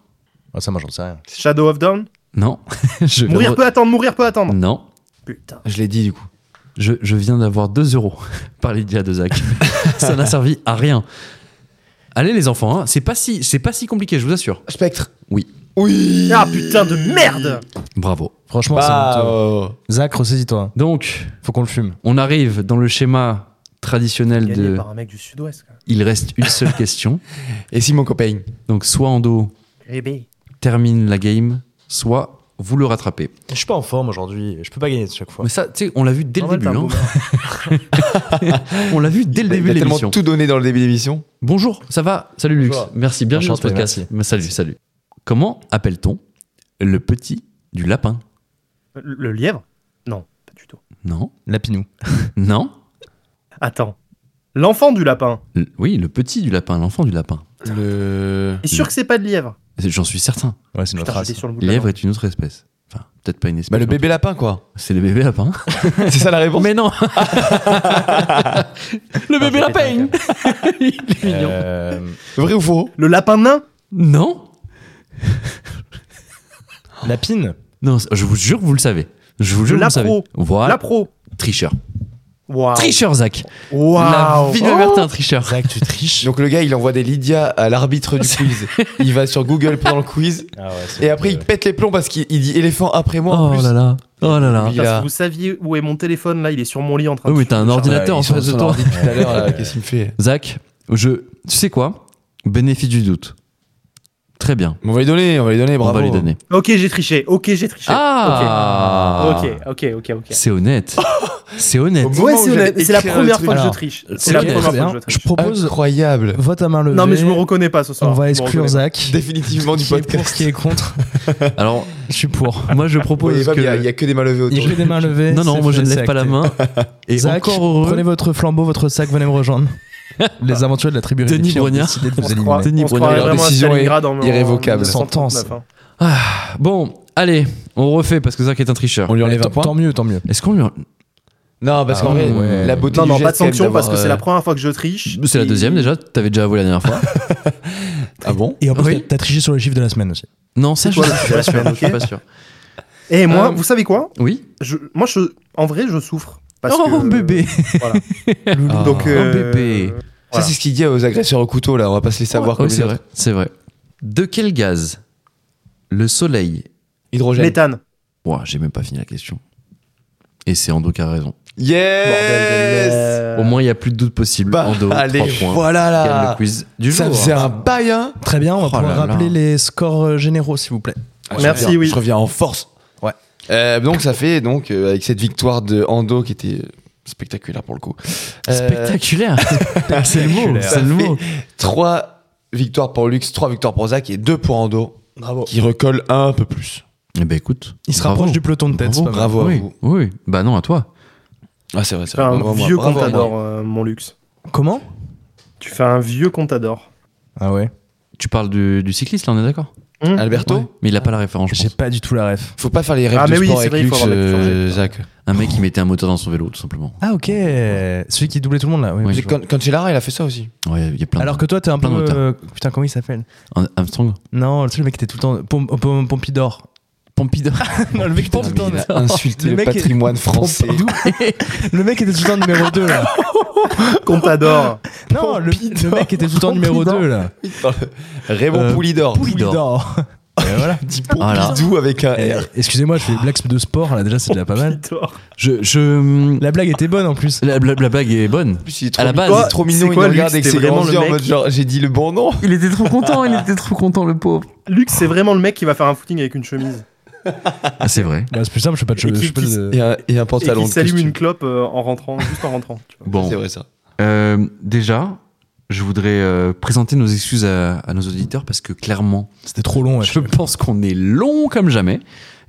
Ah, ça, moi, j'en sais rien. Shadow of Dawn. non. je viens Mourir de- peut attendre, mourir peut attendre. Non, Putain. Je l'ai dit du coup. je, je viens d'avoir 2 euros par Lydia de Zach. Ça n'a servi à rien. Allez les enfants, hein, c'est pas si c'est pas si compliqué, je vous assure. Spectre. Oui. Oui. Ah putain de merde Bravo. Franchement, c'est Bah, honteux. oh. Zach, ressaisis-toi. Donc, Faut qu'on le fume. on arrive dans le schéma traditionnel Gagné de par un mec du sud-ouest. quoi. il reste une seule question. Et si mon copain Donc soit en dos Bébé. termine la game, soit vous le rattrapez. Je suis pas en forme aujourd'hui. Je peux pas gagner de chaque fois. Mais ça, tu sais, on l'a vu dès le début. Normal, t'es un hein. on l'a vu dès le Il début a de tellement l'émission. tout donné dans le début de l'émission. Bonjour, ça va Salut Lux. Bonjour. Merci, bienvenue dans ce Enchanté, podcast. merci. Mais Salut, salut. Comment appelle-t-on le petit du lapin hein. Le le lièvre Non, pas du tout. Non, Lapinou. non. Attends. L'enfant du lapin. L- oui, le petit du lapin, l'enfant du lapin. Le. Euh, T'es sûr que c'est pas de lièvre J'en suis certain. Ouais, c'est notre Putain, race. j'étais sur le bout de Mm. la Ah, Lièvre langue. est une autre espèce. Enfin, peut-être pas une espèce. Bah, le mais en bébé Ah lapin, quoi. tout cas, C'est les bébés lapins. C'est ça la réponse Mais non Le bébé Ah, c'est lapin hein. Il est mignon. Euh, Vrai ou faux Le lapin nain Non Lapine. Non, c'est- je vous jure que vous le savez. Je vous jure que vous le savez. lapro. Voilà. La pro. Tricheur. Waouh. Tricheur, Zach. La Waouh. Oh. vie de Berthe est Oh. un tricheur. Zach, tu triches. Donc le gars, il envoie des Lydia à l'arbitre du quiz. Il va sur Google pendant le quiz. Ah Et après, il pète les plombs parce qu'il il dit éléphant après moi. en Oh plus. là là. Oh là là. Il Putain, a- Si Ah, vous saviez où est mon téléphone là, il est sur mon lit en train Oui, de. mais t'as un ordinateur en Ah, ils sont face de sur toi. l'ordi Tout à l'heure, là, qu'est-ce qu'il me fait Zach, je. Tu sais quoi Bénéfice du doute. Très bien. On va lui donner, on va lui donner, bravo. On va lui donner. Ok, j'ai triché. Ok, j'ai triché. Ah Ok, ok, ok, ok. C'est honnête. C'est honnête. Au Ouais, moment où c'est j'allais honnête. C'est la écrire première le fois que je truc. triche. Alors, C'est la ok, première très fois que bien. euh, je Je triche. propose Incroyable. vote à main levée. Non, mais je me reconnais pas ce soir. On Je va me exclure reconnais Zach. Définitivement du Qui est pour, podcast. qui est contre. Alors, je suis pour. Moi, je Ouais, propose Il que. n'y a, il y a que des mains levées Il y autour. a que des mains levées. Non, non, c'est moi, je fait, ne lève c'est pas la acté. main. Et Zach, encore heureux. prenez votre flambeau, votre sac, venez me rejoindre. Les aventures de la tribu Denis réunifiée ont Brognard. décidé de pas. On vous se éliminer. croirait- Denis on se Brogniard. croirait Leur vraiment à décision est Stalingrad en- en irrévocable. 1939, hein. Bon, allez, on refait parce que Zach est un tricheur. On lui enlève Eh, Tant un point. tant mieux, tant mieux. Est-ce qu'on lui. en- Non, parce Ah qu'en vrai, ouais. la beauté Non, du non, pas de geste, quand même, sanction parce que d'avoir, c'est la euh, première fois que je triche. C'est la Et- deuxième déjà. T'avais déjà avoué la dernière fois. Ah bon Et en plus, Oui. t'as- t'as triché sur le chiffre de la semaine aussi. Non, ça, je quoi, je la suis pas sûr. semaine, Je suis pas sûr. Et moi, Euh, vous savez quoi Oui. je, Moi, je, en vrai, je souffre. Parce oh, que- euh, bébé. Voilà. Ah. Donc, Oh, euh, bébé. Ça, voilà. c'est ce qu'il dit aux agresseurs au couteau, là. On va pas se les savoir Ouais, comme c'est vrai. C'est vrai. De quel gaz le soleil. Hydrogène. Méthane. Ouah, j'ai même pas fini la question. Et c'est Ando qui a raison. Yes Au moins, il y a plus de doute possible. Bah, Ando, allez, 3 points. voilà Gagne le là quiz du Ça jour. faisait un bail, hein Très bien, on va Oh pouvoir là là. rappeler les scores euh, généraux, s'il vous plaît. Je Merci, reviens- oui. Je reviens en force. Ouais. Euh, donc ça fait donc euh, avec cette victoire de Ando qui était euh, spectaculaire pour le coup. Euh, Spectaculaire. c'est le mot. Spectaculaire. C'est le Ça mot. Trois victoires pour Lux, trois victoires pour Zach et deux pour Ando Bravo. qui recolle un peu plus. Eh ben écoute. Il se bravo. rapproche du peloton de tête, c'est pas mal. Bravo à Oui, vous. oui. Bah non, à toi. Ah c'est vrai, c'est Tu fais vrai. un Bravo à moi, vieux bravo à moi. contador, euh, mon luxe. Comment Tu fais un vieux contador. Ah ouais Tu parles du, du cycliste, là, on est d'accord Mmh. Alberto, Ouais, Mais il a pas la référence. je J'ai pense. pas du tout la ref. faut pas faire les rêves Ah, de mais oui, sport c'est vrai, avec il faut Lux, avoir la culture, euh, j'ai- Zach. Un mec qui mettait un moteur dans son vélo, tout simplement. Ah ok Celui qui doublait tout le monde là. oui. Oui. J'ai- Can- Cancellara, il a fait ça aussi. Ouais, il y a plein. de- Alors que toi, t'es un peu. Plein d'auteurs. euh, Putain, comment il s'appelle Un- Armstrong. Non, le seul mec qui était tout le temps. Pom- Pom- Pompidor. Pompidou. Non, le mec Putain, mais il a insulté Oh, Le le mec est- patrimoine français. Le mec était tout le temps numéro 2 là. Contador. Non, le, le mec était tout le temps numéro 2 là. Raymond Euh, Poulidor. Poulidor. Et voilà. Petit Voilà. Pompidou avec un Eh, R. Excusez-moi, je fais des blagues de sport là, déjà c'est déjà pas mal. Contador. Je. je... La blague était bonne en plus. La, la- la blague est bonne. En plus, il est À la mi- base, il c'est est trop quoi, mignon, il nous Lux, regarde avec t'es ses vraiment grands le yeux en mec mode genre, j'ai dit le bon nom. Il était trop content, il était trop content, le pauvre. Lux, c'est vraiment le mec qui va faire un footing avec une chemise. Ah, c'est vrai. Bah, c'est plus simple, je sais pas de Et cheveux. qui- je sais pas qui- de- Et un, et un Et pantalon qui de s'allume costume. une clope euh, en rentrant, juste en rentrant. tu vois. Bon. C'est vrai ça. Euh, déjà, je voudrais euh, présenter nos excuses à, à nos auditeurs parce que clairement, C'était trop long. ouais. je pense qu'on est long comme jamais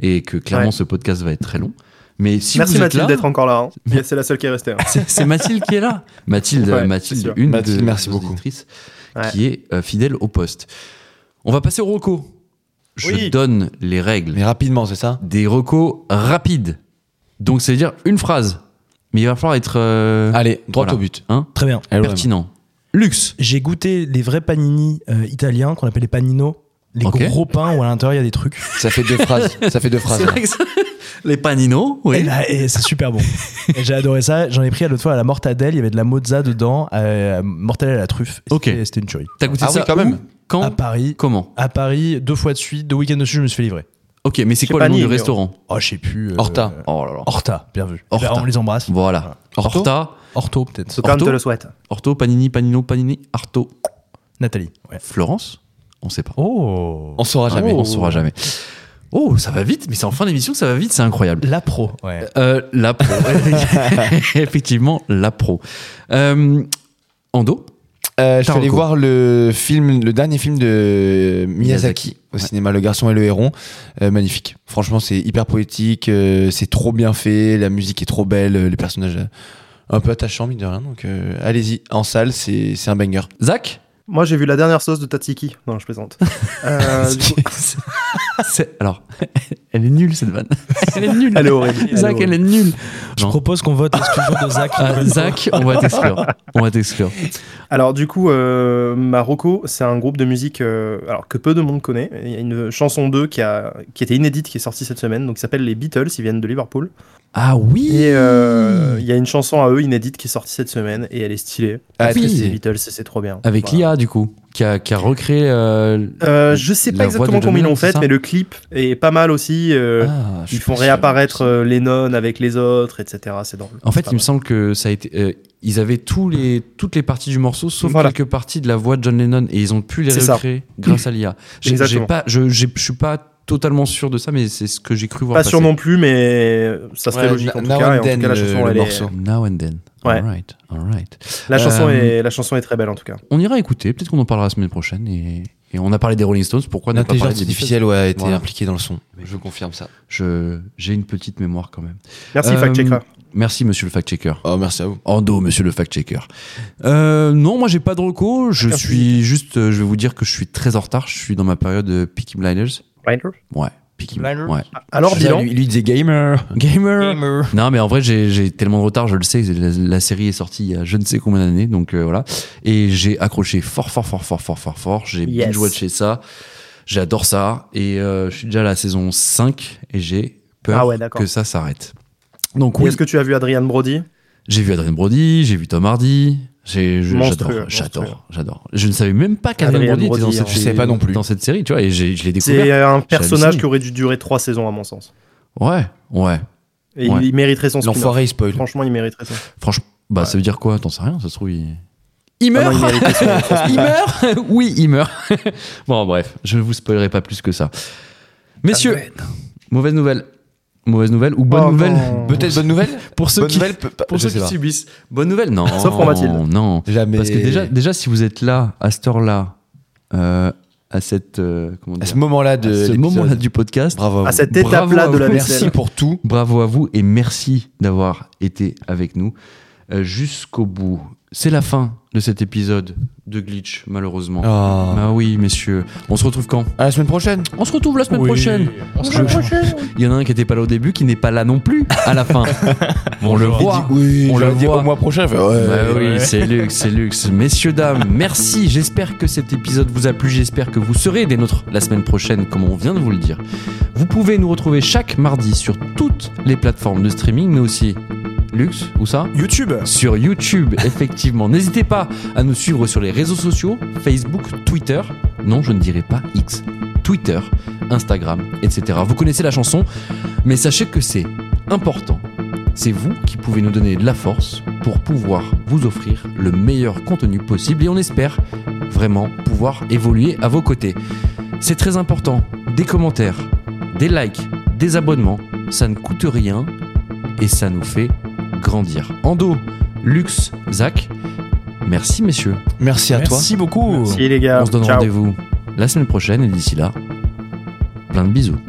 et que clairement Ouais. ce podcast va être très long. Mais si Merci vous êtes Mathilde là, d'être encore là. hein. C'est la seule qui est restée. hein. c'est c'est Mathilde qui est là. Mathilde, Ouais, c'est Mathilde, sûr. une Mathilde, de merci nos beaucoup. auditrices Ouais. qui est euh, fidèle au poste. On va passer au reco. Je Oui. donne les règles. Mais rapidement, c'est ça Des recos rapides. Donc c'est dire une phrase. Mais il va falloir être euh, Allez, droit Voilà. au but. hein, Très bien. pertinent. Luxe. J'ai goûté les vrais panini euh, italiens qu'on appelle les paninos. Les Ok. gros pains où à l'intérieur il y a des trucs. Ça fait deux phrases. Ça fait deux phrases. hein. C'est vrai que ça- Les paninos, Et, oui. là, et c'est super bon. Et J'ai adoré ça. J'en ai pris à l'autre fois à la mortadelle. Il y avait de la mozza dedans, euh, mortadelle à la truffe. Et Ok. c'était- C'était une tuerie. T'as goûté Ah oui, ça quand où, même. Quand À Paris, Comment à Paris, deux fois de suite, deux week-ends dessus, je me suis fait livrer. Ok, mais c'est Chez quoi le nom du Panini, restaurant Oh, je sais plus. euh, Horta. Oh là là. Horta, bien vu. Horta. Eh ben, on les embrasse. Voilà. Orto Horta, Horto, peut-être. Ce terme Orto te le souhaite. Horto, Panini, Panino, Panini, Arto, Nathalie. ouais. Florence On sait pas. Oh. On saura jamais. Ah, Jamais, on saura jamais. Oh, ça va vite, mais c'est en fin d'émission, ça va vite, c'est incroyable. La pro. Ouais. Euh, la pro. Effectivement, la pro. Euh, Ando Euh, je T'as suis allé reco. voir le film, le dernier film de Miyazaki Miyazaki, au cinéma, Le Garçon et le Héron. Euh, magnifique. Franchement, c'est hyper poétique. euh, c'est trop bien fait. La musique est trop belle. euh, Les personnages euh, un peu attachants, mine de rien. Donc, euh, allez-y en salle. C'est c'est un banger. Zach Moi, j'ai vu la dernière sauce de Tatsiki. Non, je plaisante. Euh, du coup- C'est- Alors, elle est nulle cette vanne. Elle est nulle. Elle est horrible. Elle est Zach, elle est nulle. Je propose qu'on vote l'exclusion de Zach. Ah, Zach, on va t'exclure. On va t'exclure. Alors du coup, euh, Marocco, c'est un groupe de musique euh, alors que peu de monde connaît. Il y a une chanson d'eux qui, a, qui était inédite, qui est sortie cette semaine, donc qui s'appelle les Beatles, ils viennent de Liverpool. Ah oui. Et euh, il y a une chanson à eux inédite qui est sortie cette semaine, et elle est stylée. Ah, Parce que oui. c'est les Beatles, et c'est trop bien. Avec Voilà. l'IA du coup, qui a, qui a recréé. euh, Euh, je sais pas La voix de exactement comment ils John l'ont Lennon, c'est fait, ça mais le clip est pas mal aussi. euh, Ah, je suis ils font pas sûr. réapparaître euh, les nonnes avec les autres, etc. C'est drôle. En C'est fait, pas il me mal. semble que ça a été. euh, ils avaient tous les, toutes les parties du morceau, sauf Voilà. quelques parties de la voix de John Lennon, et ils ont pu les C'est ça. recréer grâce à l'IA. J'ai- j'ai Exactement. pas- Je j'ai- je suis pas totalement sûr de ça, mais c'est ce que j'ai cru voir. Pas passer. sûr non plus, mais ça serait Ouais, logique en tout Now cas. and Et en tout Then, cas, la le- chanson, le elle est- morceau. Now and then. Ouais. All right, all right. la chanson, Euh, est, la chanson est très belle en tout cas. On ira écouter, peut-être qu'on en parlera la semaine prochaine. Et, et on a parlé des Rolling Stones, pourquoi ne pas parler L'intelligence des Beatles artificielle ouais, a été Voilà. impliquée dans le son. Je confirme ça. Je- J'ai une petite mémoire quand même. Merci, Euh, Fact Checker. Merci, monsieur le fact-checker. Oh, merci à vous. En dos, monsieur le fact-checker. Euh, non, moi j'ai pas de recours. Je suis juste, euh, je vais vous dire que je suis très en retard. Je suis dans ma période euh, Peaky Blinders. Ouais, Peaky Blinders Ouais. Alors, bilan. Lui, lui disait gamer. Gamer. Non, mais en vrai, j'ai j'ai tellement de retard, je le sais. La, la série est sortie il y a je ne sais combien d'années, donc euh, voilà. Et j'ai accroché fort, fort, fort, fort, fort, fort, fort. J'ai Yes. binge-watché ça. J'adore ça. Et euh, je suis déjà à la saison 5 et j'ai peur Ah ouais, d'accord. que ça s'arrête. Donc Et oui, Est-ce que tu as vu Adrian Brody j'ai vu Adrien Brody, j'ai vu Tom Hardy. j'ai- je- J'adore, Monstrueux, monstrueux. j'adore, j'adore. Je ne savais même pas qu'Adrien Adrien Brody, était dans Brody, cette, hein. Je savais pas non plus. dans cette série, tu vois, et j'ai- je l'ai C'est découvert. un personnage halluciné. qui aurait dû durer trois saisons à mon sens. Ouais, ouais. Et Ouais. il, il mériterait son spin-off. L'enfoiré, il spoil. Franchement, il mériterait ça. Franchement, bah ça veut dire quoi T'en sais rien, ça se trouve il. Il Ah non, meurt il mériterait son- son spin-off. Il meurt Oui, il meurt. bon, bref, je ne vous spoilerai pas plus que ça. Messieurs, mauvaise nouvelle. Mauvaise nouvelle ou bonne Oh nouvelle non. Peut-être bonne nouvelle Pour ceux Bonne qui, nouvelle peut- pas- pour je ceux sais qui pas. subissent. Bonne nouvelle Non. Sauf pour Mathilde. Non. Jamais. Parce que déjà, déjà, si vous êtes là, à cette heure-là, euh, à cette. euh, comment à dire ce moment-là de à ce l'épisode, moment-là du podcast, bravo. À vous. cette Bravo à étape-là de la vous. vaisselle. Merci pour tout. Bravo à vous et merci d'avoir été avec nous euh, jusqu'au bout. C'est la fin de cet épisode de Glitch, malheureusement. Oh. Ah oui, messieurs. On se retrouve quand À la semaine prochaine. On se retrouve la semaine prochaine. Il y en a un qui n'était pas là au début, qui n'est pas là non plus à la fin. on le voit. Oui, On je le vais dire voit. au mois prochain. je fais, Bah ouais, oui, ouais. c'est luxe, c'est luxe. Messieurs, dames, merci. J'espère que cet épisode vous a plu. J'espère que vous serez des nôtres la semaine prochaine, comme on vient de vous le dire. Vous pouvez nous retrouver chaque mardi sur toutes les plateformes de streaming, mais aussi luxe, ou ça YouTube. sur YouTube, effectivement. N'hésitez pas à nous suivre sur les réseaux sociaux, Facebook, Twitter. Non, je ne dirai pas X. Twitter, Instagram, etc. Vous connaissez la chanson, mais sachez que c'est important. C'est vous qui pouvez nous donner de la force pour pouvoir vous offrir le meilleur contenu possible et on espère vraiment pouvoir évoluer à vos côtés. C'est très important. Des commentaires, des likes, des abonnements, ça ne coûte rien et ça nous fait grandir. Ando, Lux, Zach, merci messieurs. Merci à toi. Merci beaucoup. Merci les gars. On se donne Ciao. rendez-vous la semaine prochaine et d'ici là, plein de bisous.